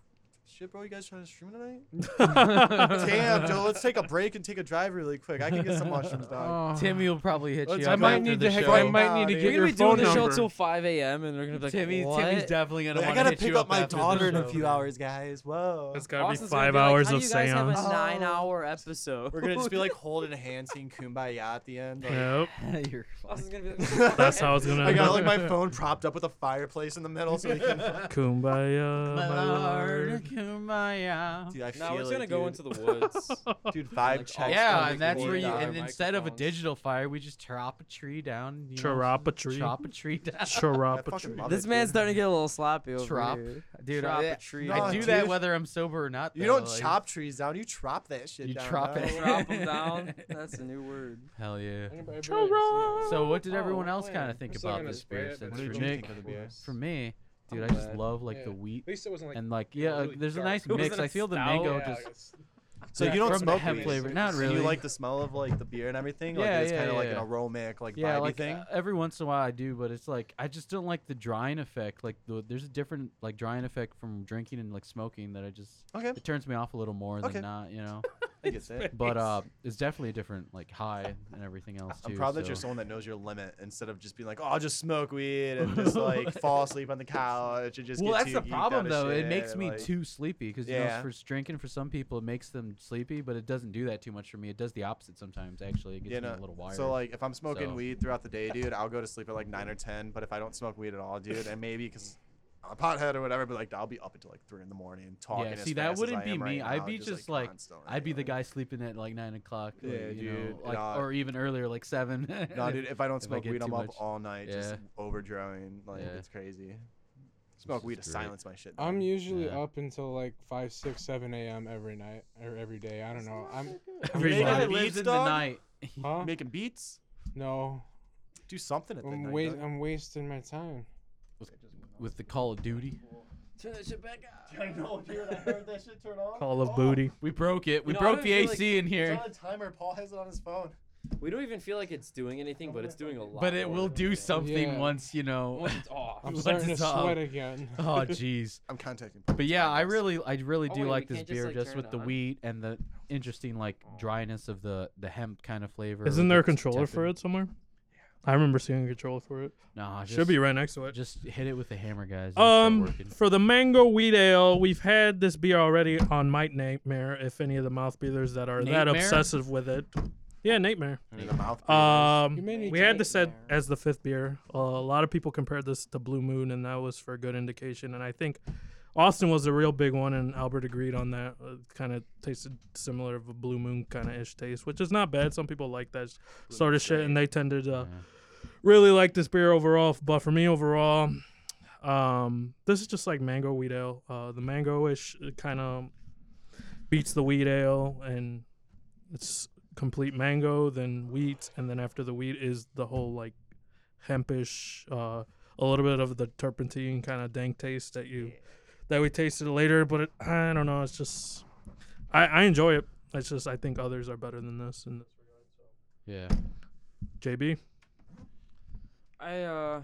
D: Shit, bro, you guys trying to stream tonight? Damn, dude, let's take a break and take a drive really quick. I can get some mushrooms, dog.
F: Oh,
B: Uh, Timmy will probably hit
D: Let's
B: you.
D: go
F: I
B: up
F: might
B: after
F: need
B: the
F: to. heck-
B: show.
F: I
D: show.
F: might need to
D: We're
F: get
E: We're
F: your
E: gonna be doing
F: phone
E: the show
F: number.
E: till 5 a.m. and they're gonna be like,
B: Timmy,
E: what?
B: Timmy's definitely gonna
D: I
B: want to
D: gotta
B: hit
D: pick
B: you
D: up my
B: after the
D: daughter in a
B: show.
D: few hours, guys. Whoa.
C: It's gotta
E: Austin's
C: be
E: gonna
C: five
E: like,
C: hours
E: "How do
C: of
E: you guys have a
C: seance.
D: Oh.
E: nine-hour episode.
D: We're gonna just be like holding a hand, singing "Kumbaya" at the end. like-
C: Yep.
B: You're fucked.
E: Austin's gonna be like,
C: That's how it's gonna
D: I
C: end
D: got
C: up.
D: like my phone propped up with a fireplace in the middle, so we can.
C: Kumbaya, my lord.
B: Kumbaya.
D: Dude, I
E: No,
D: feel
E: it's
D: it,
E: gonna
D: dude.
E: go into the woods.
D: dude vibe
E: like,
D: check.
B: yeah,
E: like
B: and that's where you.
E: $40
B: And instead of a
E: microphones.
B: digital fire, we just chop a tree down. You
C: Chirop
B: know,
C: a tree.
B: Chop a tree down.
D: I
C: Chirapa
D: fucking
C: tree.
D: love
E: this
D: it,
E: man's
D: dude.
E: starting to get a little sloppy over
B: Trop.
E: here.
B: Dude,
E: Trop
B: I,
E: a tree.
D: Nah,
B: I do
D: dude.
B: that whether I'm sober or not.
D: You
B: though,
D: don't
B: like-
D: chop trees down. You trop that shit.
B: You
D: down,
B: trop
D: dog.
B: it.
E: Drop him down. That's a new word.
B: Hell yeah.
F: Churro.
B: So what did
E: Oh,
B: everyone else
E: man.
B: kind of think
F: I'm still
B: about
F: gonna
B: this
F: spray
B: beer?
F: it, but
B: Since
D: What did
B: for
D: you
B: Nick,
D: think of the beer?
B: for me, dude, I just
E: glad.
B: love like the
F: Yeah.
B: wheat
F: least it wasn't
B: and like yeah, uh,
F: really
B: there's a
F: dark.
B: nice
E: It
B: mix.
E: wasn't a
B: I feel the
E: stout.
B: mango
E: Yeah,
B: just
D: So
B: Yeah,
D: you don't
B: from
D: smoke
B: hemp
D: weed.
B: flavor. Not
D: So
B: really.
D: You like the smell of like the beer and everything. Like
B: Yeah,
D: it's
B: yeah,
D: kind of like
B: yeah.
D: an aromatic, like
B: yeah,
D: vibey
B: like
D: thing.
B: uh, every once in a while I do, but it's like I just don't like the drying effect. Like the, there's a different like drying effect from drinking and like smoking that I just
D: Okay.
B: it turns me off a little more
D: Okay.
B: than not. You know,
D: I get that.
B: But uh, it's definitely a different like high and everything else too.
D: I'm proud that
B: so-
D: you're someone that knows your limit instead of just being like, oh, I'll just smoke weed and just like fall asleep on the couch and just.
B: Well,
D: get
B: that's
D: too
B: the
D: geeked out
B: problem
D: of
B: though. It
D: shit,"
B: makes
D: and,
B: me
D: like,
B: too sleepy because
D: Yeah.
B: you know, for drinking for some people it makes them sleepy, but it doesn't do that too much for me. It does the opposite sometimes. Actually, it gets
D: You
B: me
D: know,
B: a little wired.
D: so like if I'm smoking
B: So-
D: weed throughout the day, dude, I'll go to sleep at like nine or ten. But if I don't smoke weed at all, dude, and maybe because I'm a pothead or whatever, but like I'll be up until like three in the morning talking.
B: yeah,
D: as
B: see
D: fast
B: that
D: as I
B: wouldn't be
D: am
B: me.
D: right now,
B: I'd be just, like,
D: constantly,
B: I'd be the
D: like-
B: guy sleeping at like nine o'clock, like,
D: uh, Yeah,
B: you know,
D: dude,
B: like,
D: nah.
B: or even earlier, like seven.
D: No, dude, if I don't
B: I
D: smoke
B: get
D: weed,
B: too
D: I'm up
B: much-
D: all night just
B: Yeah.
D: overdrawing. Like
B: Yeah.
D: it's crazy. Smoke
B: is
D: weed to
B: great.
D: silence my shit.
F: I'm
D: dude.
F: usually
B: Yeah.
F: up until like five, six, seven a.m. every night or every day. I don't know. I'm
B: Every
D: Making
B: night.
D: beats,
B: lives in the
D: dog?
B: night.
F: huh?
D: making beats.
F: No,
D: Do something at the
F: I'm
D: night.
F: wait.
D: dog.
F: I'm wasting my time.
B: with the Call of Duty.
E: Turn that shit back up.
D: I know, dude. I heard that shit turn on.
C: Call of Booty.
B: We broke it. We
E: You know, I
B: broke
E: don't
B: the
E: feel like-
B: AC in
D: It's
B: here,
D: on a timer. Paul has it on his phone.
E: We don't even feel like it's doing anything, but it's doing a lot.
B: but it
E: more
B: will
E: than
B: do
E: we think.
B: something
F: Yeah.
B: once you know.
E: Once it's off.
F: I'm
B: What's
F: starting to
B: this up?
F: sweat again.
B: oh jeez.
D: I'm contacting.
B: But yeah, I really, I really
E: Oh,
B: do
E: wait, we
B: like this
E: can't just,
B: beer,
E: like,
B: just
E: turn
B: with
E: it
B: the
E: on?
B: wheat and the interesting like dryness of the the hemp kind of flavor.
C: Isn't there a
B: that's
C: controller for
B: tepid.
C: it somewhere? I remember seeing a controller for it.
B: Nah,
C: Should
B: just-
C: be right next to it.
B: Just hit it with the hammer, guys.
C: Um, for the mango wheat ale, we've had this beer already on Might Nightmare. If any of the mouth breathers that are that
B: Nightmare?
C: obsessive with it, yeah, Nightmare.
D: The mouth.
C: Um,
F: may need
C: we
F: to
C: had
F: make
C: this at, as the fifth beer. Uh, a lot of people compared this to Blue Moon, and that was for a good indication. And I think Austin was the real big one, and Albert agreed on that. Uh, kind of tasted similar of a Blue Moon kind of ish taste, which is not bad. Some people like that sort of shit, and they tended to really like this beer overall. But for me, overall, um, this is just like mango wheat ale. Uh, the mango ish kind of beats the wheat ale, and it's complete mango, then wheat, and then after the wheat is the whole like hempish, uh, a little bit of the turpentine kind of dank taste that you that we tasted later. But it, I don't know. It's just I, I enjoy it. It's just I think others are better than this. And
B: yeah.
C: JB,
E: I uh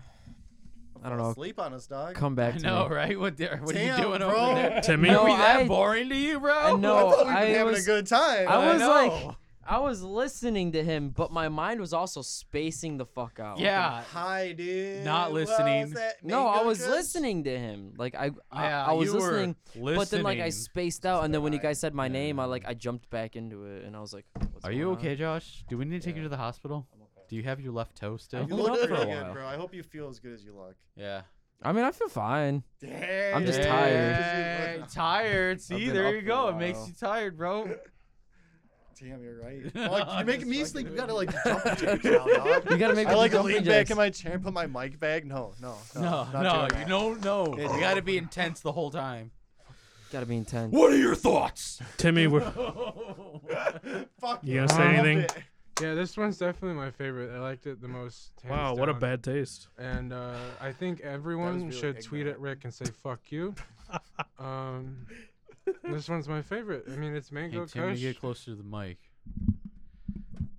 E: I don't know.
D: Sleep on us, dog.
E: come back
B: I
E: to
B: know,
E: me.
B: right? What, the- what are
D: Damn,
B: you doing
D: bro.
B: over there?
C: Timmy,
E: No,
B: Are we that
E: I-
B: boring to you, bro?
E: I know.
D: I thought we'd been
E: I
D: having
E: was-
D: a good time.
E: I was like
B: know.
E: I was listening to him, but my mind was also spacing the fuck out.
B: Yeah.
D: Hi, dude.
B: Not
D: What
B: listening.
D: was that,
E: No, I
D: mango
E: was
D: juice?
E: listening to him. Like I I,
B: Yeah,
E: I was
B: you were
E: listening, but then like I
B: listening.
E: spaced out and then when you
D: right.
E: guys said my name, I
B: Yeah.
E: like I jumped back into it and I was like, What's
B: Are you
E: going on?
B: okay, Josh? Do we need to take you
E: Yeah.
B: to the hospital? Do you have your left toe still?
D: You
E: Hold
D: look
E: up for
D: pretty
E: a
D: good,
E: while.
D: bro. I hope you feel as good as you look.
B: Yeah.
E: I mean, I feel fine.
D: Damn.
E: I'm just
B: Yeah,
E: tired.
B: Tired. See,
D: been
B: there
D: up
B: you
D: for a
B: go. It makes
D: while.
B: you tired, bro.
D: Damn, you're right.
B: No,
D: Like,
B: I'm
D: you're making
B: just
D: me
B: fucking
D: sleep. You
B: with
D: gotta
B: you.
D: like jump jump down, dog.
E: You gotta make
D: I
E: the
D: like
E: jumping
D: lean back
E: jacks.
D: in my chair and put my mic back. No, no, no.
B: No,
D: not
B: no,
D: doing
B: you
D: that.
B: no, no.
D: Yeah,
B: You
D: yeah.
B: got to be intense the whole time.
E: Gotta be intense.
B: What are your thoughts?
C: Timmy, we're,
D: Fuck
C: You
D: yeah,
C: gonna say
D: I loved
C: anything?
D: it.
F: Yeah, this one's definitely my favorite. I liked it the most. hands
C: wow, what a
F: down.
C: bad taste.
F: And uh, I think everyone
D: really
F: should tweet
D: ignorant.
F: at Rick and say "fuck you." um, this one's my favorite. I mean, it's
B: Hey,
F: mango
B: Timmy,
F: kush.
B: get closer to the mic.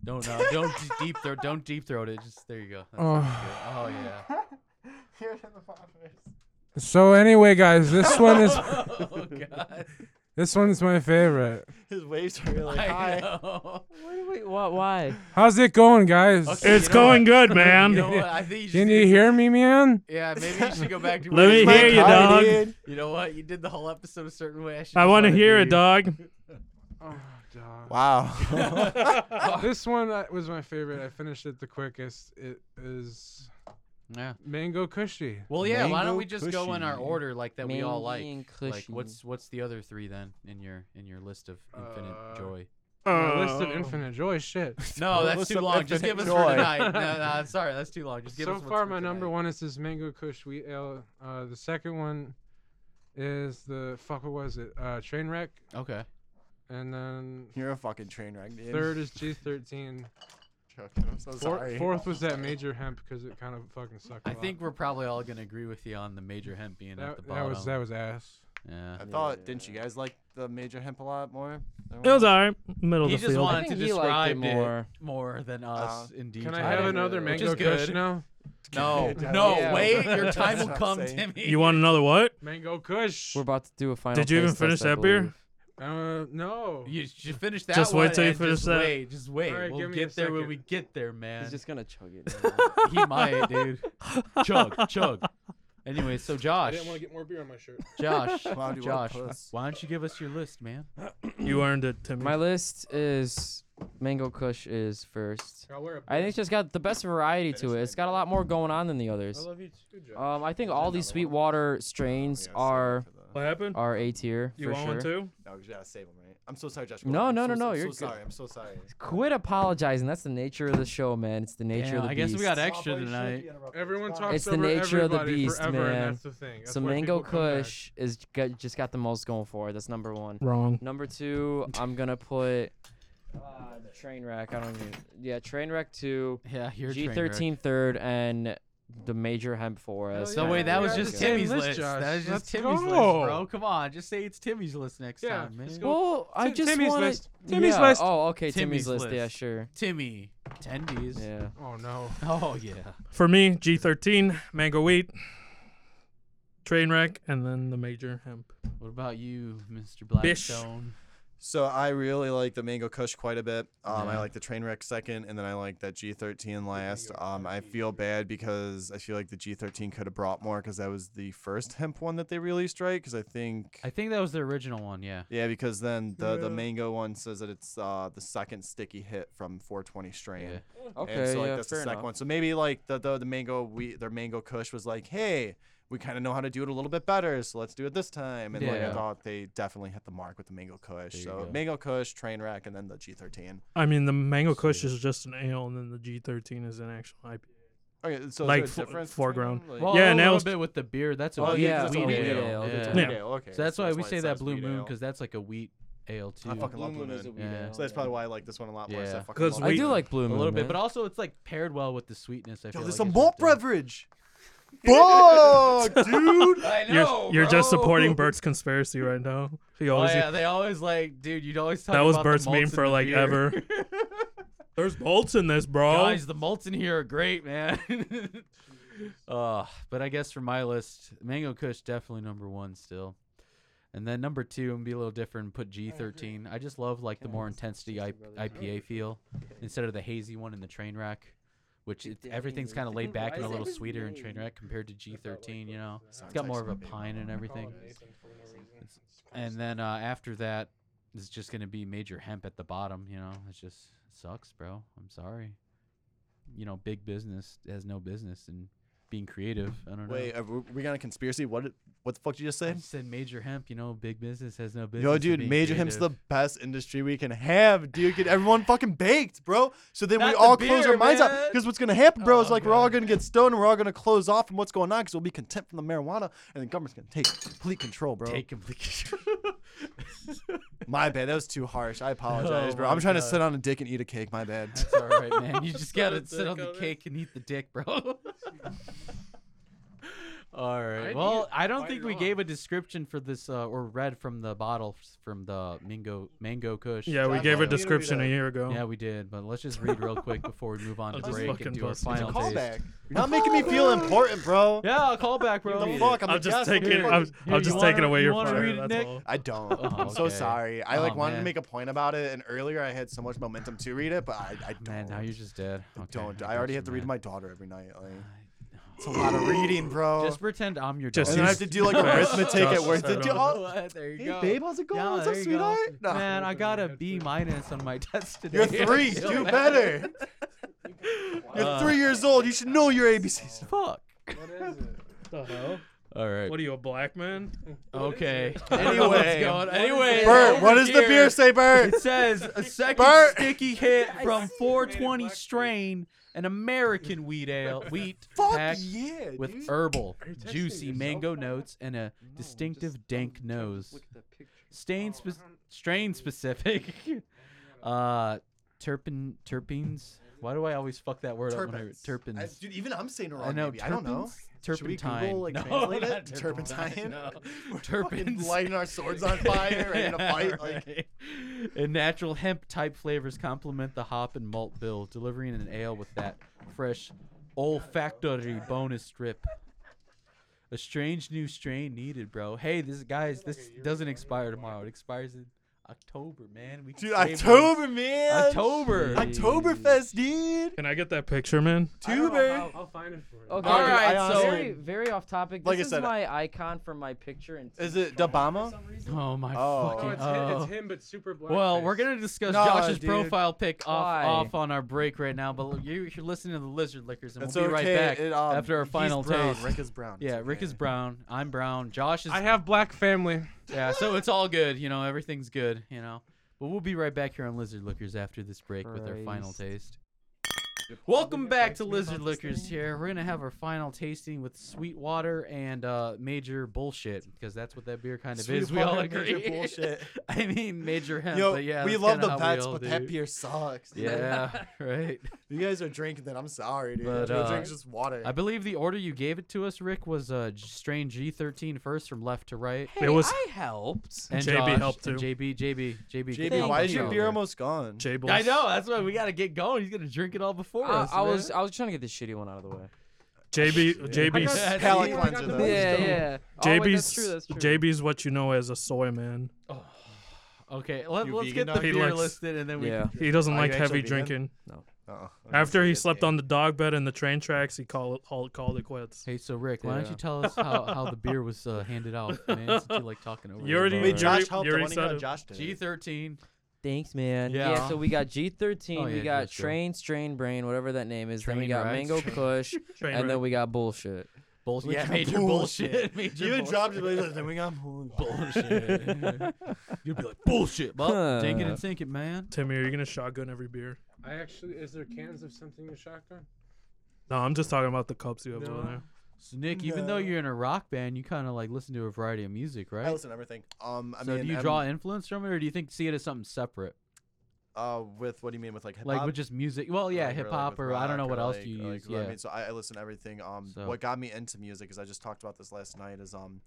B: Don't uh, don't d- deep throat. Don't deep throat it. Just there you go.
C: Oh.
B: Oh, That sounds
F: Oh,
B: good.
F: So anyway, guys, this one is
B: Oh yeah. oh god.
F: this one's my favorite.
D: His waves are really
B: I
D: high.
B: know.
E: Wait, wait, what? Why?
F: How's it going, guys?
B: Okay,
C: It's
B: you know
C: going good,
B: You
C: man.
B: know what? I think you
F: Can
B: should-
F: you hear me, man?
B: Yeah, maybe you should go back to.
C: Let
B: where
C: me
B: you
C: hear
B: were.
C: you, dog.
B: You know what? You did the whole episode a certain way. I, should
C: I
B: just
C: want to
B: let
C: hear it,
B: be.
C: dog.
F: Oh, dog.
D: Wow.
F: This one uh, was my favorite. I finished it the quickest. It is
B: Yeah.
F: mango cushy.
B: Well, yeah. why don't
D: Mango
B: we just go in our
D: cushy.
B: order, like that we all like?
E: Mangy and
B: Like,
E: cushy.
B: what's what's the other three then in your in your list of infinite
F: Uh,
B: joy?
F: My list of
C: Oh.
F: infinite joy. Shit.
B: No,
D: Well,
B: that's
D: let's
B: too
D: have
B: long. Just give us for
D: infinite joy.
B: tonight. No, no, I'm sorry, that's too long. Just give
F: so
B: us. what's
F: far,
B: for
F: my number
B: tonight.
F: one is this mango kush wheat ale. Uh, the second one is the fuck. What was it? Uh, train wreck.
B: Okay.
F: And then
D: You're a fucking train wreck, dude.
F: third is G13.
D: Joking, I'm so
F: Four,
D: sorry.
F: fourth was that major hemp because it kind of fucking sucked. a
B: I
F: lot.
B: think we're probably all gonna agree with you on the major hemp being at the
F: that, that
B: bottom.
F: was that was ass.
B: Yeah.
D: I thought, didn't you guys like the major hemp a lot more?
C: It was all right. Middle of
B: He
C: the
B: just
C: field.
E: I
B: wanted to
E: think he liked it
B: describe it more,
E: more.
B: than us. Indeed.
F: Can I
D: I
F: have
D: didn't
F: another
D: really- Which
F: mango
B: is good.
F: kush now?
B: No,
D: Yeah,
B: no,
D: yeah,
B: wait.
D: but-
B: Your time
D: That's
B: will
D: what I'm
B: come,
D: saying.
B: Timmy.
C: you want another what?
F: Mango kush.
E: We're about to do a final.
C: Did you even
E: taste
C: finish
E: test, I
C: that beer?
E: believe.
F: Uh, no.
B: You should finish that
C: Just wait
B: one
C: till you
B: and
C: finish
B: just
C: that.
B: Wait, just wait.
F: All right,
B: we'll
F: give me a
B: get there when
F: second.
B: we get there, man.
E: He's just gonna chug it. right now.
B: he might, dude. Chug, chug. Anyway, so
F: I
B: Josh,
F: didn't want to get more beer on my shirt.
B: Josh,
D: Cloudy
B: Josh,
D: puss.
B: why don't you give us your list, man?
C: You earned it, Timmy.
E: My list is Mango Kush is first.
F: I'll wear a
E: I think it's just got the best variety to it. It's got a lot more going on than the others.
F: love you too, Josh.
E: Um, I think all these Sweetwater strains are
C: what happened?
E: are A tier
C: you
E: Uh, for
C: want one
E: sure.
C: too?
D: No, you gotta save him, right? I'm so sorry, Josh.
E: No,
D: I'm
E: no,
D: so,
E: no, no,
D: I'm
E: you're
D: so
E: good.
D: sorry. I'm so sorry.
E: Quit apologizing. That's the nature of the show, man. It's the nature
B: Damn,
E: of the
B: I guess we
E: beast.
B: got extra tonight.
F: Everyone talks
E: It's the
F: over
E: nature of the
F: everybody
E: beast,
F: forever,
E: man.
F: And that's the thing. That's
E: so
F: why
E: Mango
F: people come back.
E: Kush is got, just got the most going for it. That's number one.
C: Wrong.
E: Number two, I'm gonna put uh, Trainwreck. I don't even. Yeah, Trainwreck two,
B: Yeah, you're
E: G thirteen third, and the Major Hemp four. as
B: So
E: kinda
B: wait, that
E: the
B: was
E: ones
F: Oh, Yeah,
B: just
E: that go.
F: same
B: Timmy's
F: list,
B: list.
F: Josh.
B: That was just
F: Let's
B: Timmy's
F: go.
B: list, bro. Come on, just say it's Timmy's list next
F: Yeah,
B: time, man.
F: let's go.
E: Well, I
F: Tim-
E: just
F: Timmy's
E: wanted-
F: list.
C: Timmy's
E: Yeah,
C: list.
E: Oh, okay, Timmy's,
B: Timmy's
E: list. Yeah,
B: list.
E: sure.
B: Timmy, tendies.
E: Yeah.
F: Oh no.
B: Oh yeah.
C: For me, G13, Mango Wheat, Trainwreck, and then the Major Hemp.
B: What about you, Mr.
C: Bish.
B: Blackstone?
D: So I really like the Mango Kush quite a bit. Um,
B: Yeah.
D: I like the Trainwreck second, and then I like that G13 last. Um, I feel bad because I feel like the G13 could have brought more because that was the first hemp one that they released, right? Because I think.
B: I think that was the original one. Yeah.
D: yeah, because then the,
C: Yeah.
D: the mango one says that it's uh, the second sticky hit from 420 strain.
B: Yeah.
E: Okay.
D: and so like
E: yeah,
D: that's the
E: fair
D: second
E: enough.
D: one. So maybe like the the, the mango we their mango kush was like, hey, we kind of know how to do it a little bit better, so let's do it this time. And like
B: Yeah.
D: I thought they definitely hit the mark with the mango
B: There
D: kush.
B: you
D: So
B: go.
D: mango kush, train wreck, and then the G thirteen.
C: I mean, the Mango Kush is just an ale, and then the G13 is an actual IPA.
D: Okay, so
C: Like,
D: is
C: fo-
D: there a difference
C: foreground.
D: between them? Like,
B: Well,
C: Yeah,
B: yeah, a
C: and that
B: little
C: was-
B: bit with the beer. That's a
D: oh,
B: wheat,
D: yeah,
E: it's
D: that's
E: a
D: a
B: wheat
E: wheat
B: ale.
E: ale.
B: Yeah.
E: It's a
C: wheat
D: Okay, okay.
B: So that's why we
D: it
B: say that
D: says
B: Blue
D: wheat
B: Moon
D: ale.
B: because that's like a wheat ale too.
D: I fucking love
E: Blue
D: Blue
E: Moon is a
D: Moon.
E: weed
B: Yeah.
E: ale,
D: So that's
E: yeah.
D: probably why I like this one a lot more.
B: Yeah.
D: Yeah.
C: Because
D: Because
E: I
C: Wheat.
E: do like Blue
B: a
E: Moon.
B: little bit,
E: man.
B: but also it's like paired well with the sweetness. I feel
D: there's
B: like
D: some
B: is
D: malt
B: what
D: beverage. Fuck, dude.
B: the- I
C: You're,
B: know.
C: you're just
B: bro.
C: supporting Bert's conspiracy right now. He
B: Oh
C: always
B: yeah, they always like, dude. You'd always talk
C: That was
B: about the
C: Bert's meme
B: malts in
C: for,
B: the
C: like,
B: beer.
C: ever. There's bolts in this, bro.
B: Guys, the malts in here are great, man. uh, but I guess for my list, Mango Kush definitely number one still. And then number two, and be a little different, put G13. I just love like the
E: Can I
B: more
E: just
B: intensity
E: taste
B: I-
E: it, brother?
B: IPA feel instead of the hazy one in the train wreck, which
E: Dude,
B: it,
E: dang,
B: everything's kind of laid back and a
E: why
B: little
E: is it
B: sweeter in
E: made?
B: train wreck compared to G13. E You know,
D: Sounds
B: it's got
D: like
B: more of a
D: something.
B: pine and everything.
F: It's-
B: And then uh, after that, it's just gonna be major hemp at the bottom. You know, it's just sucks, bro. I'm sorry. You know, big business has no business in being creative. I don't know.
D: Wait, are we, we got a conspiracy? What? did- What the fuck did you just
B: I
D: say?
B: just said major hemp. You know, big business has no business.
D: Yo,
B: in
D: dude,
B: being
D: Major Hemp's the
B: creative.
D: best industry we can have, dude. Get everyone fucking baked, bro. So then
B: Not
D: we
B: the
D: all close
B: beer,
D: our minds out.
B: man.
D: Because what's gonna happen, bro, is
B: Oh,
D: like we're all
B: God.
D: gonna get stoned and we're all gonna close off from what's going on because we'll be content from the marijuana and the government's gonna take complete control, bro.
B: Take complete.
D: My bad, that was too harsh. I apologize,
B: Oh,
D: bro. I'm
B: my
D: trying to
B: God.
D: sit on a dick and eat a cake. My bad.
B: That's all right, man. You just gotta
C: Put a
B: sit on
C: dick
B: the
C: on it.
B: cake and eat the dick, bro. All right.
F: I'd
B: Well,
F: eat-
B: I don't
F: bite
B: think
F: it
B: we
F: off.
B: gave a description for this uh, or read from the bottle f- from the mango mango kush.
C: yeah, we
D: Josh,
C: gave
D: why don't you
C: a
D: do
C: description a
D: that?
C: year ago.
B: Yeah, we did, but let's just read real quick before we move on to
C: I'm just
B: break
C: fucking
B: and do our
C: busting. It's a
B: final taste.
D: Callback. You're not making me feel important, bro.
B: Yeah, a callback, bro.
D: The fuck, I'm,
C: I'm
D: a
C: just
D: guest,
C: taking.
D: dude.
C: I'm,
B: Here,
C: I'm
B: you
C: just
B: wanna-
C: taking away
B: you
C: your
B: wanna
C: fire.
B: read it,
C: That's
B: Nick?
C: all.
D: I don't.
B: Oh,
D: I'm so
B: okay.
D: sorry. I
B: Oh,
D: like wanted
B: man.
D: to make a point about it, and earlier I had so much momentum to read it, but I, I don't.
B: Man, now you're just dead.
D: I
B: Okay,
D: don't.
B: I
D: I, already
B: got
D: have to
B: you,
D: read to
B: man.
D: my daughter every night. Like, it's a lot of reading, bro.
B: Just pretend I'm your
C: Just
D: and then I
B: dog.
D: have to do like
C: Josh,
D: arithmetic
C: Josh
D: at work.
C: said
D: To do
C: it.
D: all,
B: there you
D: Oh, hey,
B: go.
D: babe, how's it going?
B: Yeah,
D: What's
B: there
D: up,
B: you go.
D: sweetheart? Nah.
B: Man, I got a B minus on my test today.
D: You're three. Do better. You're
B: Uh,
D: three years old. You should know your ABCs.
B: Fuck.
F: What is it?
C: The hell?
B: All right.
C: What are you, a black man?
B: Okay. Anyway.
D: Anyway.
B: Anyway.
D: Bert, what
B: over
D: does the
B: here-
D: beer say, Bert?
B: It says a second
D: Bert.
B: sticky hit from
F: see you.
B: 420
F: Made a
B: strain, an American wheat ale, wheat
D: Fuck
B: packed
D: yeah,
B: with
D: dude.
B: herbal,
F: Are you texting
B: juicy
F: yourself
B: mango
F: right now?
B: notes, and a distinctive dank nose.
F: Oh,
B: Stain
F: I
B: spe-
F: don't-
B: strain specific. uh, terpen terpenes. Why do I always fuck that word up when I read
D: Turpins. I-
B: terpenes?
D: dude, even I'm saying it wrong.
B: I know.
D: maybe. I don't know.
B: Terpentine.
D: Should we Google, like,
B: no,
D: translate it?
B: not
D: Turpentine?
B: No.
D: We're fucking
B: Turpins.
D: Lighting our swords on fire, ready to
B: Yeah,
D: fight. Like,
B: right. And natural hemp type flavors complement the hop and malt bill, delivering an ale with that fresh olfactory bonus strip. A strange new strain needed, bro. Hey, this guys, this doesn't expire tomorrow. It expires in October, man. We
D: Dude,
B: saved it.
D: October, man.
B: October.
D: Oktoberfest, dude.
C: Can I get that picture, man?
F: I don't know,
D: Tuber.
F: I'll, I'll find it for you.
E: Okay.
B: All right,
D: I
B: so-
E: very, very off topic. This
D: Like I
E: is
D: said-
E: my icon for my picture. And
D: Is it Dabama?
B: Oh my
D: Oh.
F: No,
B: fucking.
F: it's,
B: oh.
F: him, it's him, but super black.
B: Well, we're gonna discuss
D: No,
B: Josh's
D: dude.
B: profile pic
E: Why?
B: off off on our break right now, but you, you're listening to the Lizard Lickers, and
D: It's
B: we'll be right
D: okay,
B: back
D: it, um,
B: after our
D: he's
B: final
D: brown.
B: taste.
D: Rick is brown.
B: yeah, Rick is brown. I'm brown. Josh is
F: I have black family.
B: yeah. So it's all good. You know, everything's good. You know. But we'll be right back here on Lizard Lickers after this break with our final
E: Christ.
B: taste. Welcome back to Lizard Lickers here. We're gonna have our final tasting with Sweetwater and uh, Major Bullshit because that's what that beer kind of is. We all agree.
D: Bullshit.
B: I mean, Major Hemp.
D: Yo,
B: but yeah,
D: we
B: that's
D: love
B: kinda
D: the
B: how we
D: pets,
B: all
D: but
B: do.
D: that beer sucks. dude.
B: Yeah, right.
D: you guys are drinking that. I'm sorry, dude.
B: But,
D: Go
B: uh,
D: drink just water.
B: I believe the order you gave it to us, Rick, was uh, J- strain G13 first from left to right.
C: It was
E: I helped.
B: And
C: JB
B: Josh,
C: helped
B: and
C: too.
B: JB, JB, JB.
D: JB,
B: thank
D: why is
B: you.
D: your beer almost gone?
C: J
B: I know. That's why we got to get going. He's going to drink it all before
E: I,
B: us.
E: I
B: man.
E: was I was trying to get the shitty one out of the way.
C: JB JB's
B: I got-
D: palate
F: I got
D: cleanser
F: the
D: though.
F: most
E: yeah,
F: dope.
E: yeah. Oh, wait, that's
C: JB's
E: true. That's true.
C: JB's what you know as a soy man.
B: Okay, let,
D: You
B: let's
D: vegan
B: get the
D: now?
C: He
B: beer
C: likes-
B: listed and then we.
E: Yeah.
C: He doesn't
D: Are
C: like
D: you actually
C: heavy
D: vegan?
C: drinking.
D: Uh-uh.
C: After he slept on the dog bed and the train tracks, he called it, called it quits.
B: Hey, so Rick, why don't
E: Yeah.
B: you tell us how, how the beer was uh, handed out, man? Since you like talking over.
C: You already-
D: Wait,
C: Wait,
D: Josh
C: Yuri-
D: helped.
C: Yuri
D: I wanna hear
C: said
D: how
C: it.
D: Josh did.
B: G
D: it.
B: thirteen.
E: Thanks, man.
B: Yeah.
E: so we got G13,
B: Oh,
E: we
B: yeah,
E: got
B: G13.
E: Train, Strain, Brain, whatever that name is. then we
B: Train
E: got
B: rides.
E: Mango
B: Train-
E: Kush,
C: Train
E: and
C: wreck.
E: then we got Bullshit.
B: Bullshit.
D: Yeah,
B: major bullshit.
D: bullshit.
B: Major
D: You even
B: bullshit.
D: dropped it. but he's like, Then we got
B: bullshit. You'd be like, bullshit. Well, take it
E: Huh.
B: and sink it, man.
C: Timmy, are you gonna shotgun every beer?
F: I actually, is there cans of something in shotgun?
C: No, I'm just talking about the cups you have
F: No.
C: over there.
B: So Nick, even though
D: No.
B: you're in a rock band, you kind of like listen to a variety of music, right?
D: I listen to everything. Um, I
B: so
D: mean,
B: do you
D: I'm-
B: draw influence from it, or do you think see it as something separate,
D: uh, with what do you mean with like hip
B: like
D: hop?
B: with just music? Well, Oh, yeah,
D: like,
B: hip hop,
D: or,
B: or,
D: like, with
B: I don't know
D: rock,
B: what
D: or,
B: else
D: like-
B: do you
D: like,
B: use.
D: what
B: yeah.
D: I mean, so I, I listen to everything. Um,
B: So-
D: what got me into music is I just talked about this last night. Is um,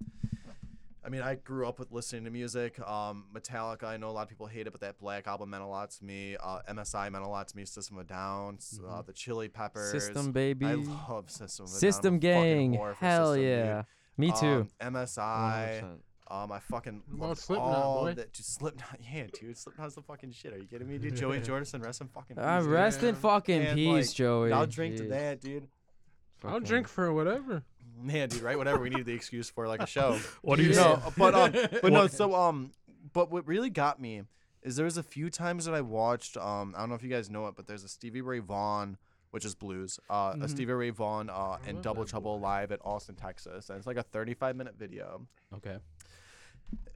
D: I mean, I grew up with listening to music. Um, Metallica, I know a lot of people hate it, but that Black album meant a lot to me. Uh, MSI meant a lot to me. System of a Down, s-
B: Mm-hmm.
D: uh, the Chili Peppers.
E: System, baby.
D: I love System of a Down. I'm a
E: System
D: fucking
E: gang.
D: whore for
E: Hell
D: System, dude.
E: yeah. Me too.
D: Um, MSI. Um, I fucking
F: What
D: loved
F: about Slipknot,
D: all
F: boy?
D: that. Dude, Slipknot, yeah, dude, Slipknot's the fucking shit. Are you kidding me, dude? Joey Jordison, rest in fucking peace.
E: I
D: dude.
E: rest in
F: Yeah.
E: fucking
D: And,
E: peace,
D: like,
E: Joey.
D: I'll drink to
E: Jeez.
D: that, dude.
F: I'll drink for whatever.
D: Man, dude, right? Whatever we need the excuse for, like a show.
C: What do you
D: No,
C: say?
D: but um, but no.
C: What-
D: So um, but what really got me is there was a few times that I watched um, I don't know if you guys know it, but there's a Stevie Ray Vaughan, which is blues, uh,
B: Mm-hmm.
D: a Stevie Ray Vaughan uh, and Double Trouble live at Austin, Texas, and it's like a 35 minute video.
B: okay,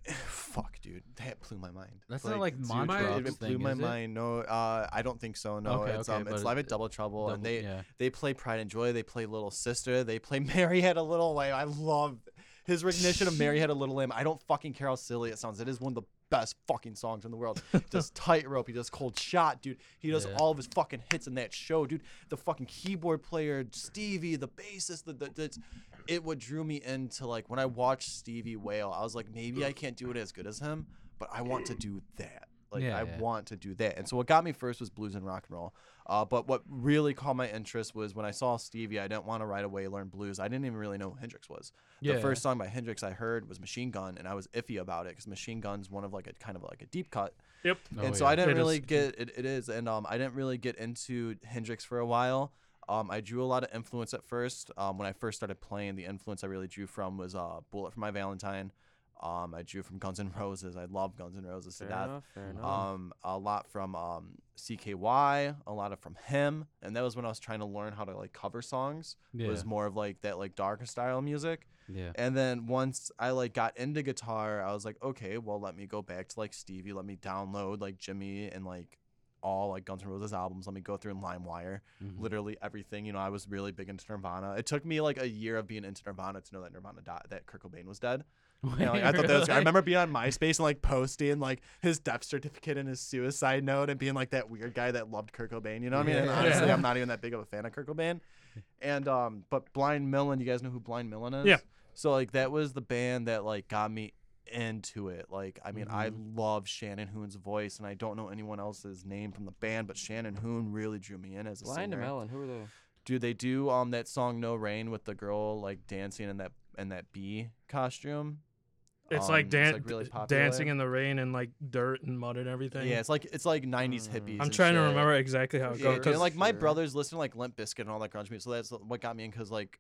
D: Fuck, dude, that blew my mind.
B: that's not like Montreux
F: my-
D: It,
B: thing,
D: it blew my
B: is it?
D: mind. No, uh, I don't think so. No,
B: Okay,
D: it's
B: okay,
D: um, it's
B: but
D: live
B: it-
D: at Double Trouble,
B: Double-
D: and they
B: yeah.
D: they play Pride and Joy. They play Little Sister. They play Mary Had a Little Lamb. I love his recognition of Mary Had a Little Lamb. I don't fucking care how silly it sounds. It is one of the best fucking songs in the world. He does tightrope. He does cold shot, dude. He does
B: Yeah.
D: all of his fucking hits in that show, dude. The fucking keyboard player, Stevie, the bassist, the, the, the it what drew me into like when I watched Stevie Whale, I was like, maybe I can't do it as good as him, but I want to do that. Like
B: Yeah,
D: I
B: yeah.
D: want to do that. And so what got me first was blues and rock and roll. Uh, but what really caught my interest was when I saw Stevie, I didn't want to right away learn blues. I didn't even really know who Hendrix was.
B: Yeah.
D: The first song by Hendrix I heard was Machine Gun, and I was iffy about it because Machine Gun's one of like a kind of like a deep cut
C: Yep.
B: Oh,
D: and so
B: yeah.
D: I didn't
C: It
D: really
C: is.
D: get it, it is and um I didn't really get into Hendrix for a while. Um, I drew a lot of influence at first. Um, when I first started playing, the influence I really drew from was uh, "Bullet for My Valentine." Um, I drew from Guns N' Roses. I love Guns N' Roses to
E: Fair
D: death.
E: enough, fair enough.
D: Um, a lot from um, CKY, a lot of from him, and that was when I was trying to learn how to like cover songs.
B: Yeah.
D: Was more of like that like darker style music.
B: Yeah.
D: And then once I like got into guitar, I was like, okay, well, let me go back to like Stevie. Let me download like Jimmy and like all like Guns N' Roses albums. Let me go through and LimeWire,
B: Mhm.
D: literally everything. You know, I was really big into Nirvana. It took me like a year of being into Nirvana to know that Nirvana died, that Kurt Cobain was dead. You know, like, I thought that was. I
B: Really?
D: remember being on MySpace and like posting like his death certificate and his suicide note and being like that weird guy that loved Kurt Cobain. You know what I mean? And
B: Yeah.
D: honestly,
B: Yeah.
D: I'm not even that big of a fan of Kurt Cobain. And um, but Blind Melon, you guys know who Blind Melon is?
C: Yeah.
D: So like that was the band that like got me into it. Like I mean, I
B: Mm-hmm.
D: love Shannon Hoon's voice, and I don't know anyone else's name from the band, but Shannon Hoon really drew me in as a
E: Blind
D: singer.
E: Melon, who are they?
D: Dude, they do um that song "No Rain" with the girl like dancing in that in that bee costume.
C: It's
D: Um,
C: like,
D: it's,
C: dan-
D: like, really popular.
C: dancing in the rain and like dirt and mud and everything.
D: Yeah, it's like it's like '90s
E: Mm.
D: hippies.
C: I'm
D: and
C: trying to
D: shit.
C: remember exactly how it
D: Yeah,
C: goes.
D: dude,
C: 'cause
D: and, like my
E: Sure.
D: brothers listen to like Limp Bizkit and all that grunge music, so that's what got me in. Because like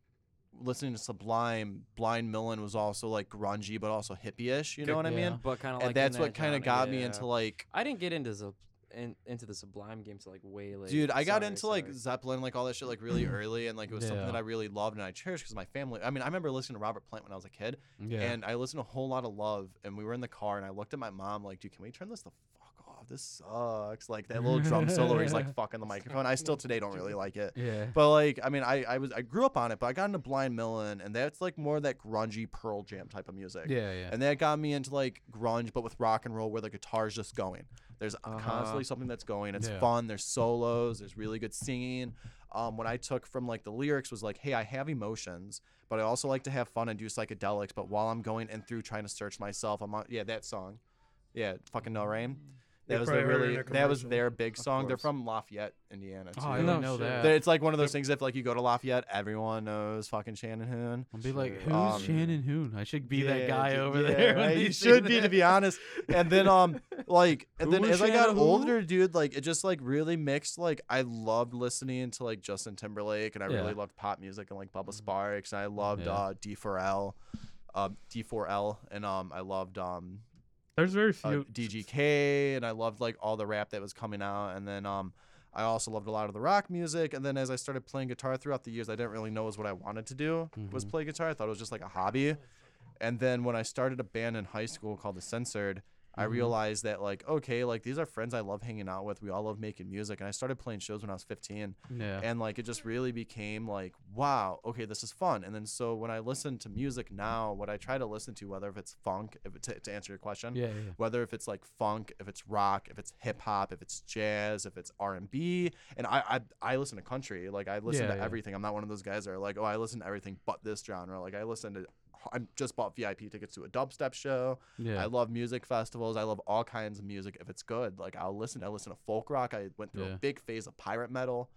D: listening to Sublime, Blind Melon was also like grungy but also hippie-ish. You know what I
B: Yeah.
D: mean?
E: but kind of
D: and
E: like in
D: that's
E: that
D: what kind of
E: genre,
D: got me
E: yeah.
D: into like,
E: I didn't get into the in, into the Sublime game to like way later.
D: dude, I got
E: Sorry,
D: into
E: sorry.
D: like Zeppelin, like all that shit, like really early, and like it was something
B: Yeah.
D: that I really loved and I cherished because my family. I mean, I remember listening to Robert Plant when I was a kid,
B: Yeah.
D: and I listened to a whole lot of Love, and we were in the car, and I looked at my mom like, dude, can we turn this the fuck off? This sucks. Like that little drum solo, where he's like fucking the microphone. I still today don't really like it.
B: yeah.
D: But like, I mean, I, I was I grew up on it, but I got into Blind Melon, and that's like more that grungy Pearl Jam type of music.
B: Yeah, yeah.
D: And that got me into like grunge, but with rock and roll, where the guitar's just going. There's constantly something that's going. It's
B: Uh-huh. Yeah.
D: fun. There's solos. There's really good singing. Um, what I took from like the lyrics was like, hey, I have emotions, but I also like to have fun and do psychedelics. But while I'm going in through trying to search myself, I'm on yeah that song, yeah fucking No Rain.
C: You
D: That was their
C: probably heard it in
D: really
C: a
D: that was
C: commercial.
D: their big song. They're
E: course.
D: from Lafayette, Indiana. Too.
B: oh, I
C: No
B: didn't know
C: shit.
B: that.
D: That- It's like one of those things. If like you go to Lafayette, everyone knows fucking Shannon Hoon.
B: I'll be like, who's
D: Sure. Um,
B: Shannon Hoon? I should be that
D: Yeah,
B: guy
D: dude,
B: over
D: yeah,
B: there. when
D: Right?
B: they
D: You
B: sing
D: should be, to
B: that.
D: be honest. And then um, like, and then
B: Who
D: as I got
B: Shannon who?
D: older, dude, like it just like really mixed. Like I loved listening to like Justin Timberlake, and I
B: Yeah. Mm.
D: really loved pop music and like Bubba Sparks, and I loved
B: Yeah.
D: uh D4L, uh, D4L, and um, I loved um
C: There's very
D: uh,
C: few.
D: DGK, and I loved like all the rap that was coming out. And then um, I also loved a lot of the rock music. And then as I started playing guitar throughout the years, I didn't really know was what I wanted to do was
B: Mhm.
D: play guitar. I thought it was just like a hobby. And then when I started a band in high school called the Censored, I
B: Mhm.
D: realized that like okay, like these are friends I love hanging out with. We all love making music, and I started playing shows when I was 15
B: Yeah.
D: and like it just really became like wow okay this is fun and then so when i listen to music now what i try to listen to whether if it's funk if it, to, to answer your question
B: Yeah, yeah, yeah.
D: whether if it's like funk if it's rock if it's hip-hop if it's jazz if it's r&b and i i, I listen to country like i listen
B: Yeah,
D: to
B: yeah.
D: everything i'm not one of those guys that are like oh i listen to everything but this genre like i listen to i just bought vip tickets to a dubstep show
B: Yeah.
D: I love music festivals. I love all kinds of music if it's good. Like I'll listen. I listen to folk rock. I went through
B: Yeah.
D: a big phase of pirate metal.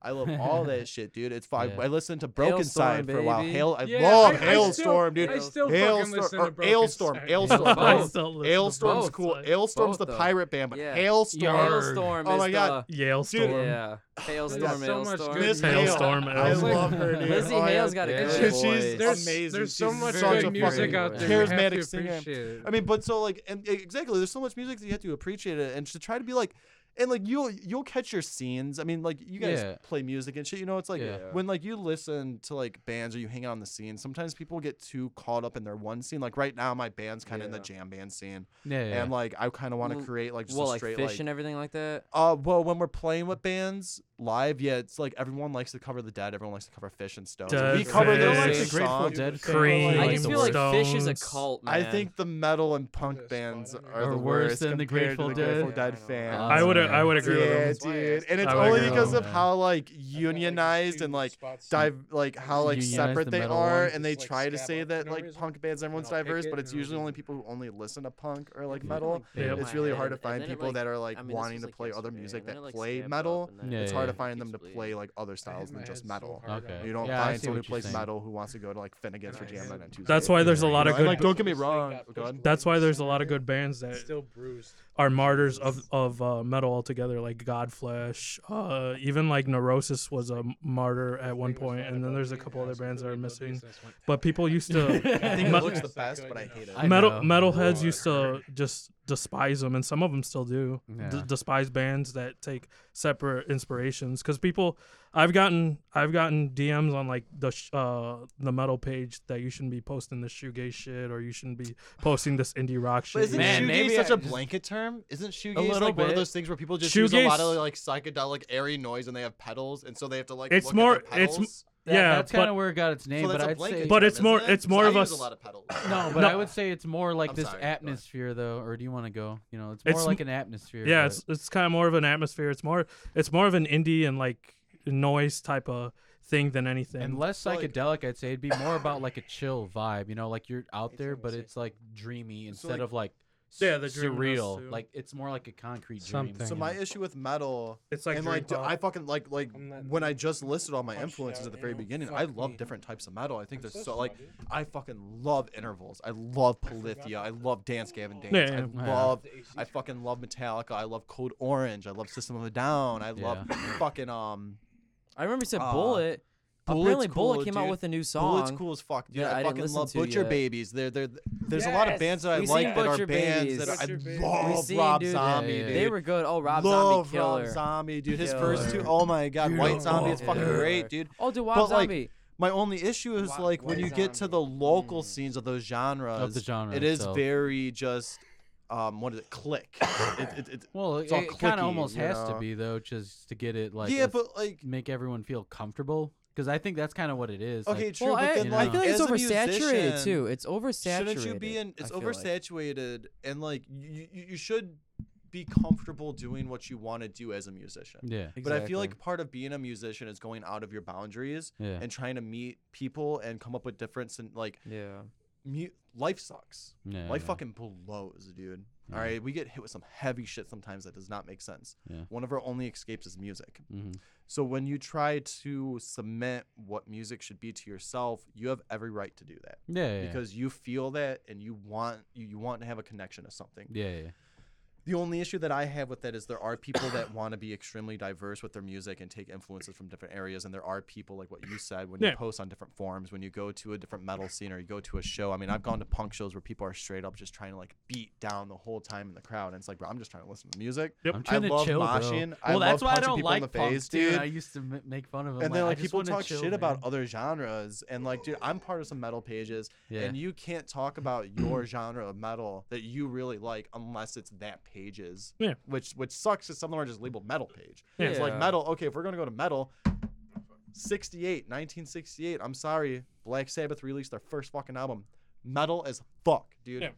D: I love all that shit, dude. It's fine.
B: Yeah.
D: I listened to Broken
E: Hailstorm,
D: Side for a while.
E: baby.
D: Hail, I
F: Yeah,
D: love
F: I- I
D: Hailstorm,
F: still-
D: dude.
F: I still fucking listen
D: Hailstorm,
F: to
D: or
F: Broken
D: Ailstorm,
F: Side.
D: Ailstorm.
E: Both.
D: both.
C: still listen to
D: Hailstorm's
C: both,
D: cool.
C: like-
D: Hailstorm's
E: Both,
D: the
E: though.
D: pirate band, but
E: Yeah.
D: Hailstorm.
E: Hailstorm
D: Oh
E: is
D: my God.
C: Yale
E: the
C: Storm.
E: yeah Hailstorm,
F: so much
E: Hailstorm.
F: good
D: Miss
F: Hail.
C: Storm,
D: Hailstorm. I
F: Hailstorm.
D: love her, dude.
E: Lizzie
D: Oh, yeah.
E: Hale's got a
D: Yeah.
E: good
D: She's-
E: voice.
D: she's-
F: There's,
D: amazing.
F: there's so
D: She's
F: much
D: such a
F: good music
D: fucking
F: out there.
D: charismatic
F: Charismatic
D: singer.
F: singer.
D: I mean, but so like, and e, exactly. There's so much music that you have to appreciate it, and to try to be like, and like you'll you'll catch your scenes. I mean, like you guys
B: Yeah.
D: play music and shit. You know, it's like
B: Yeah.
D: when like you listen to like bands or you hang out on the scene. Sometimes people get too caught up in their one scene. Like right now, my band's kind of in the
E: Yeah.
D: jam band scene,
B: yeah, yeah.
D: and like I kind of want to
E: Well,
D: create like just
E: well,
D: a
E: like
D: straight
E: fish
D: like.
E: and everything like that.
D: uh, well, when we're playing with bands live, yeah, it's like everyone likes to cover the dead. Everyone likes to cover Fish and Stones.
C: Dead
D: we cover
B: They're
D: those
B: like
D: same
B: the Grateful
D: songs.
B: Dead
C: Cream.
B: fans,
E: I
C: Like
E: just
C: the
E: feel like fish is a
C: Stones.
E: cult, man.
D: I think the metal and punk
F: Just
D: bands
F: spot on.
D: are
B: Are
D: the
B: worse
D: worst
B: than the
D: compared
B: Grateful
D: to the Grateful Dead
B: Dead?
E: Yeah, I know.
D: fans.
B: Uh,
C: I would
B: Yeah.
C: I would agree with
D: Oh, yeah,
C: him.
D: dude, and it's
C: I would
D: only
C: agree with
D: because
B: that.
D: of how like unionized and like dive like how like
B: Unionized the
D: separate they
B: metal
D: are,
B: ones.
D: and they
F: It's like
D: try to
F: scab
D: say
F: up for
D: that
F: no
D: like
F: reason.
D: punk bands everyone's
F: I'll pick
D: diverse,
F: it
D: but
F: and
D: it's
F: I'll
D: usually
F: do
D: only
F: it.
D: people who only listen to punk or like
E: Yeah.
D: metal.
B: Yeah.
D: It's really hard to
E: And- and
D: find
E: then it,
D: people
E: like-
D: that are like
E: I mean, this was,
D: wanting to
E: like,
D: play other
E: yesterday,
D: music
E: and then
D: that
E: it, like,
D: play
E: scabbed up,
D: metal.
E: and then
B: Yeah,
E: it
D: It's
E: just
D: hard to
E: keeps
D: find them to
E: bleeding.
D: play like other styles than just metal.
B: Okay.
D: You don't
B: Yeah, I
D: find
B: see
D: someone who
B: what you're
D: plays
B: saying.
D: metal who wants to go to like Finnegan's for
F: Nice.
D: jam night on Tuesday.
C: That's why there's a lot of
D: And, like
C: good.
D: don't get me wrong. Go ahead.
C: That's why there's a lot of good bands that
F: Still bruised.
C: are martyrs of of uh, metal altogether, like Godflesh. Uh, even like Neurosis was a martyr at one point, and then there's a couple other bands that are missing. But people used to
D: I think
C: Me-
D: it looks the best, but I hate it.
B: I
C: metal
B: know.
C: metalheads used to just despise them, and some of them still do d-
B: Yeah.
C: despise bands that take separate inspirations. Because people, I've gotten I've gotten DMs on like the sh- uh the metal page that you shouldn't be posting this shoegaze shit, or you shouldn't be posting this indie rock shit.
D: But isn't
B: Man,
D: shoegaze
B: maybe
D: such
B: I
D: a
B: just-
D: blanket term? Isn't shoegaze
B: little
D: like one
B: bit.
D: of those things where people just use a lot
C: Shoegaze-
D: of like psychedelic airy noise and they have pedals and so they have to like
C: It's
D: look
C: more-
D: at
C: it's
D: their pedals?
B: That-
C: yeah,
B: that's
C: but-
B: kind of where it got its name,
D: so
B: but
D: that's a
B: I'd
D: blanket
B: say.
C: But
D: term,
C: it's more-
D: isn't it?
C: it's
D: So
C: more
D: I
C: of a
D: use a
C: s-
D: lot of pedals.
B: No, but
C: No.
B: I would say it's more like
D: I'm
B: this
D: sorry, go ahead.
B: atmosphere, though. Or do you want to go? You know, it's more
C: It's
B: like an atmosphere.
C: yeah
B: but-
C: it's, it's kind of more of an atmosphere it's more it's more of an indie and like noise type of thing than anything
B: and less
D: Well, like-
B: psychedelic. I'd say it'd be more about like a chill vibe. You know, like you're out there, but it's like dreamy instead
D: like-
B: of like
I: Yeah, the dream does too.
B: surreal. Like it's more like a concrete dream.
C: Something.
D: So my issue with metal
C: It's like
D: and
C: dream
D: like do-
C: pop.
D: I fucking like like
C: I'm not-
D: when I just listed all my
C: Punch
D: influences
C: out,
D: at the very
C: you know?
D: beginning,
C: Fuck
D: I love
C: me.
D: different types of metal. I think
C: I'm
D: there's
C: so
D: so like
C: smart,
D: I fucking love intervals. I love Polyphia. I love Dance Gavin Dance.
C: Yeah,
D: I
B: yeah.
D: love I fucking love Metallica. I love Code Orange. I love System of a Down. I love fucking um
E: I remember you said
D: Uh,
E: Bullet.
D: Bullet's
E: Apparently, Bullet
D: cool,
E: came
D: dude.
E: out with a new song.
D: Bullet's cool as fuck. Dude,
E: Yeah,
D: I,
E: I didn't
D: fucking
E: listen
D: love
E: to
D: Butcher
E: yet.
D: Babies. They're, they're, there's a lot of bands that I
E: We
D: like
E: seen
D: that
E: Butcher
D: are bands
E: Babies.
D: that
I: Butcher Babies.
D: I love
E: seen,
D: Oh, Rob
E: dude,
D: Zombie,
B: yeah, yeah.
D: dude.
E: They were good. Oh, Rob
D: love
E: Zombie killer.
D: Rob Zombie, dude. His first two,
E: Killer.
D: oh my god,
E: Dude,
D: White Zombie is
E: yeah.
D: fucking great, dude.
E: Oh, dude, Rob
D: But, like,
E: Zombie.
D: My only issue is
G: Wa-
D: like when
G: White
D: you get to
G: Zombie.
D: the local
E: Mm.
D: scenes of those genres,
B: Of the genre
D: it is
B: itself.
D: very just, um, what is it? Click. it, it, it,
B: Well, it,
D: It's all
B: kind
D: clicky,
B: of almost
D: you
B: has to
D: know?
B: be though, just to get it like
D: yeah,
B: let's
D: but like,
B: make everyone feel comfortable. Because I think that's kind of what it is. like-
D: okay, true.
E: well,
D: but
E: I,
D: then,
E: I
D: like,
E: feel like it's
D: as a
E: oversaturated
D: musician,
E: too. It's oversaturated.
D: Shouldn't you be in? It's
E: I feel like.
D: oversaturated, and like you, you, you should be comfortable doing what you want to do as a musician.
B: yeah,
D: But I feel
E: Exactly.
D: like part of being a musician is going out of your boundaries
B: yeah.
D: and trying to meet people and come up with difference. And like,
E: Yeah.
D: mu- life sucks.
B: yeah,
D: Life
B: yeah.
D: fucking blows, dude.
B: Yeah.
D: All right, we get hit with some heavy shit sometimes that does not make sense.
B: Yeah.
D: One of our only escapes is music.
B: Mhm.
D: So when you try to cement what music should be to yourself, you have every right to do that
B: Yeah, yeah, yeah.
D: because you feel that and you want you, you want to have a connection to something.
B: yeah, yeah, yeah.
D: The only issue that I have with that is there are people that want to be extremely diverse with their music and take influences from different areas, and there are people like what you said when
C: Yeah.
D: you post on different forums, when you go to a different metal scene or you go to a show. I mean, I've gone to punk shows where people are straight up just trying to like beat down the whole time in the crowd, and it's like, bro, I'm just trying to listen to music.
C: Yep.
B: I'm
D: I
B: trying to
D: love
B: chill, bro.
D: moshing.
B: Well,
D: I
B: that's
D: love
B: why I
D: punching people
B: don't
D: in
B: like
D: the
B: punks,
D: face,
B: dude.
D: dude.
B: I used to m- make fun of them.
D: And then
B: I
D: like
B: just
D: people
B: wanna
D: talk
B: chill,
D: shit about
B: man.
D: other genres, and like, dude, I'm part of some metal pages,
B: Yeah.
D: and you can't talk about your genre of metal that you really like unless it's that pages.
C: Yeah.
D: Which which sucks is some of them are just labeled metal page.
C: Yeah.
D: It's like metal. Okay, if we're gonna go to metal, 68, 1968. I'm sorry, Black Sabbath released their first fucking album, metal as fuck, dude.
C: Yeah.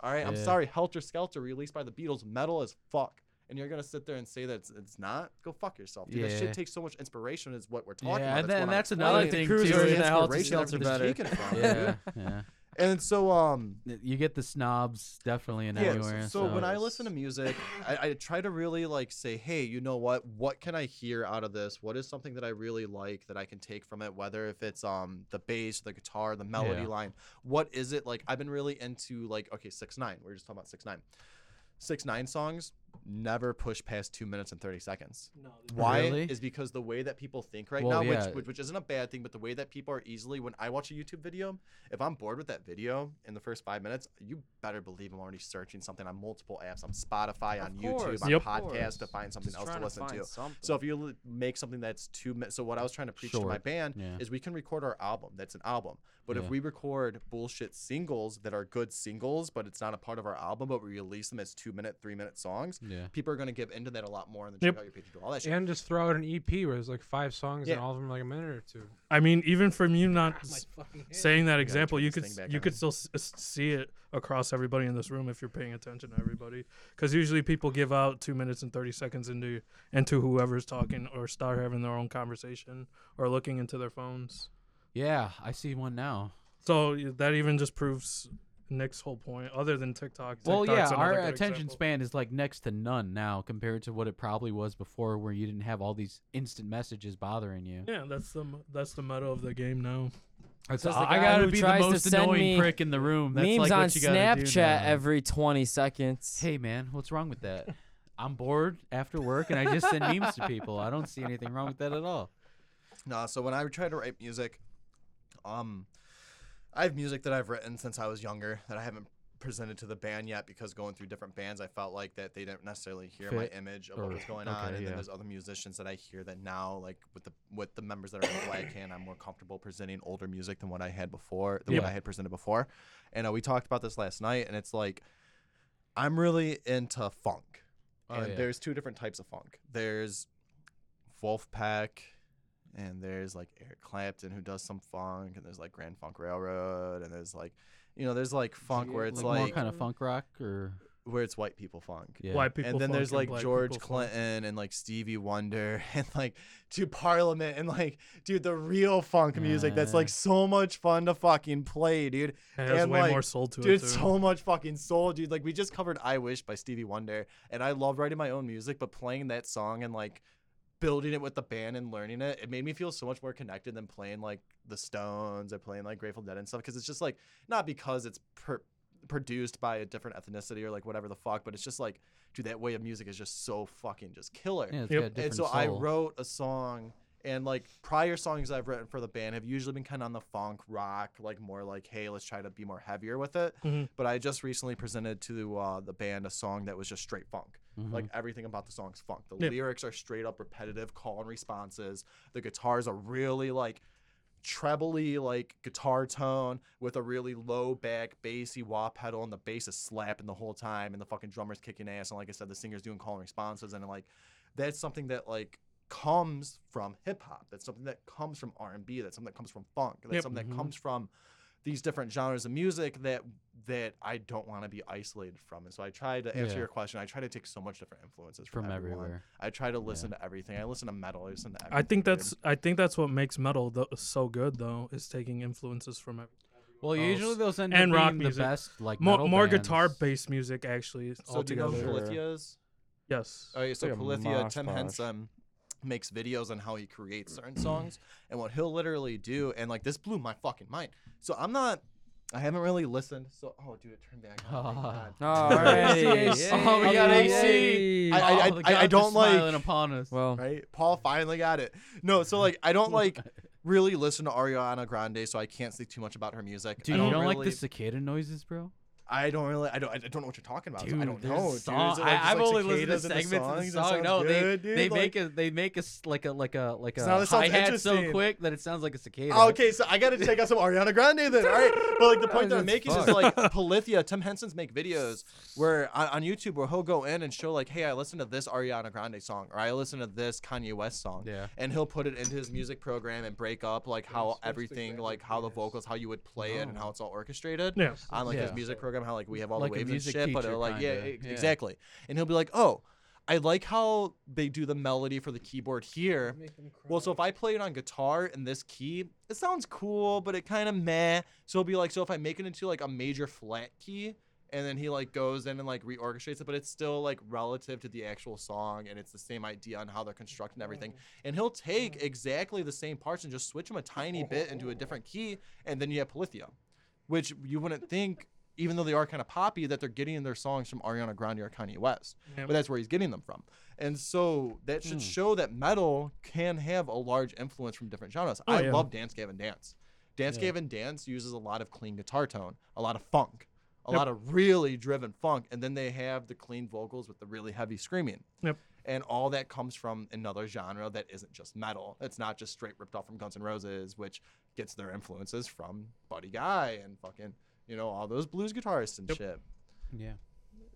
D: All right, I'm
B: Yeah.
D: sorry, Helter Skelter released by the Beatles, metal as fuck. And you're gonna sit there and say that it's, it's not? Go fuck yourself. Dude, That
B: Yeah.
D: shit takes so much inspiration. Is what we're talking
B: yeah,
D: about.
B: and then
D: what I'm
B: that's another
E: explaining.
B: thing
E: Cruise
B: too.
E: version
B: is
E: of
B: that-
E: Helter
D: inspiration that's
E: Skelter
D: what it's
E: better.
D: taken from,
B: Yeah,
D: dude.
B: yeah.
D: And so um
B: You get the snobs definitely in
D: yeah,
B: anywhere.
D: so, when I listen to music, I, I try to really like say, hey, you know what? What can I hear out of this? What is something that I really like that I can take from it? Whether if it's um the bass, the guitar, the melody
B: Yeah.
D: line. What is it like? I've been really into like okay, six nine. We were just talking about six nine. Six nine songs never push past two minutes and thirty seconds. Why
B: Really?
D: is because the way that people think right
B: Well,
D: now,
B: yeah.
D: which, which which isn't a bad thing, but the way that people are easily when I watch a YouTube video, if I'm bored with that video in the first five minutes, you better believe I'm already searching something on multiple apps, on Spotify,
E: Of
D: on
E: course,
D: YouTube, on
C: Yep.
E: of course.
D: podcast to find something
E: Just
D: else
E: trying
D: to listen to.
E: find something.
D: So if you li- make something that's two minutes, so what I was trying to preach to my
B: Short,
D: band
B: yeah.
D: is we can record our album. That's an album. But
B: Yeah.
D: if we record bullshit singles that are good singles, but it's not a part of our album, but we release them as two minute, three minute songs,
B: yeah,
D: people are going to give into that a lot more and then
C: Yep.
D: check out your page and do all that shit.
F: And just throw out an EP where there's like five songs and
D: Yeah.
F: all of them are like a minute or two.
C: I mean, even from you
B: Ah,
C: not s- saying that example,
D: turn
C: you
D: this
C: could
D: thing
C: s-
D: back
C: you
D: on.
C: could still s- s- see it across everybody in this room if you're paying attention to everybody. Because usually people give out two minutes and thirty seconds into into whoever's talking or start having their own conversation or looking into their phones.
B: yeah. I see one now.
C: So y- that even just proves Nick's whole point. Other than TikTok,
B: Well, yeah,
C: TikTok's another
B: our
C: good
B: attention
C: example.
B: span is like next to none now compared to what it probably was before, where you didn't have all these instant messages bothering you.
C: Yeah, that's the m- that's the meta of the game now.
B: It's
E: Says
B: all-
E: the
B: I
E: guy
B: gotta
E: who
B: be the
E: tries to
B: most
E: send
B: annoying
E: me
B: prick in the room. That's
E: Memes
B: like
E: on
B: what you gotta do
E: Snapchat
B: now.
E: every 20 seconds.
B: Hey man, what's wrong with that? I'm bored after work and I just send memes to people. I don't see anything wrong with that at all.
D: No, so when I try to write music, um, I have music that I've written since I was younger that I haven't presented to the band yet because going through different bands, I felt like that they didn't necessarily hear my
B: Fit
D: image of what
B: or-
D: was going
B: okay,
D: on. And
B: yeah.
D: then there's other musicians that I hear that now, like with the with the members that are in Black Hand, I'm more comfortable presenting older music than what I had before, than
B: Yeah.
D: what I had presented before. And uh, we talked about this last night, and it's like I'm really into funk.
B: Oh,
D: and
B: yeah.
D: there's two different types of funk. There's Wolfpack, and there's like Eric Clapton who does some funk, and there's like Grand Funk Railroad, and there's like, you know, there's like funk where it's
B: more
D: like,
B: kind of funk rock or
D: where it's white people funk.
B: Yeah.
C: White people.
D: and then
C: funk
D: there's like
C: black
D: George
C: people funk.
D: Clinton and like Stevie Wonder and like to Parliament and like dude the real funk music that's like
B: Yeah.
D: so much fun to fucking play, dude.
C: Yeah, there's
D: and,
C: way
D: like,
C: more soul to
D: Dude,
C: it. too.
D: so much fucking soul, dude. Like we just covered "I Wish" by Stevie Wonder, and I love writing my own music, but playing that song and like building it with the band and learning it, it made me feel so much more connected than playing like the Stones or playing like Grateful Dead and stuff. Because it's just like not because it's per- produced by a different ethnicity or like whatever the fuck, but it's just like, dude, that way of music is just so fucking just killer.
B: Yeah, it's
C: Yep.
B: got a
C: And
D: and
B: different
D: so I
B: soul.
D: wrote a song, and like prior songs I've written for the band have usually been kind of on the funk rock, like more like, hey, let's try to be more heavier with it.
B: Mm-hmm.
C: Mhm.
D: But I just recently presented to uh, the band a song that was just straight funk.
B: Mhm.
D: Like everything about the song's funk. The
C: Yeah.
D: lyrics are straight up repetitive call and responses. The guitars are really like trebly like guitar tone with a really low back bassy wah pedal and the bass is slapping the whole time and the fucking drummer's kicking ass and like I said the singer's doing call and responses and like that's something that like comes from hip hop that's something that comes from R&B that's something that comes from funk that's
C: Yep.
D: something
B: Mhm.
D: that comes from these different genres of music that that I don't want to be isolated from and so I try to answer
B: Yeah.
D: your question I try to take so much different influences from,
B: from
D: everyone.
B: everywhere.
D: I try to listen to everything I listen to metal I listen to everything
C: I think
D: dude.
C: that's I think that's what makes metal tho- so good though is taking influences from it.
B: Well,
C: else.
B: usually those end
C: And
B: up
C: rock
B: being
C: music.
B: the best. Like
C: More,
B: metal
C: more
B: bands.
C: guitar based music actually
D: so do you know
C: altogether.
D: who
J: Sure.
D: Polythea's
C: Yes.
D: Oh yeah, so
J: like a
D: Polithia,
J: mosh
D: Tim
J: posh.
D: Henson makes videos on how he creates certain songs and what he'll literally do and like this blew my fucking mind. So I'm not I haven't really listened. So oh dude, it turned back on. Thank God.
E: Alrighty.
B: Oh, we got
E: Yay.
B: AC.
D: I- I-
B: Oh,
D: I-
B: the
D: I- I
B: gods are
D: don't like-
B: smiling upon us.
E: Well,
D: Right? Paul finally got it. No, so like I don't like really listen to Ariana Grande, so I can't say too much about her music.
B: Dude,
D: I
B: you don't like
D: really-
B: the cicada noises, bro?
D: I don't really I don't I don't know what you're talking about. so I don't
B: there's
D: know. dude.
B: song-
D: Is it, like, just,
B: I, I've
D: like,
B: only listened to
D: cicadas in
B: segments of the
D: songs? That
B: song.
D: sounds
B: No,
D: good,
B: they
D: dude,
B: they
D: like-
B: make a they make us like a like a like a
D: Now that sounds
B: hi hat so
D: interesting.
B: quick that it sounds like a cicada.
D: Ah, Okay, so I gotta check out some Ariana Grande then. All right, but like the point that I'm making is like Polithia, Tim Henson's make videos where on, on YouTube where he'll go in and show like, hey, I listened to this Ariana Grande song or I listened to this Kanye West song,
B: Yeah.
D: and he'll put it into his music program and break up like how everything, like how the vocals, how you would play it, and how it's all orchestrated
C: Yeah.
D: on like his
B: Yeah.
D: music program, how like we have all
B: Like a
D: the waves and
B: music
D: shit, but
B: teacher
D: it'll, like yeah,
B: kinda,
D: ex-
B: yeah.
D: exactly. And he'll be like, oh, I like how they do the melody for the keyboard here. Well, so if I play it on guitar in this key, it sounds cool, but it kind of meh. So it'll be like, so if I make it into like a major flat key, and then he like goes in and like reorchestrates it, but it's still like relative to the actual song, and it's the same idea on how they're constructing everything. And he'll take exactly the same parts and just switch them a tiny bit into a different key, and then you have Polythia, which you wouldn't think, even though they are kind of poppy, that they're getting their songs from Ariana Grande or Kanye West,
C: Yep.
D: but that's where he's getting them from. And so that
C: Hmm.
D: should show that metal can have a large influence from different genres.
C: Oh,
D: I
C: yeah.
D: love Dance Gavin Dance. Dance Gavin Dance uses a lot of clean guitar tone, a lot of funk, a
C: Yep.
D: lot of really driven funk, and then they have the clean vocals with the really heavy screaming.
C: Yep.
D: And all that comes from another genre that isn't just metal. It's not just straight ripped off from Guns N' Roses, which gets their influences from Buddy Guy and fucking, you know, all those blues guitarists and shit.
B: Yeah.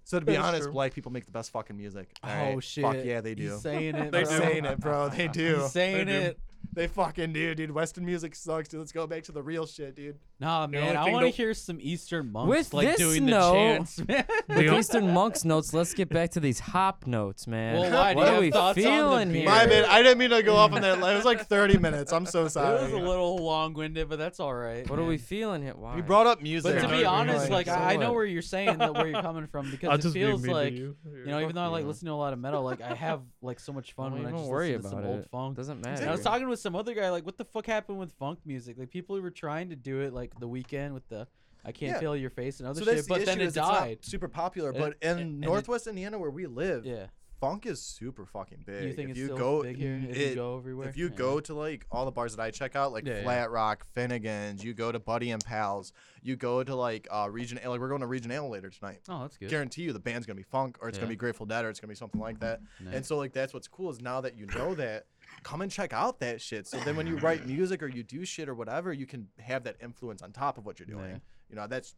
D: So to be
C: That is
D: honest,
C: true.
D: black people make the best fucking music.
B: Oh
D: alright?
B: shit.
D: Fuck yeah, they do.
B: He's saying it.
D: They're
B: bro.
D: saying it, bro. They do.
B: He's saying
C: They do.
B: it.
D: They fucking do, dude. Western music sucks, dude. Let's go back to the real shit, dude.
B: Nah,
C: only
B: man, I
C: thing
B: want to
C: that-
B: hear some Eastern monks
E: With
B: like
E: this
B: doing
E: note-
B: the chants, man.
C: The
E: with
C: o-
E: Eastern monks notes, let's get back to these hop notes, man.
B: Well, why do
E: what
B: you
E: are
B: have
E: we
B: thoughts on the
E: feeling
B: beer?
E: here?
D: My bad. I didn't mean to go off on that. It was like 30 minutes. I'm so
B: It was
D: sorry.
B: a little long-winded, but that's all right.
E: What are we
B: man.
E: feeling here? Why?
D: We brought up music.
B: But to be
D: dude.
B: honest, like
E: Like,
B: I, I
E: so
B: know
E: what?
B: where you're saying that where you're coming from because
C: I'll
B: it
C: just be
B: feels
C: mean to
B: like
C: you.
B: you know, even though I like
E: you.
B: listen to a lot of metal, like I have like so much fun
E: Don't
B: when I
E: even
B: just
E: worry
B: listen to some
E: about
B: old
E: it.
B: funk.
E: Doesn't matter.
B: And I was talking with some other guy, like, what the fuck happened with funk music? Like, people who were trying to do it, like, the weekend with the I can't
D: Yeah.
B: feel your face and other
D: so that's
B: shit,
D: the
B: but then
D: issue
B: it
D: is it's not
B: died.
D: super popular,
B: And-
D: but in
B: and- and it-
D: Northwest Indiana where we live,
B: Yeah.
D: funk is super fucking big.
B: you
D: if
B: think it's
D: you
B: still
D: go,
B: big here? If
D: it-
B: you go everywhere?
D: If you
B: Yeah.
D: go to like all the bars that I check out, like
B: Yeah, yeah.
D: Flat Rock, Finnegan's, you go to Buddy and Pals, you go to like uh, Region A, like we're going to Region A later tonight.
B: Oh, that's good.
D: Guarantee you the band's gonna be funk or it's
B: Yeah.
D: gonna be Grateful Dead or it's gonna be something like that.
B: Nice.
D: And so like that's what's cool is now that you know that, come and check out that shit. So then when you write music or you do shit or whatever, you can have that influence on top of what you're doing.
B: Yeah.
D: You know, that's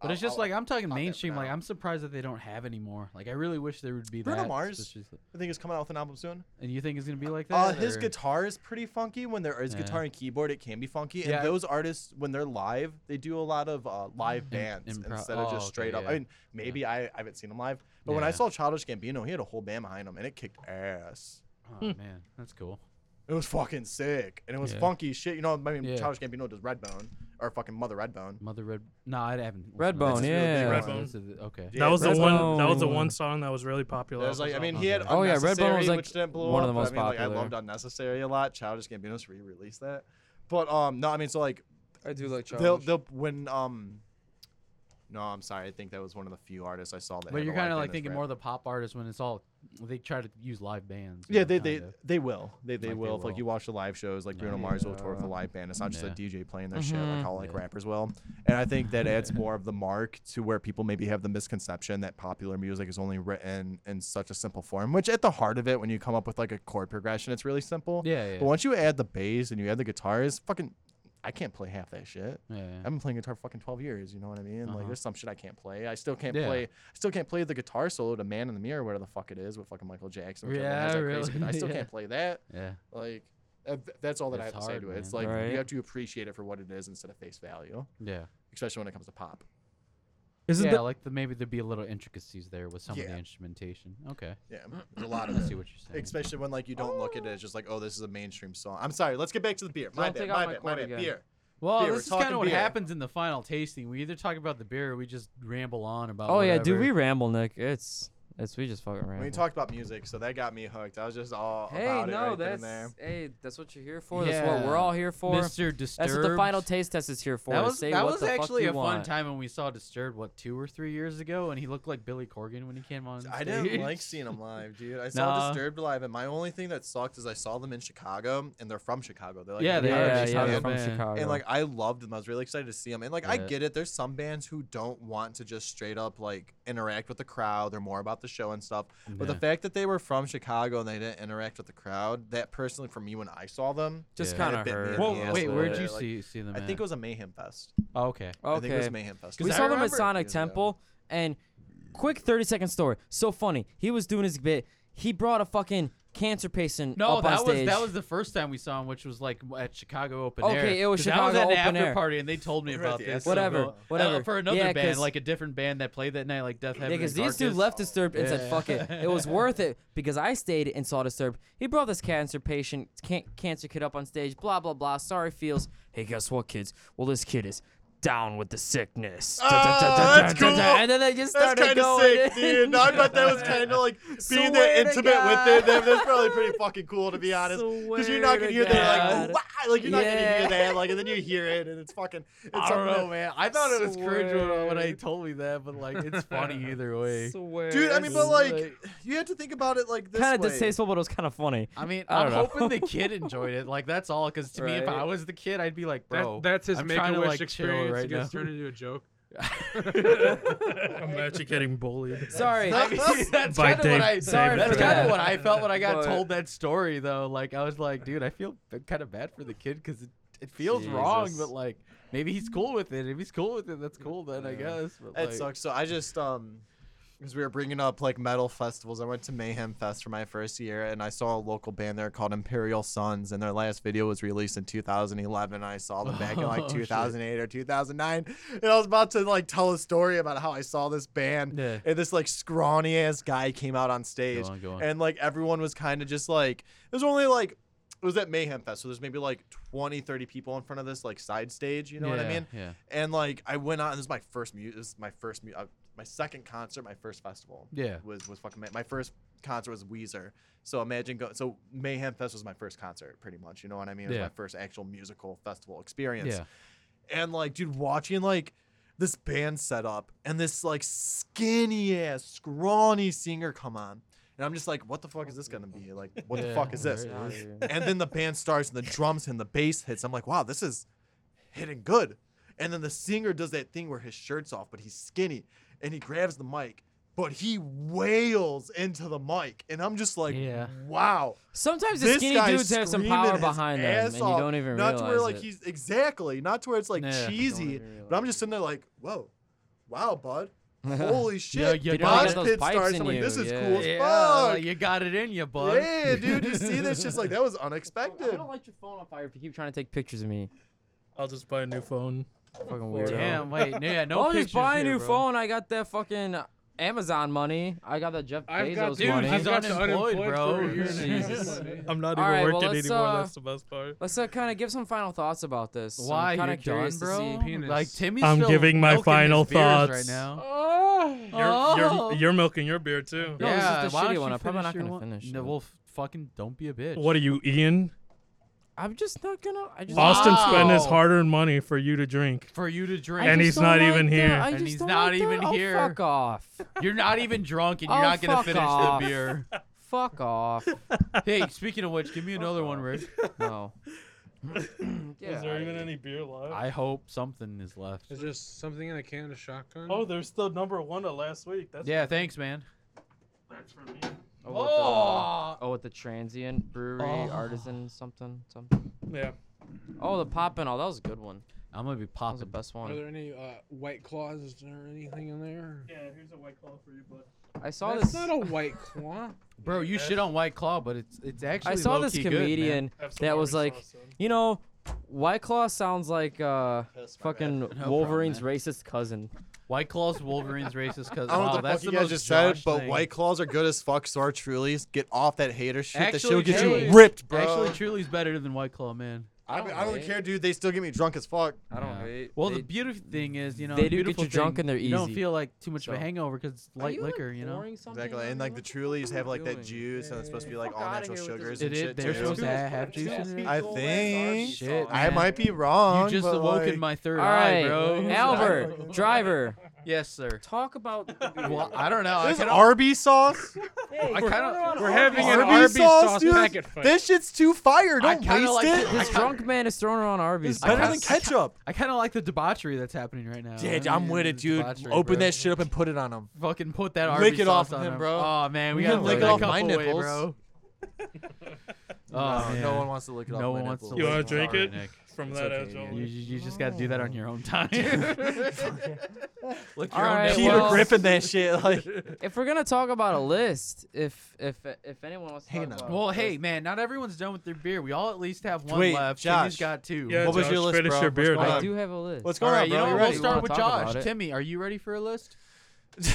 B: But it's
G: I'll- I'll-
B: just like I'm talking
G: I'll get
B: mainstream. Like
G: around.
B: I'm surprised that they don't have any more. Like I really wish there would be
D: Bruno
B: that.
D: Mars.
B: especially-
D: I think he's coming out with an album soon.
B: And you think it's gonna be like that?
D: Uh, his
B: or-
D: guitar is pretty funky. When there is
B: Yeah.
D: guitar and keyboard, it can be funky. And
B: Yeah.
D: those artists, when they're live, they do a lot of uh, live bands
B: impro-
D: instead of
B: oh, okay,
D: just straight up.
B: yeah.
D: I mean, maybe I, I haven't seen him live, but when
B: Yeah.
D: I saw Childish Gambino, he had a whole band behind him, and it kicked ass.
B: Oh man, that's cool.
D: It was fucking sick, and it was
B: Yeah.
D: funky as shit. You know, I mean,
B: Yeah.
D: Childish Gambino does Redbone or fucking Mother Redbone.
B: Mother Red. No, I haven't.
E: Redbone,
B: listened to
E: yeah.
B: that.
I: Redbone.
B: That's a- Okay.
D: Yeah,
C: that was the one. That was the
E: Redbone.
C: one song that was really popular.
D: It was
C: off
D: like,
C: his
D: I mean,
C: album.
D: he had
E: Oh, yeah, Redbone was,
D: unnecessary,
E: like,
D: which didn't blow
E: one of
D: up,
E: the
D: but
E: most
D: I mean, like, I
E: popular.
D: loved unnecessary a lot. Childish Gambino's re-released that, but um, no, I mean, so like
E: I do like
D: they'll they'll when um. No, I'm sorry. I think that was one of the few artists I saw that.
B: But
D: had
B: you're
D: a live
B: kind of
D: band
B: like
D: that's
B: thinking
D: rap.
B: more of the pop artists when it's all they try to use live bands. you
D: Yeah,
B: know,
D: they they,
B: kinda.
D: they will. They they
B: Like, they
D: will. If, like you
B: will.
D: watch the live shows, like Bruno
B: Yeah.
D: Mars will tour with a live band. It's not just
B: Yeah. Mm-hmm.
D: a DJ playing their shit like
E: Mhm.
D: how like
B: Yeah.
D: rappers will. And I think that adds more of the mark to where people maybe have the misconception that popular music is only written in such a simple form. Which at the heart of it, when you come up with like a chord progression, it's really simple.
B: Yeah,
D: But
B: yeah.
D: once you add the bass and you add the guitars, fucking, I can't play half that shit.
B: Yeah, yeah.
D: I've been playing guitar for fucking 12 years. You know what I mean?
B: Uh-huh.
D: Like, there's some shit I can't play. I still can't
B: Yeah.
D: play. I still can't play the guitar solo to "Man in the Mirror," whatever the fuck it is, with fucking Michael Jackson. which everyone has
B: Yeah,
D: that crazy
B: really,
D: guitar- I still
B: yeah.
D: can't play that.
B: Yeah.
D: Like, uh, th- that's all that I
B: It's
D: have to say
B: hard,
D: to it. It's
B: man.
D: like
E: Right.
D: you have to appreciate it for what it is instead of face value,
B: Yeah.
D: especially when it comes to pop.
C: Isn't
B: yeah,
C: that-
B: like the, maybe there'd be a little intricacies there with some of the
D: Yeah.
B: instrumentation. Okay,
D: Yeah, there's a lot
B: I
D: of
B: see
D: it.
B: what you're saying.
D: Especially when like you don't look at it as just like, oh, this is a mainstream song. I'm sorry. Let's get back to the beer. My
E: Don't
D: bad.
E: take out
D: My
E: my
D: bad. My
E: cord
D: bad.
E: again.
D: Beer.
B: well,
D: beer, we're
B: this is kind
D: talking
B: of what
D: beer.
B: happens in the final tasting. We either talk about the beer or we just ramble on about.
E: Oh yeah, dude, we
B: whatever.
E: ramble, Nick. It's it's we just fucking ramble.
D: We talked about music, so that got me hooked. I was just all
E: hey,
D: about it
E: no,
D: right then
E: that's
D: and there.
E: hey, that's what you're here for. That's what
B: Yeah.
E: we're all here for.
B: Mr. Disturbed.
E: That's what the final taste test is here for.
B: That
E: to
B: was
E: say
B: that
E: what
B: was
E: the fuck
B: actually
E: you
B: a fun
E: want.
B: time when we saw Disturbed what two or three years ago, and he looked like Billy Corgan when he came on.
D: I
B: stage.
D: didn't like seeing them live, dude. I saw
B: Nah.
D: Disturbed live, and my only thing that sucked is I saw them in Chicago, and they're from Chicago. They're like
B: Yeah,
D: a
B: they
D: Chicago
B: are.
E: Yeah,
D: based
E: yeah,
B: Chicago
E: they're
D: band.
E: from
B: band. And,
E: Chicago.
D: And like I loved them. I was really excited to see them. And like I
E: Yeah.
D: get it. There's some bands who don't want to just straight up like interact with the crowd. They're more about the show and stuff. But the
B: Yeah.
D: fact that they were from Chicago and they didn't interact with the crowd, that personally for me when I saw them,
E: just
B: Yeah.
E: kind
D: Kinda
E: of
D: bit me
E: hurt.
D: in the ass
B: Wait,
D: Yeah,
B: where'd
D: yeah,
B: you
D: like-
B: see see them?
D: I think
B: at?
D: it was a Mayhem Fest.
B: Oh, okay.
E: Okay.
D: I think it was Mayhem Fest.
E: We
B: I
E: saw them at
B: remember-
E: Sonic
D: Yes, yeah.
E: Temple, and quick 30 second story. So funny. He was doing his bit. He brought a fucking cancer patient
B: No,
E: up on
B: that was
E: stage.
B: that was the first time we saw him, which was like at Chicago Open Air.
E: Okay, it was
B: 'Cause I was at
E: Chicago
B: an
E: Open
B: after
E: Air.
B: party, and they told me
D: We were at
B: about
D: the
B: this.
D: after
B: so-
E: Whatever,
B: Uh,
E: whatever.
B: for another
E: Yeah,
B: band,
E: 'cause-
B: like a different band that played that night, like Death Heaven.
E: because
B: and
E: these dudes
B: Carcass.
E: left Disturbed and said,
B: Yeah.
E: "Fuck it, it was worth it." Because I stayed and saw Disturbed. He brought this cancer patient, can- cancer kid up on stage. Blah blah blah. Sorry feels. Hey, guess what, kids? Well, this kid is down with the sickness.
B: Ah,
E: Oh,
D: that's cool.
E: And then they just started
D: kinda
E: going. in.
D: I bet that was kind of like being that
E: Swear to
D: intimate with it. that- That's probably pretty
E: God.
D: fucking cool to be honest. Because you're
E: Swear
D: not gonna
E: to
D: hear that
E: God.
D: like wow, like you're not gonna
E: Yeah.
D: hear that like, and then you hear it and it's fucking. It's
B: I don't
D: something
B: know, man. I thought it was cringe when, when I
E: Swear.
B: told me that, but like it's funny either way.
E: Swear
D: that- Dude, I mean, but
E: to
D: like, you have to think about it like this
E: kind of
D: way.
E: distasteful, but it was kind of funny.
B: I mean,
E: I
B: I'm
E: don't know.
B: hoping the kid enjoyed it. Like that's all. Because to me, if I
E: Right.
B: was the kid, I'd be like,
F: That-
B: bro,
F: that's his
B: I'm
F: make
B: trying
F: a
B: to,
F: wish
B: like, chill
F: experience.
B: right
F: it gets
B: now.
F: turned into a joke.
C: Imagine getting bullied.
E: Sorry.
B: I mean, that's
C: By
B: kind of what
C: Dave-
B: I.
C: Dave
B: Sorry, that's
C: Grohl.
B: kind of what I felt when I got
E: But-
B: told that story, though. Like I was like, dude, I feel kind of bad for the kid because it, it feels wrong,
E: Jesus.
B: but like maybe he's cool with it. If he's cool with it, that's cool then, I guess. But,
D: That
B: like,
D: sucks. So I just um, because we were bringing up like metal festivals, I went to Mayhem Fest for my first year, and I saw a local band there called Imperial Sons, and their last video was released in 2011. And I saw them back in
B: Oh,
D: like
B: shit.
D: 2008 or 2009, and I was about to like tell a story about how I saw this band,
B: Yeah.
D: and this like scrawny ass guy came out on stage,
B: on, go on.
D: and like everyone was kind of just like, there's only like. It was at Mayhem Fest, so there's maybe like 20, 30 people in front of this like side stage. You know what I
B: Yeah,
D: mean?
B: Yeah.
D: and like I went on. This is my first music. This is my first mu- uh, my second concert, my first festival.
B: Yeah.
D: was was fucking ma- my first concert was Weezer. So imagine go. So Mayhem Fest was my first concert, pretty much. You know what I mean? It was
B: Yeah.
D: my first actual musical festival experience.
B: Yeah.
D: And like, dude, watching like this band set up and this like skinny ass scrawny singer come on. And I'm just like, what the fuck is this gonna be? Like, what the
B: Yeah,
D: fuck is this?
B: right, right.
D: and then the band starts and the drums and the bass hits. I'm like, wow, this is hitting good. And then the singer does that thing where his shirt's off, but he's skinny and he grabs the mic, but he wails into the mic. And I'm just like,
B: Yeah.
D: wow.
E: Sometimes the
D: This
E: skinny
D: guy's
E: dudes have some
D: screaming
E: power
D: his
E: behind them,
D: ass
E: and you
D: off.
E: don't even
D: Not
E: realize
D: to where like
E: it.
D: he's exactly, not to where it's like
B: Yeah.
D: cheesy,
E: even
D: but I'm
E: realize
D: just sitting there like, whoa,
K: wow, bud. Holy shit.
B: you
E: Dude,
B: got
K: Mosh
E: one of those
K: pit
E: pipes
K: starts.
E: in
K: I'm like,
E: you,
K: this is
E: yeah.
K: cool as
B: Yeah,
K: fuck.
B: like, you got it in you, bud.
K: yeah, dude, you see this? Just like that was
E: I
K: unexpected.
E: don't light your phone on fire if you keep trying to take pictures of me.
C: I'll just buy a new phone.
E: Fucking weirdo.
B: Damn, wait, no, yeah, no
E: I'll
B: pictures
E: just buy a
B: here,
E: new
B: bro.
E: phone. I got that fucking Amazon money. I got that Jeff
F: I've
E: Bezos
F: got
B: Dude,
E: money.
B: he's
F: I've got the
B: unemployed,
F: unemployed
B: bro.
F: for a year and a half.
B: Jesus.
C: I'm not
E: All
C: even
E: right, well,
C: working
E: let's,
C: anymore.
E: uh,
C: That's the best part.
E: Let's uh, kind of give some final thoughts about this.
B: Why
E: I'm kind
B: you're
E: of curious
B: done, bro?
E: to see.
F: Penis.
B: Like Timmy's
C: I'm
B: still
C: giving my
B: milking his
C: final
B: beers right
C: thoughts.
B: now.
C: You're,
B: Oh.
C: you're, you're milking your beer too.
E: No, this is
B: yeah,
E: the
B: why
E: shitty
B: don't you
E: one. I'm probably
B: finish
E: not
B: your
E: gonna
B: one-
E: finish
B: No,
E: it.
B: well, f- fucking don't be a bitch.
C: What are you, Ian?
E: I'm just not gonna. I just Oh.
C: Austin
B: Wow.
C: spent his hard-earned money for you to drink.
B: for you to drink?
E: I
C: And
E: just
C: he's
E: don't
C: not
E: like
C: even
E: that.
C: here.
E: I
B: And
E: just
B: he's
E: don't
B: not
E: like
B: even
E: that. Oh,
B: here.
E: fuck off.
B: You're not even drunk, and you're
E: Oh,
B: not gonna
E: fuck
B: finish
E: off.
B: the beer.
E: fuck off.
B: hey, speaking of which, give me another one, Rick.
E: No. Get
C: Is
E: outta
C: there even
E: here.
C: any beer left?
B: I hope something is left.
F: Is there something in a can of shotgun?
C: oh, there's still number one of last week. That's
B: Yeah, thanks, man.
E: Oh, with the- oh, with the transient brewery,
B: Oh.
E: artisan, something, something.
C: yeah.
E: Oh, the pop and all. That was a good one.
B: I'm gonna be
E: That was the
B: popping.
E: best
F: Are
E: one.
F: there any uh, white claws or anything in there?
C: Yeah, here's a white claw for you, but
E: I saw
F: That's
E: this.
F: not a white claw.
B: Bro, you shit on White Claw, but it's it's actually
E: I saw this
B: low-key good, man.
E: comedian that was like, you know, White Claw sounds like uh, fucking
B: problem,
E: Wolverine's
B: man.
E: racist cousin.
B: White Claw's Wolverine's racist cousin.
D: I don't
B: wow,
D: know what the
B: that's
D: fuck you
B: the
D: guys
B: most
D: just said,
B: Josh
D: but
B: thing.
D: White Claws are good as fuck, so are Trulies. Get off that hater shit. that shit
B: Actually,
D: will get
B: hey.
D: you ripped, bro.
B: Actually, Truly's better than White Claw, man.
D: I,
E: don't
D: I don't
E: hate.
D: care, dude. They still get me drunk as fuck.
E: I don't
B: Yeah.
E: hate.
B: Well,
E: they-
B: the beautiful thing is, you know,
E: they
B: the
E: do get
B: beautiful
E: you drunk
B: thing,
E: and they're
B: You don't
E: easy,
B: feel like too much of
E: so.
B: a hangover because it's
E: Are
B: light
E: you, like,
B: liquor, you know.
E: pouring something
D: Exactly.
E: on
D: And
E: me?
D: like the
E: What
D: Trulies
E: fuck
D: have
E: are
D: like
E: you
D: that
E: doing?
D: juice, and it's supposed to be
E: Get
D: like
E: the
D: all
E: fuck outta
D: natural
E: here with
D: sugars
E: this
D: and
B: It is-
D: shit
B: they're
D: too.
B: supposed to have juice in it?
D: I think-
B: Shit,
D: I
B: man.
D: might be wrong.
B: You just
D: but,
B: awoken
D: like,
B: my third
E: All
B: eye,
E: right,
B: bro.
E: Albert, driver,
B: Yes, sir.
E: talk about.
B: Well, I don't know. I
D: This
B: kinda-
D: Arby sauce.
B: I kind
F: We're having an
D: Arby's
F: Arby's
D: sauce,
F: sauce
D: dude.
F: packet fight.
D: This shit's too fire.
B: I
D: Don't
B: kinda
D: waste
B: like
D: it.
B: the-
E: This drunk man is throwing around Arby's.
D: It's better
B: kinda-
D: than ketchup.
B: I kind of like the debauchery that's happening right now.
D: Yeah,
B: I
D: I'm
B: mean,
D: with it,
B: the
D: dude.
B: debauchery,
D: Open
B: bro.
D: that shit up and put it on him.
B: Fucking put that
D: Lick
B: Arby's
D: it off
B: sauce
D: of
B: on
D: him, bro.
B: Oh man, we
D: You
B: gotta
D: can
B: throw
D: lick it
B: that
D: off my
B: cup away,
D: nipples.
B: bro. Oh,
D: no,
B: man.
D: no one wants to lick it off.
B: No
D: my
B: one wants to
D: nipples.
C: You
B: lick
C: want
B: it.
C: to drink
B: Sorry,
C: it
B: Nick.
C: from
D: It's
C: that
D: okay,
C: edge
D: yeah.
C: only?
B: You, you, you just gotta do that on your own time. Lick your
E: All
B: own
E: right,
B: nipples.
D: Peter
E: well-
D: Griffin that shit. Like,
E: If we're gonna talk about a list, if if if anyone wants to
D: Hang
E: talk
D: on.
E: about
B: Well, hey man, not everyone's done with their beer. We all at least have one
D: Wait,
B: left. Timmy's
D: Josh.
B: got two.
C: Yeah,
D: What was
C: Josh,
D: your list,
C: finish
D: bro?
C: your
D: What's
C: beer.
D: going
E: I
D: on?
E: do have a list.
D: what's
B: All
D: going
B: right,
D: on,
B: you
D: bro?
B: know
D: You
B: what? We'll
D: ready?
B: start
E: Wanna
B: with
E: talk
B: Josh.
E: about it?
B: Timmy, are you ready for a list?
D: yeah,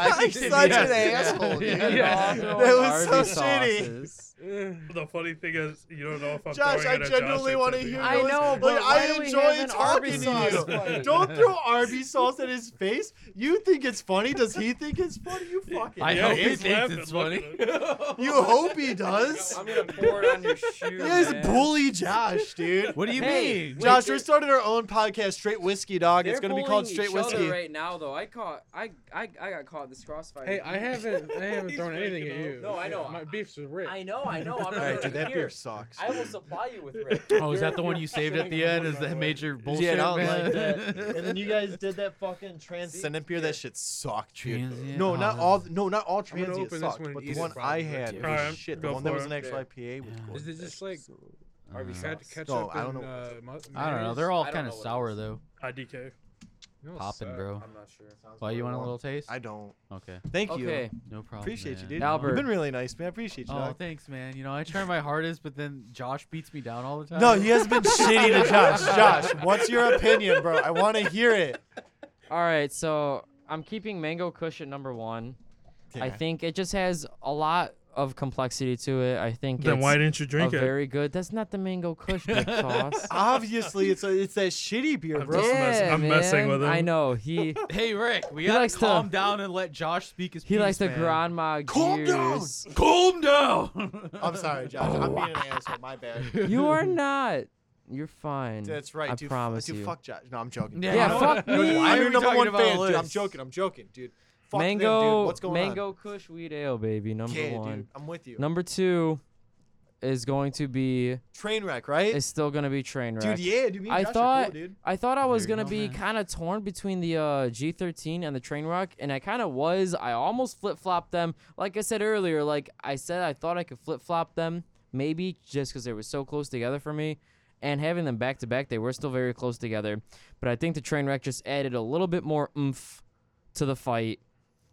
B: I think Timmy
D: such
B: is.
D: an asshole, dude.
E: Yeah,
D: That
E: no,
D: was so
E: Arby's
D: shitty.
E: sauces.
C: The funny thing is, you don't know if I'm
D: Josh, I
C: throwing it at Josh
D: genuinely
C: or
D: want to
C: Tiffany.
D: hear.
E: I
D: your
E: know,
D: list.
E: but
D: like,
E: why
D: I
E: do we have
D: enjoy
E: an
D: talking
E: Arby's sauce
D: to you.
E: fight?
D: Don't throw Arby sauce at his face. You think it's funny? Does he think it's funny? You fucking.
B: I
C: Yeah,
B: hope he
C: he's
B: thinks
C: laughing.
B: it's
C: Look
B: funny.
C: at it.
D: You hope he does.
E: I'm gonna pour it on your shoe.
D: You guys
E: man.
D: bully Josh, dude.
B: What do you
E: Hey,
B: mean?
D: Josh, we're starting our own podcast, Straight Whiskey Dog. It's
E: They're
D: gonna be called
E: bullying
D: Straight
E: each other
D: Whiskey.
E: Right now, though, I caught, I, I, I got caught in this crossfire.
F: Hey, I haven't, I haven't
C: He's
F: thrown anything at
C: freaking out.
F: you.
E: No, I know.
F: My beef's with Rick.
E: I know, I know. I'm not
D: All right, dude,
E: gonna
D: that
E: hear.
D: beer sucks.
E: I will supply you with Rick.
B: Oh, is that the one you saved at the end? Is that major bullshit?
D: Yeah, I don't like
B: man?
D: that. And then you guys did that fucking transcendent beer. That shit sucked, dude.
B: Transient?
D: No, not
B: Oh.
D: all. No, not all
F: gonna
D: transient
F: open this
D: sucked,
F: one and
D: but
F: eat
D: the
F: it
D: one I
F: probably.
D: had,
F: Dude.
D: was
C: Alright,
D: shit, the
C: go
D: one that
C: for
D: was
C: it.
D: an actual IPA. was
B: Yeah.
D: good.
F: Is it just like
E: Arby's
F: had
E: sauce.
F: ketchup?
D: No, I don't
F: and,
D: know.
F: Uh, mu-
B: I don't know.
F: mayonnaise?
B: They're all
E: I don't
B: kind
E: know
B: of
E: what it
B: sour
E: is.
B: though.
C: IDK.
F: You all
B: Popping,
F: suck.
B: bro.
E: I'm not sure.
B: Why you want a little taste?
D: I don't.
B: Okay,
D: Thank
E: okay,
D: you.
B: no problem.
D: Appreciate you,
B: Oh, man.
D: dude.
E: Albert.
D: You've been really nice, man. I appreciate you.
B: Oh,
D: dog.
B: thanks, man. You know, I try my hardest, but then Josh beats me down all the time.
D: No, he has been shitty to Josh. Josh, what's your opinion, bro? I want to hear it.
E: all right. So I'm keeping Mango Kush at number one. I think it just has a lot of complexity to it. I think
C: Then
E: it's
C: why didn't you
E: a
C: drink it?
E: very good. That's not the Mango Kush dick sauce.
D: Obviously, it's a, it's that shitty beer,
C: I'm
D: bro.
C: just mess-
E: Yeah,
C: I'm messing
E: man.
C: with him.
E: I know he
B: Hey, Rick, we
E: He
B: gotta
E: likes to-
B: calm down and let Josh speak his
E: he
B: piece,
E: likes the
B: man.
E: grandma
D: Calm down.
E: gears.
B: Calm down.
D: I'm sorry, Josh. I'm being an asshole. My bad.
E: You are not. You're fine.
D: That's right.
E: Mm. I
D: dude, F-
E: promise
D: dude,
E: you.
D: Fuck Josh. No, I'm joking.
B: Yeah,
E: Yeah,
B: I don't-
E: fuck
B: I don't-
E: me.
B: why
D: I'm
B: are
D: your
B: we
D: number
B: talking
D: one
B: about
D: fan,
B: a
D: dude. I'm
B: list?
D: joking. I'm joking, dude. Fuck them,
E: mango,
D: dude. What's going
E: mango
D: on?
E: Kush Wheat Ale, baby. Number
D: Yeah,
E: one.
D: dude. I'm with you.
E: Number two is going to be
D: Train wreck, right?
E: is still gonna be train wreck.
D: Dude, yeah, dude. Me and
E: I
D: Josh
E: thought
D: are cool, dude.
E: I thought I was
B: There you
E: gonna
B: go,
E: be
B: man.
E: kind of torn between the uh, G13 and the train wreck, and I kind of was. I almost flip flopped them. Like I said earlier, like I said, I thought I could flip flop them, maybe just because they were so close together for me, and having them back to back, they were still very close together. But I think the train wreck just added a little bit more oomph to the fight.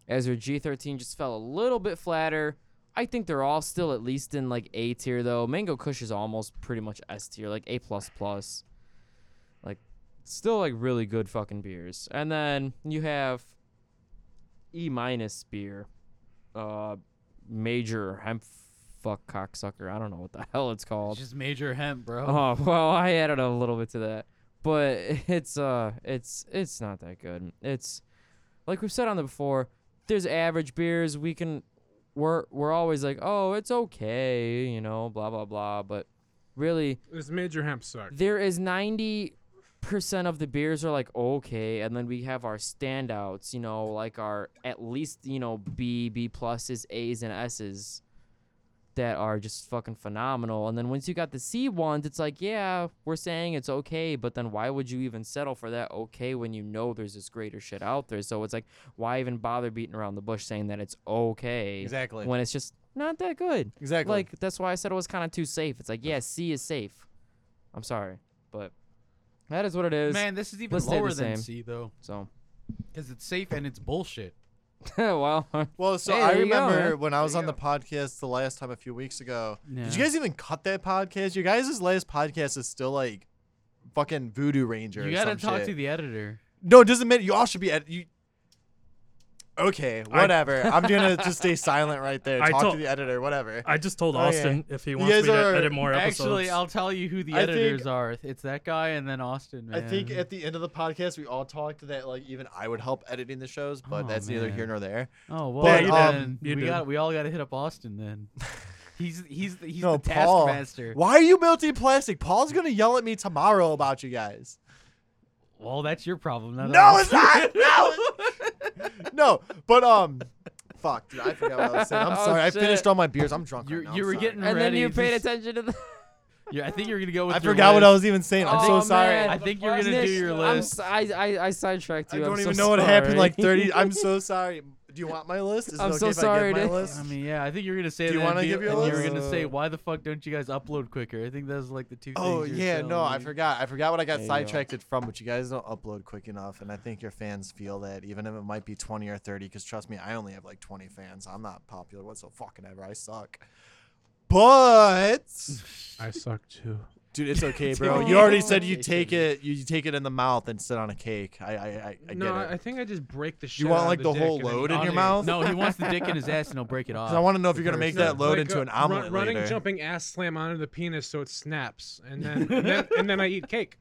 E: As your G13 just fell a little bit flatter. I think they're all still at least in like A tier though. Mango Kush is almost pretty much S tier, like A plus plus. Like still like really good fucking beers. And then you have E minus beer. Uh major hemp fuck cocksucker. I don't know what the hell it's called.
B: It's just major hemp, bro.
D: Uh-huh.
E: Oh well, I added a little bit to that, but it's uh, it's it's not that good. It's like we've said on the before. There's average beers we can, we're we're always like, oh, it's okay, you know, blah blah blah. But really,
F: This major hemp sucked.
E: there is ninety percent of the beers are like okay, and then we have our standouts, you know, like our at least you know B B pluses, A's and S's that are just fucking phenomenal. And then once you got the C ones, it's like, yeah, we're saying it's okay, but then why would you even settle for that okay when you know there's this greater shit out there? So it's like, why even bother beating around the bush saying that it's okay
D: Exactly.
E: when it's just not that good?
D: Exactly.
E: Like that's why I said it was kind of too safe. It's like, yeah, C is safe. I'm sorry, but that is what it is.
B: Man, this is even
E: Let's stay the
B: lower than
E: same.
B: C though,
E: So,
B: because it's safe and it's bullshit.
E: well,
D: Well, so
E: Hey,
D: I
E: there you go,
D: remember
E: man.
D: when I was
I: There
D: on
I: you
D: the podcast the last time a few weeks ago.
B: Yeah.
D: Did you guys even cut that podcast? Your guys' last podcast is still like fucking Voodoo Ranger.
B: You
D: got
B: gotta talk to the editor.
D: No, it doesn't matter. You all should be at you. Okay, whatever. I, am gonna just stay silent right there.
C: I
D: Talk to
C: told-
D: the editor, whatever.
C: I just told
D: Okay.
C: Austin if he wants me
D: guys
C: to
D: are-
C: edit more episodes.
B: Actually, I'll tell you who the
D: I think-
B: editors are. It's that guy and then Austin.
D: I
B: Man.
D: think at the end of the podcast we all talked that like even I would help editing the shows, but
B: Oh,
D: that's neither
B: man.
D: here nor there.
B: Oh well,
D: But, um,
B: then
C: you
B: we
C: do.
B: got we all got to hit up Austin then. He's he's the- he's
D: no,
B: the
D: Paul.
B: taskmaster.
D: Why are you melting plastic? Paul's gonna yell at me tomorrow about you guys.
B: Well, that's your problem. Not
D: No,
B: ours.
D: it's not. No, no. But um, fuck, dude, I forgot what I was saying. I'm
E: Oh,
D: sorry.
E: shit.
D: I finished all my beers. I'm drunk.
B: You
D: right now,
B: you
D: I'm
B: were
D: sorry.
B: getting
E: and
B: ready.
E: then you paid
B: Just-
E: attention to the.
B: Yeah, I think you're gonna go with.
D: I
B: your
D: forgot what
B: list.
D: I was even saying. I'm
E: Oh,
D: so sorry.
E: man.
B: I think you're gonna
E: Nick,
B: do your
E: I'm
B: list.
E: s- I, I, I sidetracked
D: I
E: you. I'm
D: don't
E: so
D: even know what happened.
E: sorry.
D: Like 30. I'm so sorry. Do you want my list? Is
E: I'm
D: it okay
E: so
D: if
E: sorry,
D: I give
E: Nick.
D: my list?
B: I mean, yeah, I think you're gonna say
D: Do you
B: that.
D: wanna
B: and be-
D: give your
B: and you were
D: list?
B: gonna say why the fuck don't you guys upload quicker? I think that was like the two.
D: Oh
B: things you were
D: yeah, no,
B: telling
D: I
B: me.
D: forgot. I forgot what I got
E: There you go.
D: sidetracked from, but you guys don't upload quick enough, and I think your fans feel that, even if it might be 20 or 30. Because trust me, I only have like 20 fans. I'm not popular whatsoever. Fucking ever, I suck. But
F: I suck too.
D: dude, it's okay, bro.
E: Dude.
D: You already said you
E: It
D: take
E: shouldn't.
D: it. You, you take it in the mouth and sit on a cake. I I I, I
F: no,
D: get
F: I
D: it. Uh,
F: think I just break the shit.
D: you want
F: out of
D: like the,
F: dick
D: whole
F: and then
D: load
F: eat
D: in your
F: it.
D: mouth?
B: No, he wants the dick in his ass and he'll break it off.
D: Because I want to know if you're gonna
B: the
D: make
B: person.
D: that load
F: like,
D: into
F: uh,
D: an
F: run-
D: omelet
F: running,
D: later.
F: jumping, ass slam onto the penis so it snaps, and then and then, and then I eat cake.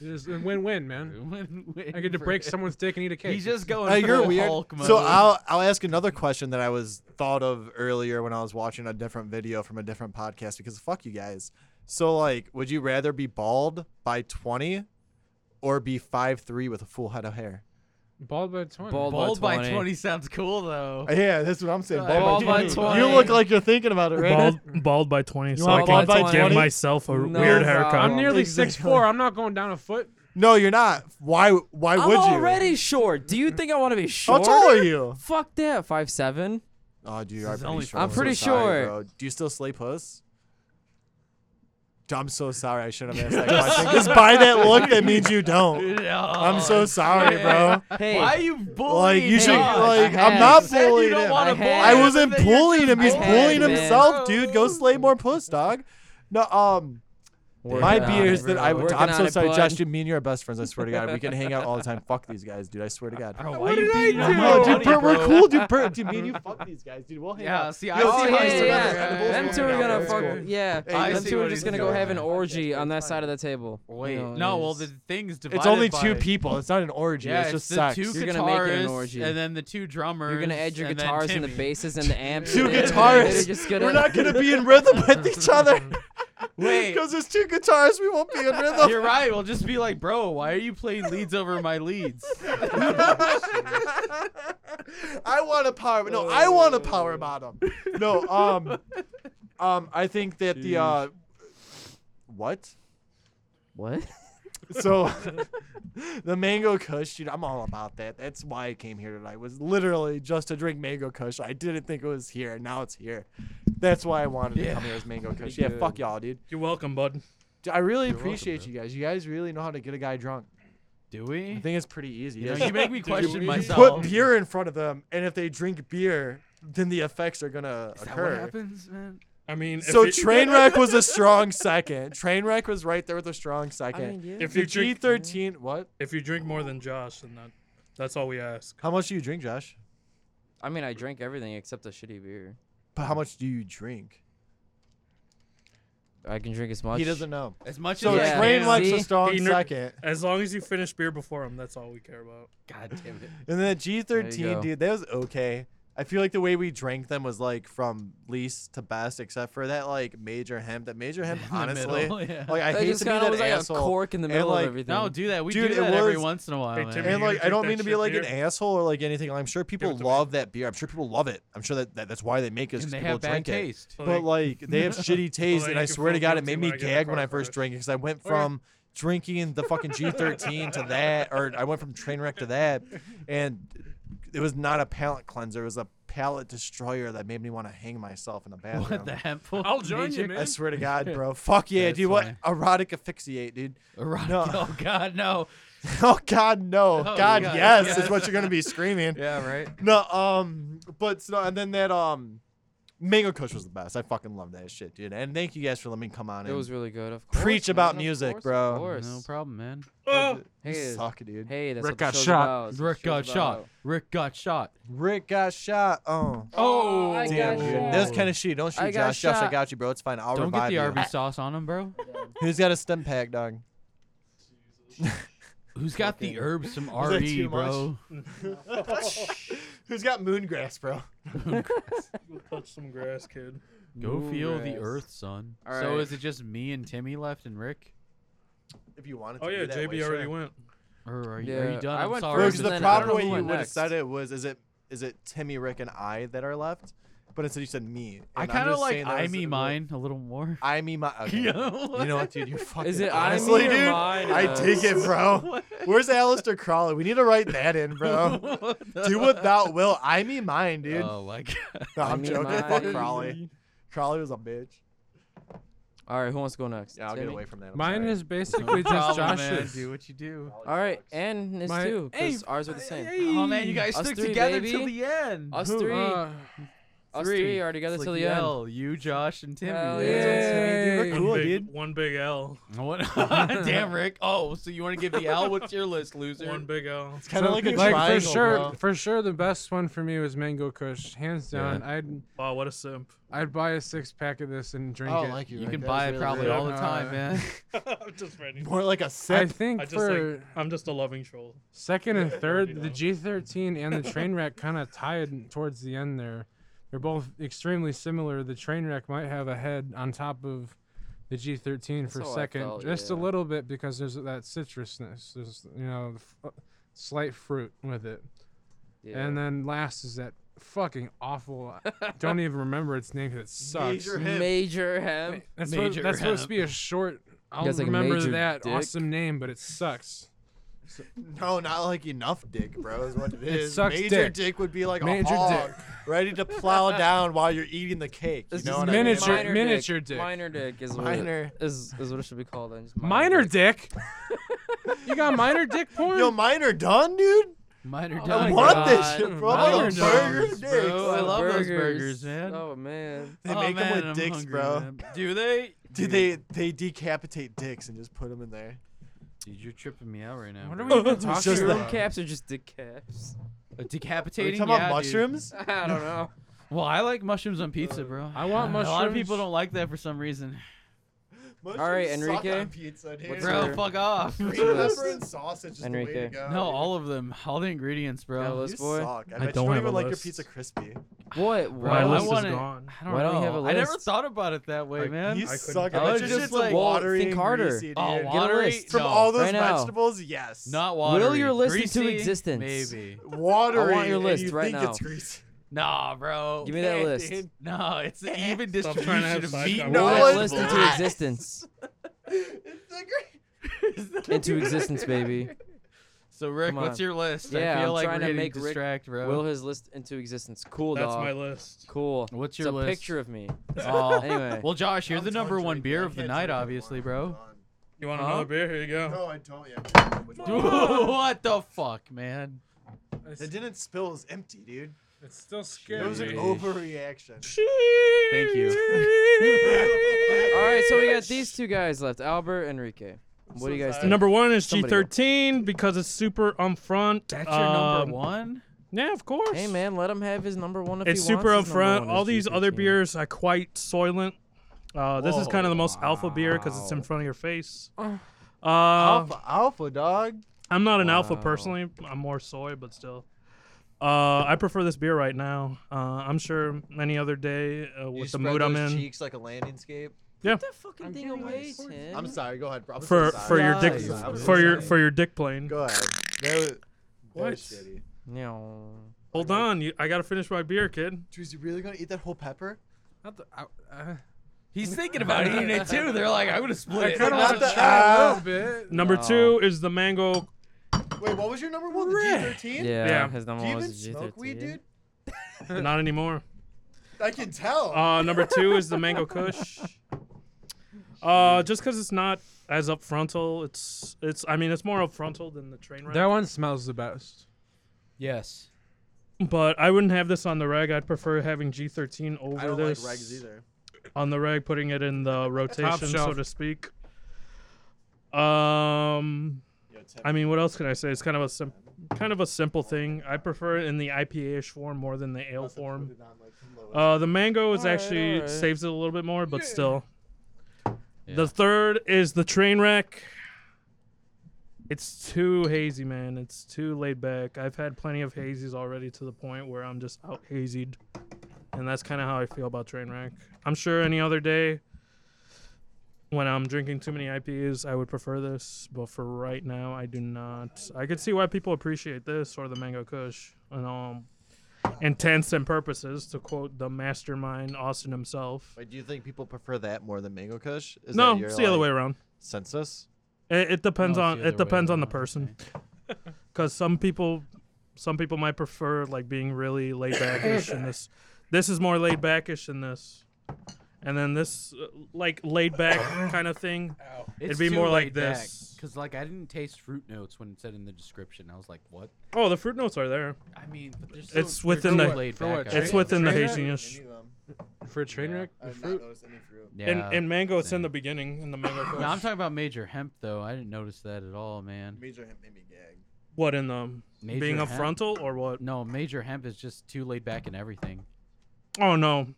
F: It's a win-win, man. I get to break someone's dick and eat a cake.
B: He's just going.
D: Uh, you're
B: full
D: weird.
B: Hulk mode.
D: So I'll I'll ask another question that I was thought of earlier when I was watching a different video from a different podcast because fuck you guys. So like, would you rather be bald by twenty, or be five three with a full head of hair?
F: bald by twenty.
E: Bald
B: Bald by
E: 20.
B: 20 sounds cool though.
D: Yeah, that's what I'm saying.
B: Uh, Bald by 20.
D: You look like you're thinking about it, right?
C: bald, bald by 20, so
E: want
C: I can
E: bald by
C: give
E: 20?
C: myself a
E: No
C: weird
E: problem.
C: haircut.
F: I'm nearly
D: Exactly.
F: six four. I'm not going down a foot.
D: No, you're not. Why? Why
E: I'm
D: would you?
E: already short. Do you think I want to be
D: How
E: short?
D: tall are you?
E: Fuck that. Five seven.
D: Oh, dude,
B: This
D: I'm
B: is
D: pretty
B: only
D: sure.
E: I'm pretty
D: so sorry,
E: sure.
D: bro. Do you still slay puss? I'm so sorry. I shouldn't have asked that question. Because by that look, that means you don't. I'm so sorry, bro.
E: Hey,
B: Why are you bullying?
D: Like you should.
E: Josh,
D: Like
E: I
D: I'm not
E: have.
B: said you
D: bullying
B: don't
D: him.
B: want
E: I
B: to bully.
E: had-
D: I
B: him,
D: wasn't
B: but then you're
D: bullying him. He's
B: just
E: I
B: bullying
D: bullying
E: had, man.
D: himself, dude. Go slay more puss, dog. No, um,
E: Working
D: my
E: on
D: beer
E: it,
D: is that I.
E: bro.
D: would-
E: Working
D: I'm
E: on
D: so
E: it,
D: sorry,
E: bud.
D: Josh. Dude, me and you are best friends. I swear to God, we can hang out all the time. Fuck these guys, dude. I swear to God.
B: Bro, why
F: What
B: you
F: did I
B: beating up
F: do?
B: on
D: No, dude,
B: Tony,
D: Bert, we're
B: bro?
D: cool, dude. Bert, dude, me and you fuck these guys, dude. We'll hang
B: Yeah,
D: out.
B: see,
D: You'll
B: I
D: see
E: Oh,
B: see
D: how
E: yeah,
D: I
E: yeah,
D: survive
E: yeah.
D: animals
E: Them
D: when
E: two
D: we're
E: are
D: out.
E: gonna
D: That's
E: fuck.
D: cool.
E: Yeah,
B: I
E: them
B: see
E: two
B: what
E: are
B: he's
E: just gonna
B: doing.
E: go have an orgy on that side of the table.
B: Wait,
E: You know,
B: no.
E: it
B: Well,
E: is.
B: the thing's divided.
D: It's only
B: by-
D: two people. It's not an orgy.
B: Yeah,
D: it's just
B: the
D: sex.
B: two
E: You're gonna make it an
B: guitarists
E: orgy.
B: and then the two drummers.
E: You're gonna add your
B: and then
E: guitars and the
B: Timmy.
E: basses and the amps.
D: Two
E: and everything.
D: guitarists.
E: They're just gonna-
D: We're not gonna be in rhythm with each other.
B: Wait.
D: because there's two guitars, we won't be in rhythm.
B: You're right. We'll just be like, bro, why are you playing leads over my leads?
D: I want a power. No, I want a
F: Oh.
D: power bottom. No, um, um, I think that the uh, what?
E: What?
D: So the mango kush, dude, I'm all about that. That's why I came here tonight. Was literally just to drink mango kush. I didn't think it was here, and now it's here. That's why I wanted to
B: Yeah.
D: come here as mango kush. Yeah, fuck y'all, dude.
C: You're welcome, bud.
L: D- I really
F: You're welcome,
L: appreciate
F: man.
L: you guys. You guys really know how to get a guy drunk.
B: Do
L: I
B: we?
L: think it's pretty easy.
B: You, know,
L: Yes.
B: you make me question
F: we-
B: myself.
D: Put beer in front of them, and if they drink beer, then the effects are gonna
B: Is that what
D: occur.
B: happens, man?
C: I mean, if
D: So
C: it-
D: Trainwreck was a strong second. Trainwreck was right there with a strong
E: I
D: second.
E: mean, yeah.
C: if
D: The
C: you drink
D: G13, what?
C: if you drink more than Josh, then that, that's all we ask.
D: How much do you drink, Josh?
E: I mean, I drink everything except a shitty beer.
D: But how much do you drink?
E: I can drink as much.
D: He doesn't know.
B: As much
D: So
B: as I
E: Yeah.
B: can.
D: Trainwreck's
E: See?
D: a strong
C: He ner-
D: second.
C: As long as you finish beer before him, that's all we care about.
B: God damn it.
D: And then G
E: There you go.
D: thirteen, dude, that was okay. I feel like the way we drank them was like from least to best, except for that like major hemp. That major hemp,
B: In the
D: honestly,
B: middle, Oh, yeah.
D: like I
E: That
D: hate
E: just
D: to be
E: kinda
D: that
E: was like
D: asshole.
E: a cork in the
D: and,
E: middle
D: like,
E: of everything.
B: no, do that. We
D: Dude,
B: do
D: it
B: that every
D: was-
B: once in a while,
C: Hey,
B: man.
C: Timmy,
D: And like,
C: you gonna
D: I
C: drink
D: don't
C: that
D: mean to be
C: shit
D: like an
C: beer?
D: asshole or like anything. I'm sure people
C: it to me.
D: love that beer. I'm sure people love it. I'm sure that, that that's why they make it. is
B: and they
D: 'cause
B: have
D: people
B: bad
D: drink it.
B: taste.
D: But like, they have shitty taste, and
C: then you
D: I
C: can
D: swear to
C: feel
D: God, it
C: guilty
D: made
C: when
D: me
C: I get the
D: gag when I
C: car
D: first
C: crash.
D: drank it because I went from drinking the fucking G13 to that, or I went from train wreck to that, and it was not a palate cleanser. It was a palate destroyer that made me want to hang myself in the bathroom.
B: What the hemp? will
C: I'll join
B: major-
C: you, man.
D: I swear to God, bro. Fuck yeah,
B: That's
D: dude. What
B: funny.
D: erotic asphyxiate, dude.
B: Erotic.
D: No.
B: Oh God, no.
D: Oh God, no. God,
B: God,
D: yes,
B: yes.
D: is what you're gonna be screaming.
B: Yeah, right.
D: No, um, but so and then that um, Mango Kush was the best. I fucking love that shit, dude. And thank you guys for letting me come on.
E: it
D: and
E: was really good. Of course,
D: preach
E: man,
D: about
E: of
D: music,
E: course,
D: bro.
E: Of course.
B: No problem, man.
C: Oh,
E: Hey,
D: You
E: it's-
D: suck, dude.
E: hey, that's
F: Rick
E: what the
F: got
E: show's
F: shot.
E: about. That's what
B: Rick
E: the
B: got
E: show's
B: shot.
E: about.
B: Rick got shot.
D: Rick got shot. Oh,
B: Oh,
E: I
D: damn,
E: got
D: dude.
E: shot.
D: That's kind of shitty. Don't shoot,
E: I got
D: Josh. Josh, I
E: shot.
D: got you, bro. It's fine. I'll
B: Don't get
D: revive
B: the
D: you.
B: RB sauce on him, bro.
D: Who's got a stem pack, dog?
B: Who's got the herbs from
D: that
B: RE,
D: too much?
B: bro?
D: Who's got moongrass, bro?
C: you touch some grass, kid.
B: Go
E: Moon
B: feel the
E: grass.
B: earth, son.
E: All
B: So
E: right.
B: is it just me and Timmy left and Rick?
D: If you wanted to.
C: Oh yeah,
D: be that
C: JB
D: way,
C: already
D: sure.
C: went.
B: Or are you, are
E: Yeah,
B: you done?
E: I
B: I'm
E: went
B: sorry.
D: Bro,
E: first
D: because
B: I'm just-
E: and
D: the
E: then I don't
D: proper
E: know
D: way
E: who
D: you
E: went
D: would have said
E: next.
D: it was, is it is it Timmy, Rick, and I that are left? But instead you said me.
B: I
D: and I'm
B: kind of
D: just
B: like
D: saying that
B: I
D: was-
B: me mine a little more.
D: I me my. Okay.
B: You
D: You know what, dude? You fucking.
E: Is it I, me,
D: honestly,
E: or
D: dude?
E: mine?
D: I
E: Uh,
D: take it, bro. Where's Alistair Crawley? We need to write that in, bro. Do what thou will. I me mine, dude.
B: Oh my god.
D: no,
E: I
D: I'm
E: me
D: joking. Fuck
E: mine.
D: Crawley. Crawley was a bitch.
E: All right, who wants to go next?
D: Yeah, I'll get
E: Timmy?
D: away from that. I'm
F: Mine
D: sorry.
F: is basically
B: No
F: just
B: problem, man.
F: Josh's.
B: Do what you do.
E: All right, and his
F: My-
E: too, because ours are the same.
B: Oh man, you guys
E: Us
B: stuck
E: three,
B: together
E: baby.
B: till the end.
E: Us
F: Who-
E: three,
F: uh,
E: us three are together
B: It's
E: till
B: like
E: the end.
B: L, you, Josh, and Timmy.
E: Hell
B: That's what I'm saying, dude.
F: yay.
B: We're
C: One
B: cool,
C: big,
B: dude.
C: One big L.
B: What- Damn, Rick. Oh, so you want to give the L? What's your list, loser?
C: One big L.
D: It's kind of
F: so,
D: like a
F: for
D: triangle,
F: sure,
D: bro.
F: for sure, the best one for me was Mango Kush, hands down. I'd
C: Wow, what a simp.
F: I'd buy a six pack of this and drink
E: Oh,
F: it.
D: like
B: you can buy it probably
F: good.
B: all the time,
F: Uh,
B: man.
C: I'm just ready.
D: More like a
F: I
D: sip.
F: think
C: I just
F: for
C: like, I'm just a loving troll.
F: second and third, the
C: know.
F: G13 and the train wreck kind of tied towards the end there. They're both extremely similar. The train wreck might have a head on top of the G13 for
E: That's how I
F: second,
E: felt,
F: just a
E: yeah.
F: little bit because there's that citrusness. There's you know the f- uh, slight fruit with it.
E: Yeah.
F: And then last is that fucking awful. I don't even remember its name 'cause it sucks.
D: Major hip.
E: Major hem.
F: That's, supposed-
B: Major
F: that's supposed to
B: hemp.
F: be a short. I'll
E: guys like
F: remember
E: Major
F: that
E: Dick?
F: awesome name, but it sucks.
D: No, not like enough dick, bro. Is what it is.
F: sucks
D: Major
F: dick.
D: would be like
F: Major
D: a hog,
F: dick.
D: ready to plow down while you're eating the cake. You
E: This
D: know
E: is
D: what
F: miniature-
D: I mean?
E: minor
F: miniature
E: dick.
F: dick.
E: Minor dick is
D: Minor.
E: What it, is, is what it should be called. then, just
F: Minor dick. you got minor dick porn?
D: Yo, mine are done, dude.
B: Mine are
D: I
B: done.
D: want
E: God.
D: this shit, bro. I
B: Mine
D: love
B: are
D: burgers,
B: done,
D: dicks.
B: bro. Oh, I love those burgers, man.
E: Oh man.
D: They
B: Oh,
D: make
B: man,
D: them
B: I'm
D: with dicks,
B: hungry,
D: bro.
B: man. Do they?
D: Dude, they they decapitate dicks and just put them in there.
B: Dude, you're tripping me out right now.
F: What are
B: bro.
F: we even talking
D: just
E: Room
F: about?
E: caps are just dick caps.
B: Uh,
D: Are you
B: decapitating?
D: talking
B: Yeah,
D: about
B: dude.
D: mushrooms?
E: I don't know.
B: Well, I like mushrooms on pizza, bro.
F: I want
B: A lot of
F: mushrooms.
B: people don't like that for some reason.
D: mushrooms?
E: right,
D: suck
E: Enrique.
D: on pizza, dude.
E: What's
B: Bro,
E: your-
B: fuck off.
D: Green
E: your list?
D: pepper and sausage is the way to
E: Enrique.
D: go.
B: No, all of them, all the ingredients,
E: Got a
B: bro.
E: list?
D: you
E: boy.
D: suck. I,
C: I
D: bet you
C: don't
D: don't
C: have a
D: even like your
C: list.
D: pizza crispy.
E: What?
C: My
E: Why?
B: I
C: list
E: would-
C: is
B: wanna-
C: gone.
B: I don't
E: Why
B: know.
E: don't you have a
B: I never
E: list?
B: thought about it that way,
C: Like,
B: man.
D: You
C: I couldn't
D: suck.
C: do
D: I
B: it.
D: bet
B: It's
D: you're
B: just
D: just
B: like-
D: like
E: Well,
D: watery
E: think
D: and
E: harder.
D: greasy, dude.
B: oh,
E: Get a
B: watery?
E: list.
D: From
B: no,
D: all those
E: right now.
D: vegetables, yes.
B: not watery.
E: Whittle your list into
B: Greasy?
E: existence.
B: Maybe.
D: watery.
E: I want your
D: and
E: list
D: you
E: right
D: think
E: now.
D: It's greasy.
B: Nah, bro.
E: Give me that
B: Yeah,
E: list.
B: dude. No, it's an even
C: Stop trying to have
B: distribution of
C: side
B: meat.
C: conversation.
E: Put
B: and
D: No,
E: that
D: it's
E: list into
D: not.
E: existence.
D: It's the grease.
E: into existence, baby.
B: So Rick,
E: Come
B: what's
E: on.
B: your list? I
E: Yeah,
B: feel
E: I'm
B: like
E: trying
B: we're
E: to
B: getting
E: make Rick-
B: distract, bro.
E: Will his list into existence. Cool,
C: That's
E: dog.
C: my list.
E: Cool.
B: What's
E: it's
B: your
E: a
B: list?
E: picture of me.
B: Oh.
E: Anyway.
B: Well, Josh, you're
D: I'm
B: the
D: done
B: number one
D: drinking.
B: beer
D: I
B: of the
D: can't
B: night,
D: drink anymore.
B: obviously,
D: I'm
B: bro.
D: done.
I: You want another beer? Here you go.
J: No, I don't yet.
B: what the fuck, man?
I: It's,
J: It didn't spill. It was empty, dude.
I: it's still
J: It
I: scary.
J: was an
B: Jeez.
J: overreaction.
B: Thank you.
E: All right, so we got these two guys left, Albert Enrique. What do you guys think?
C: Number one is
E: Somebody
C: G13 because it's super up front.
B: That's your number
C: Um,
B: one.
C: Yeah, of course.
E: Hey man, let him have his number one if
C: It's
E: he wants.
C: super up
E: his number
C: front.
E: one is
C: All these other
E: G13.
C: beers are quite soylent. Uh, this is kind of the most alpha beer because it's in
B: wow.
C: front of your face.
E: Oh.
C: Uh,
J: alpha, alpha, dog.
C: I'm not an alpha
E: Wow.
C: personally. I'm more soy, but still. Uh, I prefer this beer right now. Uh, I'm sure any other day uh,
J: You
C: with the
J: spread
C: mood I'm
J: those
C: in
J: cheeks like a landing scape.
E: Put that fucking thing away, Tim.
J: I'm sorry. Go ahead, bro. I'm so
C: for
J: sorry.
C: for your dick
J: I'm so sorry. I'm so
C: for your
J: sorry.
C: for your dick plane.
J: Go ahead. That was,
C: What?
J: shitty.
E: No.
C: Hold on, you, I gotta finish my beer, kid.
J: Drews, you really gonna eat that whole pepper?
F: Not the, I, I,
B: He's thinking about eating it too. They're like, I'm gonna
F: I
B: split
F: kind of
B: it.
F: want to try a little bit.
C: Number two is the mango.
J: Wait, what was your number one? The
C: Red.
J: G13?
E: Yeah,
C: Yeah.
E: his
J: Do
E: number
J: you
E: one
J: even
E: was G13.
J: smoke weed, dude?
C: Not anymore.
J: I can tell.
C: Uh, number two is the mango kush. Uh, just because it's not as up frontal, it's it's. I mean, it's more up frontal than the train wreck.
F: That one smells the best.
B: Yes.
C: but I wouldn't have this on the reg. I'd prefer having G13 over
J: I don't like
C: this
J: regs either.
C: on the reg, putting it in the rotation, so
F: shelf.
C: to speak. Um,
J: Yo, Tim,
C: I mean, what else can I say? It's kind of a sim- kind of a simple thing. I prefer it in the IPA-ish form more than the ale
J: put
C: form.
J: it on, like, the lowest.
C: Uh, the mango is
E: All right,
C: actually
E: all right.
C: saves it a little bit more, but
F: Yeah.
C: still.
B: Yeah.
C: The third is the train wreck. It's too hazy, man. It's too laid back. I've had plenty of hazies already to the point where I'm just out hazied, and that's kind of how I feel about train wreck. I'm sure any other day, when I'm drinking too many IPAs, I would prefer this, but for right now, I do not. I could see why people appreciate this or the Mango Kush, and um, intents and purposes, to quote the mastermind Austin himself.
J: Wait, do you think people prefer that more than Mango Kush? Is
C: no,
J: that your,
C: it's the other
J: like,
C: way around.
J: Census?
C: It, it depends
B: No, it's
C: on
B: the
C: it
B: other way
C: depends on the
B: around,
C: person, because some people, some people might prefer like being really laid backish, and this, this is more laid backish than this, and then this uh, like laid back kind of thing. It'd be more like this.
B: Because like I didn't taste fruit notes when it said in the description. I was like, what?
C: Oh, the fruit notes are there.
B: I mean, but there's
C: It's within the-
B: laid
F: for what,
B: back. I
C: It's
B: think.
C: within the
F: Train wreck?
C: haziness.
J: Any of them.
F: For a train
B: Yeah.
F: wreck, the
J: I've not
F: fruit.
J: noticed any fruit.
B: Yeah.
C: in, in mango, it's in
B: same.
C: the beginning in the mango.
B: no, I'm talking about major hemp though. I didn't notice that at all, man.
J: Major hemp made me gag.
C: what in the
B: Major
C: being up
B: hemp.
C: frontal or what?
B: No, major hemp is just too laid back in everything.
C: Oh no,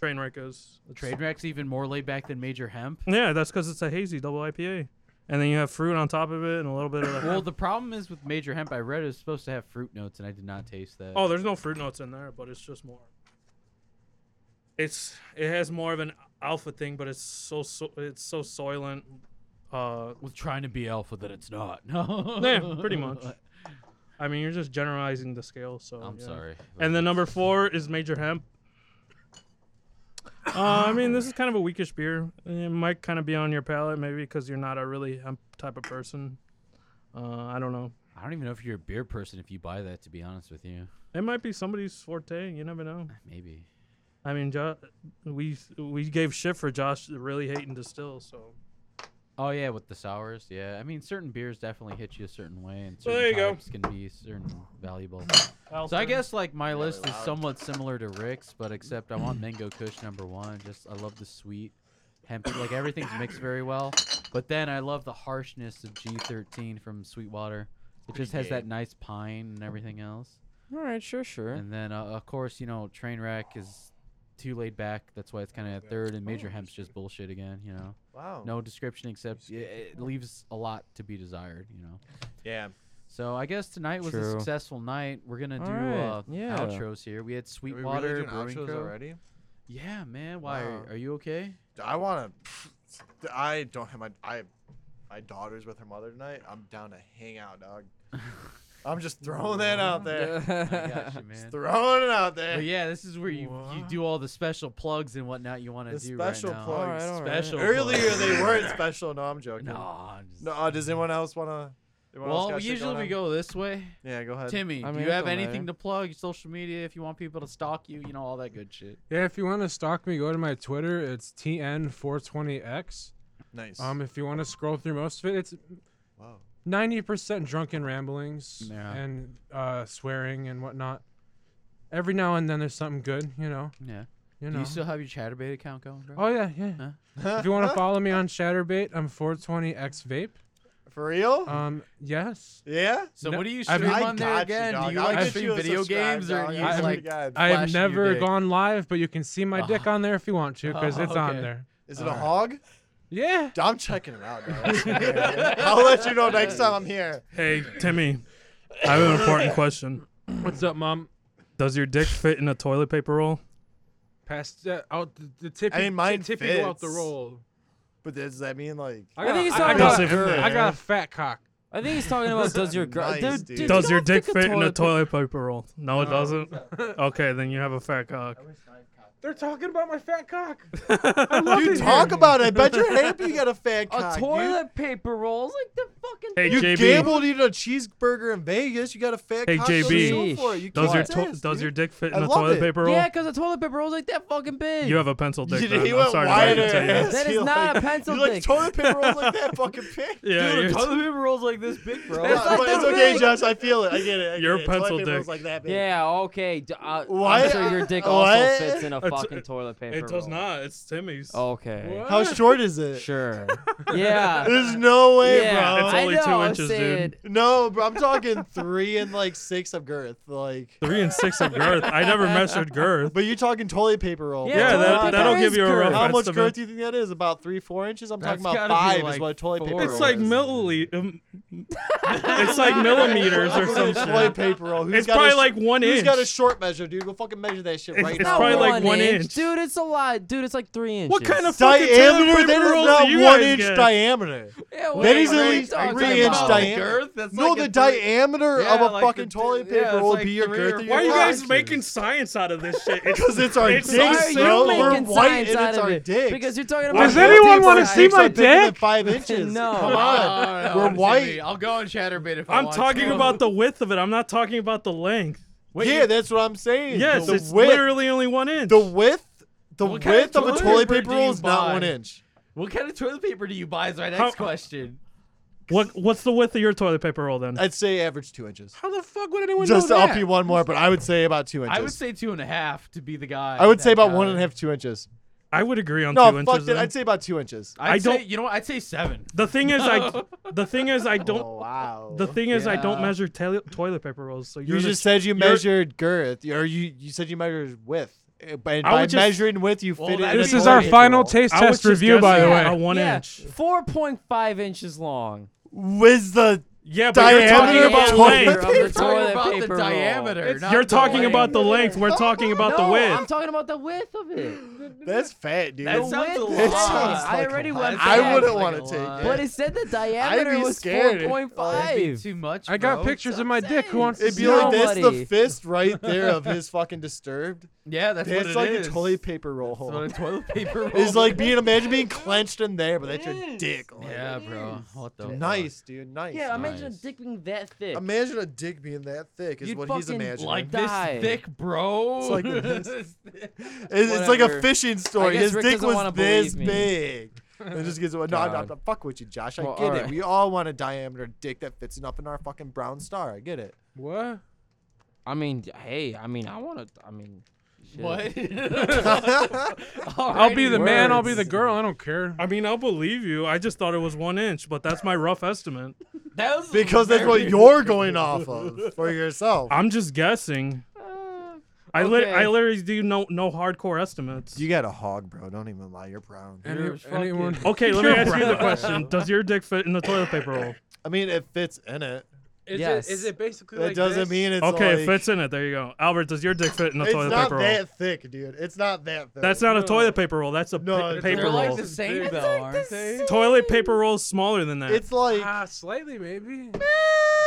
C: train wreck is it's-
B: Trade wreck's even more laid back than major hemp.
C: Yeah, that's because it's a hazy double IPA, and then you have fruit on top of it and a little bit of. the
B: Well,
C: hemp.
B: the problem is with major hemp. I read it was supposed to have fruit notes, and I did not taste that.
C: Oh, there's no fruit notes in there, but it's just more. It's it has more of an alpha thing, but it's so, so it's so soylent. Uh,
B: with trying to be alpha that it's not.
C: yeah, pretty much. I mean, you're just generalizing the scale. So
B: I'm
C: Oh, yeah.
B: sorry.
C: And then uh, number four is Major Hemp. Uh, I mean, this is kind of a weakish beer. It might kind of be on your palate, maybe because you're not a really hemp type of person. Uh, I don't know.
B: I don't even know if you're a beer person if you buy that. To be honest with you,
C: It might be somebody's forte. You never know.
B: maybe.
C: I mean, jo- we we gave shit for Josh really hating distill. So
B: Oh yeah, with the sours, yeah. I mean, certain beers definitely hit you a certain way, and
C: Well,
B: certain
C: there you go.
B: types can be certain valuable. So I guess like my list is somewhat similar to Rick's, but except I want Mango Kush number one. Just I love the sweet, hempy. Like everything's mixed very well, but then I love the harshness of G13 from Sweetwater. It just has that nice pine and everything else.
E: All right, sure, sure.
B: And then, uh, of course, you know, Trainwreck is too laid back. That's why it's kind of at third, and Major Hemp's just bullshit again. You know,
D: Oh.
J: Wow.
B: no description except it, it leaves a lot to be desired. You know,
J: Yeah.
B: so I guess tonight was a
E: True.
B: successful night. We're gonna do
E: Alright,
B: uh,
E: yeah.
B: outros here. We had
J: Are we really
B: Sweetwater
J: doing
B: Brewing
J: outros
B: Co.
J: already?
B: Yeah, man. Why
J: Wow.
B: are, are you okay?
J: I want to. I don't have my. I, my daughter's with her mother tonight. I'm down to hang out, dog. I'm just throwing that out there.
B: I got you, man.
J: Just throwing it out there.
B: But yeah, this is where you, you do all the special plugs and whatnot you want to
J: The
B: do
J: special
B: right now.
J: plug.
E: Alright, alright.
B: Special
J: Earlier
B: plugs.
J: they weren't special. No, I'm joking.
B: No, I'm just-
J: No. Uh, does anyone else wanna? anyone else
B: Well,
J: got shit
B: usually
J: going
B: we
J: on?
B: go this way.
J: Yeah, go ahead.
B: Timmy,
E: I
B: do
E: mean,
B: you
E: it
B: have
E: don't
B: anything to
E: matter.
B: plug? Social media, if you want people to stalk you, you know all that good shit.
F: Yeah, if you want to stalk me, go to my Twitter. It's tn420x.
D: Nice.
F: Um, if you want to scroll through most of it, it's
D: Wow.
F: ninety percent drunken ramblings
B: Yeah.
F: and uh, swearing and whatnot. Every now and then there's something good, you know.
B: Yeah.
F: You
B: Do
F: know.
B: you still have your ChatterBait account going, bro?
F: oh yeah, yeah. if you want to follow me on Chatterbait, I'm 420x vape.
D: For real?
F: Um, yes.
D: yeah.
B: So
F: No,
B: what do you
F: I've-
B: stream
D: I
B: on there
D: got you,
B: again?
D: dog.
B: do you
D: I'll
B: like
D: get
B: stream
D: you a
B: video
D: subscribe,
B: games or
D: dog.
B: you
D: I-
B: just
F: I'm-
B: like?
D: God.
F: I have
B: flashing your
F: never
B: dick.
F: gone live, but you can see my dick
D: Uh-huh.
F: on there if you want to, because
B: Oh,
F: it's on
B: okay.
F: there.
D: Is it a hog?
F: Yeah.
D: I'm checking it out. dog. I'll let you know next time I'm here.
C: Hey, Timmy, I have an important question.
F: What's up, mom?
C: Does your dick fit in a toilet paper roll?
F: Passed uh, out the, the tippy.
D: I mean, mine
F: tippy out the
D: fits.
F: roll.
D: But does that mean like?
F: I,
E: I
F: got,
E: think he's
F: I,
E: talking
F: got,
C: about her.
F: I got a fat cock.
E: I think he's talking about does your girl
D: Nice,
E: dude,
D: dude.
E: dude,
C: Does
E: don't
C: your dick
E: think
C: fit in a
E: toilet
C: toilet paper roll? No, it
F: No.
C: doesn't. Okay, then you have a fat cock.
F: They're talking about my fat cock. I love it
D: You
F: here.
D: talk about it. I bet you're happy you got a fat
E: pa-
D: cock.
E: a
D: dude.
E: toilet paper roll is like the fucking
C: Hey,
E: thing.
D: You
C: JB.
D: gambled eating a cheeseburger in Vegas. You got a fat
C: Hey,
D: cock.
C: JB.
D: So you for it. You
C: Does your
D: can't
C: to-
D: resist,
C: does your
D: dude.
C: dick fit
D: I
C: in a
D: love
C: toilet
D: it.
C: paper roll?
E: Yeah, because a toilet paper roll is like that fucking big.
C: You have a pencil dick.
D: He
C: then. I'm
D: went
C: sorry
D: wider.
C: to break it to
E: That is
D: He
E: not a
D: like-
E: pencil
D: You like
E: dick.
D: toilet paper rolls like that fucking pig.
C: you. Yeah,
E: Dude,
C: you're-
E: a toilet paper roll's like this big, bro.
D: It's,
E: Like
D: it's
E: this
D: okay,
E: big.
D: Josh. I feel it. I get it. I get
C: Your
D: it. Toilet
C: pencil
D: paper rolls
C: dick.
D: like that big.
E: Yeah, okay. d- Uh, I'm
D: What?
E: sure your dick
D: What?
E: also fits in a
C: It's-
E: fucking toilet paper
C: It does
E: roll.
C: not. It's Timmy's.
D: Oh.
E: Okay.
D: How short is it?
E: Sure. Yeah.
D: There's no way,
E: yeah.
D: bro.
C: It's
E: I
C: only
E: know,
C: two
E: I'm
C: inches, dude.
E: saying-
D: No, bro. I'm talking three and like six of girth. Like,
C: Three and six of girth. I never measured girth.
D: but you're talking toilet paper roll.
E: Yeah,
D: bro.
C: Yeah,
E: toilet
C: that,
E: paper
C: that'll
E: is
C: give you a
E: girth.
C: rough
D: How much
C: estimate.
D: girth do you think that is? About three, four inches? I'm talking
B: That's
D: about
B: gotta be
D: five
B: like
D: is what a toilet paper
B: four.
D: roll
C: It's like
D: is.
C: milliliter. Um, it's like millimeters or some
D: toilet
C: shit.
D: paper roll. Who's
C: It's
D: got a
C: probably
D: sh-
C: like one
D: Who's
C: inch.
D: got a short measure, dude? Go fucking measure that shit
C: It's-
D: right
C: it's
D: now.
C: probably
E: Not
C: like one inch.
E: dude. It's a lot, dude. It's like three inches.
C: what kind of fucking toilet
D: diameter.
C: paper
D: That
C: rolls
D: is
C: do
D: not
C: you
D: one
C: guys
D: inch
C: get?
D: diameter.
E: Yeah, what
D: That is
E: are you
D: at least
E: talking
D: three inch
E: about?
D: diameter.
B: Girth? That's
D: No,
B: like a
D: the
B: three-
D: diameter
B: Yeah,
D: of a
B: like
D: fucking
B: the th-
D: toilet
B: yeah,
D: paper
B: it's
D: roll
B: like
D: be your
B: three or
D: girth. and
C: Why are you
D: your
C: guys
D: cock.
C: making science out of this shit?
D: Because it's our
C: It's
E: Why
D: dicks,
E: are
C: like-
E: you
D: bro. We're
E: making
D: white
E: science
D: and
E: out
D: it's
E: of
D: our
E: it?
D: dicks.
E: Because you're talking about
F: Does
E: your
F: anyone
E: dick's
F: wanna
E: size.
F: see
D: Dicks
F: my
D: are bigger than
F: dick?
D: Five inches.
E: No.
D: Come
B: Oh,
D: on.
B: no,
D: We're
B: Timmy,
D: white.
B: I'll go on ChatterBait if I
C: I'm
B: want
C: talking
B: to.
C: about the width of it. I'm not talking about the length.
D: Yeah, that's what I'm saying.
C: Yes,
D: the
C: it's
D: width.
C: literally only one inch.
D: The width. The
B: What kind of
D: width of a
B: toilet
D: toilet
B: paper
D: paper
B: do you
D: roll is
B: buy?
D: not one inch.
B: What kind of toilet paper do you buy? Is my next
C: How-
B: question.
C: what What's the width of your toilet paper roll then?
D: I'd say average two inches.
F: How the fuck would anyone
D: Just
F: know
D: to
F: that?
D: up you one more, but I would say about two inches.
B: I would say two and a half to be the guy.
D: I would say
B: that
D: about
B: guy.
D: one and a half, two inches.
C: I would agree on
D: No,
C: two
D: fuck
C: inches.
D: that.
C: then.
D: I'd say about two inches.
B: I'd
C: I
B: say-
C: don't-
B: You know what? I'd say seven.
C: The thing is, I the thing is, I don't.
D: Oh, wow.
C: The thing is, I don't
B: Yeah.
C: measure tele- toilet paper rolls. So
D: You
C: you're the-
D: just said you
C: you're-
D: measured girth, or you you said you measured width. And by
C: would just-
D: measuring width, you
B: Well,
D: fit
B: that
D: in. a
F: This is
D: toilet
F: our
D: paper
F: final
D: roll.
F: taste
C: I was
F: test
C: just
F: review, by the
C: guessing. A
F: way.
C: one
E: yeah,
C: inch.
E: 4.5 inches long.
D: With the
C: Yeah, but you're talking
D: Diameter
C: about
D: of
C: length.
D: toilet paper.
B: We're talking about the
E: paper roll.
B: diameter. not
C: You're
B: the
C: talking
B: length.
C: about the length. We're talking about the
E: no,
C: width.
E: I'm talking about the width of it.
D: that's fat, dude.
B: That
E: The
B: sounds a
E: width.
D: It
B: lot.
D: sounds
E: I
D: like
E: already
D: a
E: went
D: lot. I
E: back.
D: wouldn't
B: Like a
D: want to take
B: lot.
D: it.
E: But it said the diameter
D: be
E: was
D: scared.
E: 4.5.
B: Too much.
F: I got
B: bro.
F: pictures of
E: I'm
F: my dick. Who
E: saying.
F: wants to
D: It'd
F: see
D: be like that's
E: Nobody.
D: the fist right there of his fucking disturbed.
B: Yeah, that's,
D: That's
B: what it
D: like
B: is.
D: a toilet paper roll
B: That's what
D: hole.
B: a toilet paper roll.
E: Oh,
D: It's like being imagine being clenched in there, but that's your
E: It
D: dick.
E: is.
D: Like,
B: Yeah, bro. What the?
D: Nice, dude. Nice.
E: Yeah, imagine
B: Nice.
E: a dick being that thick.
D: Imagine a dick being that thick is
E: You'd
D: what he's
E: fucking
D: imagining.
B: Like
E: Die.
B: this thick, bro.
D: It's like this.
B: This-
D: It's, it's like a
E: Whatever.
D: fishing
E: I
D: story.
E: guess
D: His
E: Rick
D: dick
E: doesn't wanna
D: was this
E: believe me.
D: big. It just gives it. No, I'm not,
E: God.
D: fuck with you, Josh. I
E: Well,
D: get
E: alright.
D: it. We all want a diameter dick that fits enough in our fucking brown star. I get it.
F: What?
E: I mean, hey, I mean, I want to. I mean, shit.
B: What?
F: I'll be the man. I'll be
D: words.
F: the girl. I don't care.
C: I mean, I'll believe you. I just thought it was one inch, but that's my rough estimate.
B: That was
D: Because that's what
B: very-
D: you're going off of for yourself.
C: I'm just guessing. I lit.
E: okay.
C: I literally do no no hardcore estimates.
D: You got a hog, bro. Don't even lie. You're brown.
F: Any-
B: You're fucking-
F: anyone?
C: okay, let me
F: You're
C: ask you the
F: right.
C: question: Does your dick fit in the toilet paper roll?
D: I mean, it fits in it.
F: Is,
E: Yes.
F: it, is it basically
D: That
F: like
D: doesn't
F: this?
D: mean it's
C: okay,
D: like,
C: it fits in it. There you go. Albert, does your dick fit in the
D: It's
C: toilet
D: not
C: paper
D: that
C: roll?
D: thick, dude. It's not that thick.
C: That's not a
F: No.
C: toilet paper roll. That's a
D: No,
C: pa-
D: it's
C: paper
B: They're
C: roll.
B: like the same
F: It's
B: though,
E: like
B: aren't
E: the
B: they?
E: same.
C: toilet paper roll's smaller than that.
D: It's like
F: Ah, slightly maybe.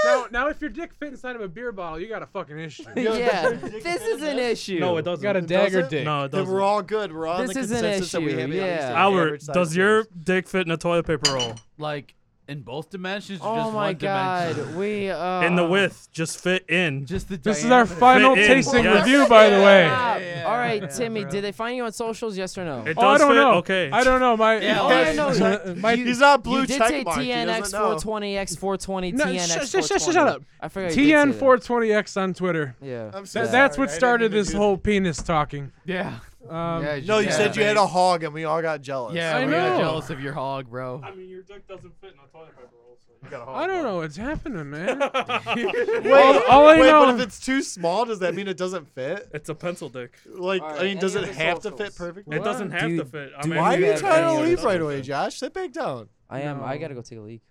F: now, now, if your dick fit inside of a beer bottle, you got a fucking issue.
E: yeah, this is an issue.
C: no, it doesn't.
F: got a dagger dick.
C: No, it
D: then
C: doesn't.
D: we're all good. We're all on
E: This
D: the
E: is an
D: consensus that we
E: issue,
D: have. at least
E: yeah.
D: an
C: Albert,
D: average size
C: does your
D: penis.
C: dick fit in a toilet paper roll?
B: Like in both dimensions or
E: Oh
B: just
E: my
B: one
E: god,
B: dimension?
E: we uh
C: and the width just fit in.
B: Just the
F: This is our final
C: Fit in,
F: tasting
C: yes.
F: review, by the way.
E: Stop.
B: Yeah,
E: All right,
B: yeah,
E: Timmy,
F: bro.
E: did they find you on socials? Yes or no?
C: It does
F: Oh, I don't
C: fit.
F: know.
C: Okay.
F: I don't know. My,
B: Yeah,
F: my-
E: I don't
D: know.
F: my
D: He's not blue
E: you did
D: check
E: say
D: mark. He
E: TNX
D: doesn't know.
E: 420 X 420
F: No,
E: TNX
F: shut-
E: 420.
F: shut- shut- shut up.
E: I forgot. you did say that.
F: TN420X on Twitter.
E: Yeah.
D: I'm so
F: That,
E: Yeah.
F: That's
I: Sorry, I
F: what
I: didn't
F: started
I: mean to
F: this
I: do
F: whole penis talking.
B: Yeah.
F: Um,
B: yeah
D: No, you
B: yeah.
D: said you had a hog, and we all got jealous.
B: Yeah,
F: I
B: we got
F: know.
B: jealous of your hog, bro.
I: mean, your dick doesn't fit in a toilet paper roll.
D: You got a hog,
F: I don't
D: bro.
F: know what's happening, man.
D: Wait,
F: All- all I
D: wait,
F: know-
D: but if it's too small, does that mean it doesn't fit?
C: It's a pencil dick.
D: Like,
E: All
D: I
E: right,
D: mean, does
E: any
D: it
E: other
D: have to
E: socials?
D: fit perfectly?
C: It doesn't have to
E: Dude,
C: fit.
E: do
C: mean,
D: Why are
E: you
D: you
E: have
D: trying
E: any
D: to
E: other
D: leave right
E: socials?
D: away, Josh? Sit back down.
E: I am. I
F: No.
E: gotta go take a leak.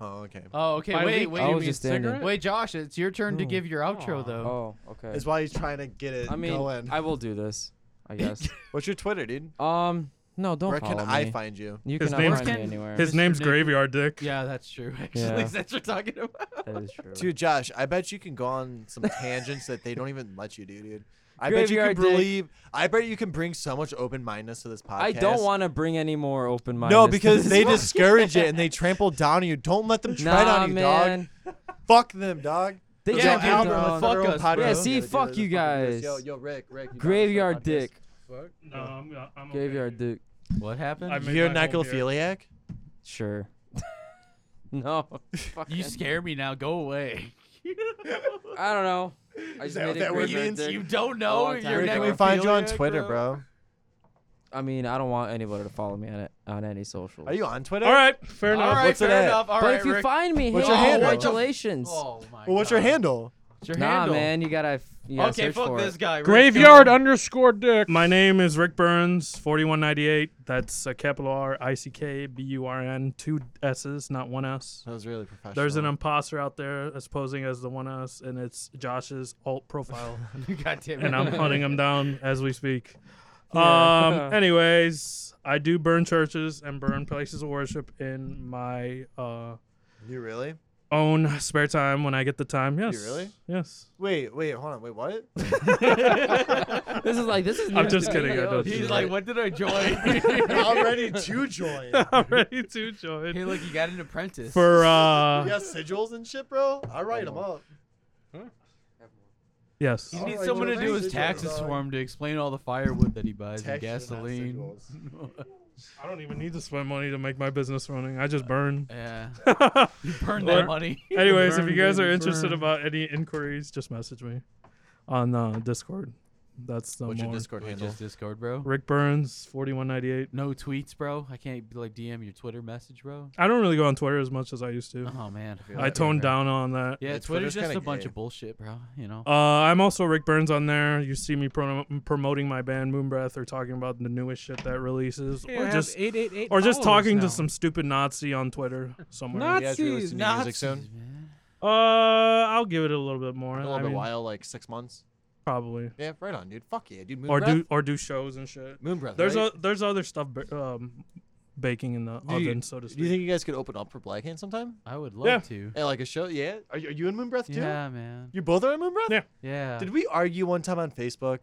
D: Oh, okay.
B: Oh, okay.
F: By
B: Wait,
F: leak,
B: wait,
E: I
F: you
E: was
F: mean
E: just standing.
F: cigarette?
B: wait, Josh. It's your turn to give your outro, though.
E: Oh, okay.
D: That's why he's trying to get it
E: I mean,
D: going.
E: I will do this. I guess.
D: What's your Twitter, dude?
E: um, no, don't
D: Where can
E: follow
D: I
E: me.
D: find you?
E: You
C: His
E: cannot
C: name's-
E: find me
B: His-
E: anywhere.
C: His
B: Mr.
C: name's
B: Nick.
C: Graveyard Dick.
B: Yeah, that's true. Actually,
E: Yeah.
B: that's what you're talking about.
E: that is true.
D: Dude, Josh, I bet you can go on some tangents that they don't even let you do, dude. I bet you
E: Graveyard
D: can
E: dick.
D: believe. I bet you can bring so much open mindedness to this podcast.
E: I don't want to bring any more open mind.
D: No, because they discourage it and they trample down on you. Don't let them tread
E: nah,
D: on you,
E: man.
D: dog. Fuck them, dog.
E: They
B: Yeah,
D: Yo,
E: jumped
B: dude,
E: on
D: Albert,
B: no,
D: let's
E: us.
B: fuck
D: have our own
B: us,
D: podcast
B: bro.
E: Yeah, see,
D: together,
E: fuck
D: dude.
E: you
D: Let's fucking do this.
E: guys.
D: Yo, yo, Rick, Rick. you know
E: Graveyard
D: this
E: dick.
C: No, I'm, I'm okay.
E: Graveyard dick.
B: What happened?
C: I
D: podcast.
C: made
D: You're
C: my home here.
D: necrophiliac?
E: Sure. no.
B: you
E: Fucking-
B: scare me now. Go away.
E: I don't know. I
D: Is
E: just
D: that
E: made
D: what
E: a
D: that word
E: graveyard
D: means?
E: dick.
B: You don't know.
E: long time
B: You're
E: ago.
D: Rick,
E: Where
D: we
E: can
D: find you on Twitter, bro.
E: I mean, I don't want anybody to follow me on it, on any socials.
D: Are you on Twitter?
C: All right, fair
B: All
C: enough.
B: right,
D: What's it
B: fair
D: at?
B: enough. All
E: but
B: right,
E: if you
B: Rick.
E: find me,
D: What's
E: hey,
D: your handle?
E: congratulations.
B: Oh my
D: Well, what's your
B: God.
D: handle?
B: What's your
E: nah,
B: handle?
E: man, you gotta, you gotta
B: Okay,
E: search
B: fuck
E: for
B: this
E: it.
B: guy. Rick. Oh.
F: Graveyard underscore dick.
C: My name is Rick Burns, 4198. That's a capital R I C K B U R N, two S's, not one S.
D: That was really professional.
C: There's
E: um
C: an imposter out there that's posing as the one S, and it's Josh's alt profile,
B: God damn it.
C: and I'm hunting him down as we speak.
E: Yeah.
C: Um. Anyways, I do burn churches and burn places of worship in my uh
D: You really?
C: own spare time when I get the time. Yes.
D: really?
C: Yes.
D: Wait, wait, hold on. Wait, what?
E: This is like this is.
C: I'm
E: new
C: just
E: to
C: kidding,
E: me.
C: I
E: Yo,
C: don't
E: this
C: do
E: is
B: He's
C: that.
B: like, what did I join?
D: I'm ready to join.
C: I'm ready to join.
B: hey, look, you got an apprentice.
C: For uh.
D: You got sigils and shit, bro? I write them up.
C: Yes.
B: He needs
D: Alright,
B: someone to do
D: Jordan.
B: his taxes for him to explain all the firewood that he buys and
D: Taxes, not
B: gasoline.
D: sigils.
C: I don't even need to spend money to make my business running. I just burn.
B: yeah,
C: Anyways,
B: you burned
C: Or-
B: that money.
C: if you
F: Burn,
C: guys
F: baby,
C: are interested
F: burn.
C: about any inquiries, just message me on uh, Discord. That's the
D: What's your
C: more.
D: Discord
B: Wait,
D: handle?
B: just Discord, bro.
C: Rick Burns, 4198.
B: No tweets, bro. I can't like DM your Twitter message, bro.
C: I don't really go on Twitter as much as I used to.
B: Oh man.
C: I toned down on that.
B: Yeah,
D: Yeah,
B: Twitter's
D: Twitter's
B: just
D: kinda
B: a bunch
D: gay.
B: of bullshit, bro. You know.
C: Uh, I'm also Rick Burns on there. You see me prom- promoting my band Moonbreath or talking about the newest shit that releases,
F: Yeah, I
C: or
F: have
C: just
F: 888
C: or just
F: followers
C: talking
F: now.
C: to some stupid Nazi on Twitter somewhere.
D: You guys releasing
F: Nazis.
D: new music
F: Nazis.
D: soon?
C: Uh, I'll give it a little bit more.
D: A little
C: I
D: bit
C: mean,
D: while, like six months.
C: probably.
D: Yeah, right on, dude. Fuck yeah, dude. Moon
C: or
D: breath?
C: do or do shows and shit.
D: Moon breath.
C: There's
D: right?
C: o- there's other stuff ba- um, baking in the
D: Do you-
C: oven, so to speak.
D: Do you think you guys could open up for Black Hand sometime?
B: I would love
C: Yeah.
B: to.
D: Yeah, like a show. Yeah. Are you, are you in Moon breath too?
B: Yeah, man.
D: You both are in Moon breath.
C: Yeah.
B: Yeah.
D: Did we argue one time on Facebook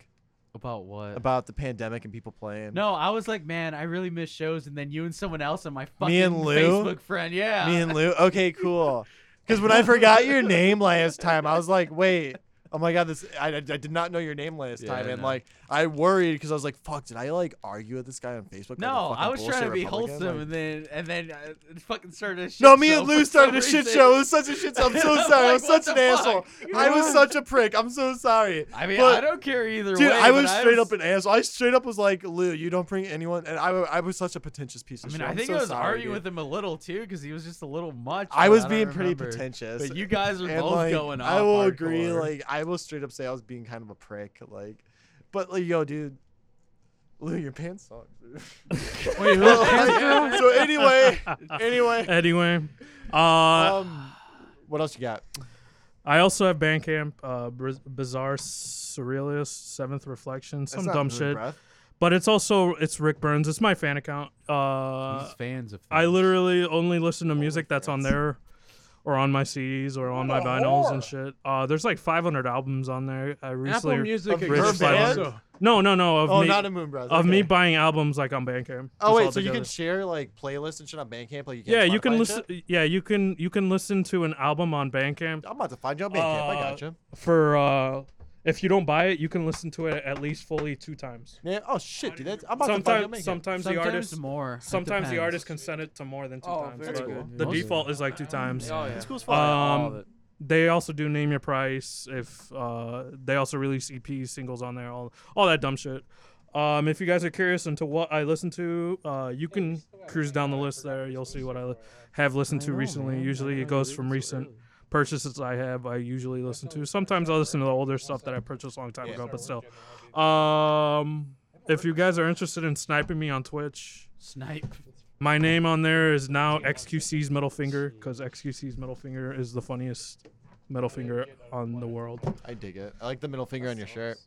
B: About what?
D: about the pandemic and people playing?
B: no, I was like, man, I really miss shows, and then you and someone else and my fucking
D: Me and Lou?
B: Facebook friend, yeah.
D: Me and Lou. Okay, cool. Because when I forgot your name last time, I was like, wait. Oh my god, this I, I I did not know your name last
B: Yeah,
D: time,
B: I
D: and
B: know.
D: like I worried because I was like, "Fuck, did I like argue with this guy on Facebook?" like a
B: no, I
D: fucking
B: was
D: bullshit
B: trying to be
D: Republican?"
B: wholesome,
D: Like-
B: and then and then uh, it fucking started a shit
D: no, me
B: show
D: and
B: for
D: Lou started a
B: some
D: shit
B: reason.
D: show. It was such a shit show. I'm so
B: I'm
D: sorry. I was
B: like, what
D: such an
B: the
D: asshole.
B: fuck?
D: I was such a prick. I'm so sorry.
B: I mean,
D: But-
B: I don't care either
D: Dude,
B: way.
D: I was
B: but
D: straight up an asshole. I straight up was like, Lou, you don't bring anyone. And I, wa- I was such a pretentious piece
B: I
D: of
B: mean,
D: shit.
B: I
D: I'm
B: think
D: so
B: I was
D: sorry,
B: arguing
D: dude.
B: with him a little too because he was just a little much.
D: I
B: but
D: was
B: don't
D: being pretty
B: remember.
D: pretentious.
B: But you guys were
D: and,
B: both
D: like,
B: going off.
D: I will agree.
B: hardcore.
D: Like, I will straight up say I was being kind of a prick. Like, but like, yo, dude, Lou, your pants suck. dude.
F: Wait, who-
D: so anyway, anyway,
C: anyway, uh,
D: um, what else you got?
C: I also have Bandcamp, uh, Briz- Bizarre Surrealist, Seventh Reflection, some
D: That's not
C: dumb
D: Moon
C: shit.
D: Breath.
C: But it's also it's Rick Burns. It's my fan account.
B: He's
C: Uh,
B: fans of.
C: I
B: things.
C: literally only listen to music that's on there. or on my CDs or on my
F: What a
C: vinyls and
F: whore.
C: shit. Uh, there's like 500 albums on there. I recently
F: Apple Music
C: Rich
F: exists
C: Band?
F: also.
C: no no no of
D: Oh,
C: me
D: not a Moon Bros.
C: of me
D: okay.
C: buying albums like on Bandcamp.
D: Oh
C: just
D: wait,
C: all
D: so you
C: together.
D: can share like playlists and shit on Bandcamp, like you can.
C: yeah you can listen yeah you can you can listen to an album on Bandcamp
D: I'm about to find you on Bandcamp. I
C: Uh,
D: gotcha.
C: for uh if you don't buy it you can listen to it at least fully two times.
D: Yeah. Oh shit, dude. That's, I'm about to find you on
C: Sometimes
D: Bandcamp.
C: sometimes the
B: sometimes
C: artist
B: more. It
C: sometimes the
B: depends.
C: artist can send it to more than two
E: Oh,
C: times.
E: very
C: but
E: good.
C: The
B: Most-
C: default is like two times.
E: Oh, yeah.
D: It's cool as fuck.
E: All of
C: Um,
E: it.
C: they also do name your price if uh, they also release EPs, singles on there, all all that dumb shit. Um, if you guys are curious into what I listen to, uh, you can cruise down the list there. You'll see what I li- have listened to recently. Usually it goes from recent purchases I have. I usually listen to. Sometimes I listen to the older stuff that I purchased a long time ago, but still. Um, if you guys are interested in sniping me on Twitch,
B: Snipe.
C: my name on there is now XQC's middle finger because XQC's middle finger is the funniest middle finger on the world.
D: I dig it. I like the middle finger on your shirt.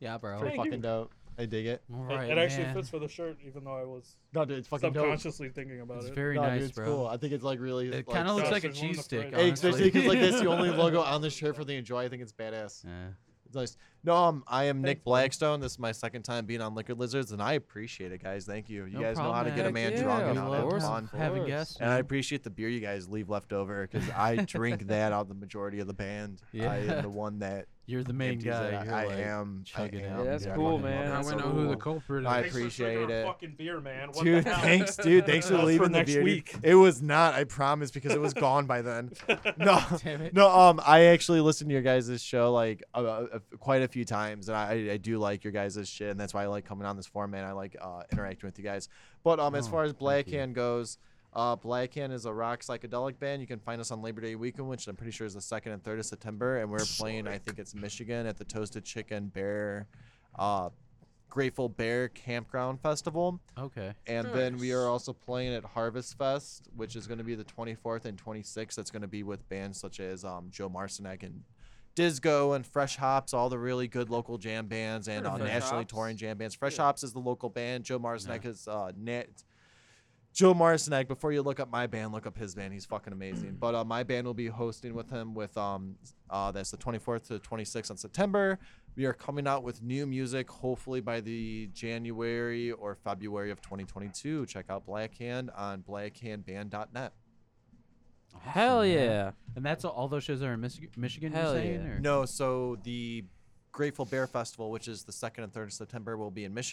B: Yeah, bro.
D: Pretty fucking dope. I dig it.
B: All right, man.
C: for the shirt, even though I was
D: No, dude, it's fucking dope.
C: thinking about
B: It's very
D: No, dude,
B: nice,
D: it's
B: bro.
D: cool. I think it's like really. like,
B: It kind of looks
C: Josh,
B: like a
C: there's one in the
B: cheese stick.
C: fridge.
D: Hey, especially
B: honestly.
D: because like that's the only logo on the shirt for the enjoy. I think it's badass.
B: Yeah.
D: It's nice. No, um, I am Nick Blackstone. This is my second time being on Liquid Lizards, and I appreciate it, guys. Thank you. You
B: No
D: guys know how to
B: problem,
D: get a
E: man.
D: man
E: Heck
D: drunk
E: yeah,
D: and
E: of
D: how to have
E: course.
D: fun.
B: having
E: course.
B: guests.
D: And I appreciate the beer you guys leave left over because I drink that on the majority of the band. I
B: Yeah.
D: am the one that
B: You're the main
D: empties it.
B: guy. You're
D: I, I
B: like-
D: am.
B: chugging
D: I am
B: out.
E: Yeah, that's
D: the
E: cool,
D: fucking
E: man.
F: Now
D: one
F: I
E: That's
D: that-
E: so
F: know who the
E: cool.
F: culprit
D: I
F: is.
D: appreciate it.
C: Fucking beer, man. What
D: Dude, thanks, dude. Thanks for
C: That's for
D: leaving the
C: next
D: beer. dude.
C: week.
D: It was not, I promise, because it was gone by then. No, no. Um, I actually listened to your guys' show like uh, uh, quite a few times, and I, I do like your guys' shit, and that's why I like coming on this format. I like uh, interacting with you guys. But um, as
B: Oh,
D: far as Black
B: you.
D: Hand goes. Uh, Black Hand is a rock psychedelic band. You can find us on Labor Day weekend, which I'm pretty sure is the second and third of September, and we're playing. I think it's Michigan at the Toasted Chicken Bear, uh, Grateful Bear Campground Festival.
B: Okay.
D: And then we are also playing at Harvest Fest, which is going to be the 24th and 26th. That's going to be with bands such as um, Joe Marcinek and Disco and Fresh Hops, all the really good local jam bands and
E: Heard
D: uh,
E: of Fresh
D: nationally
E: Hops.
D: touring jam bands. Fresh Hops is the local band. Joe Marcinek is uh, net. Joe Marcinek, before you look up my band, look up his band. He's fucking amazing. But uh, my band will be hosting with him with um uh, that's the 24th to 26th on September. We are coming out with new music hopefully by the January or February of 2022. Check out Blackhand on blackhandband.net.
E: Hell
B: Awesome, man.
E: yeah.
B: And that's all, all those shows are in Michi- Michigan.
E: Hell
B: you're saying?
E: yeah.
B: Or?
D: No, so the Grateful Bear Festival, which is the 2nd and 3rd of September, will be in Michigan.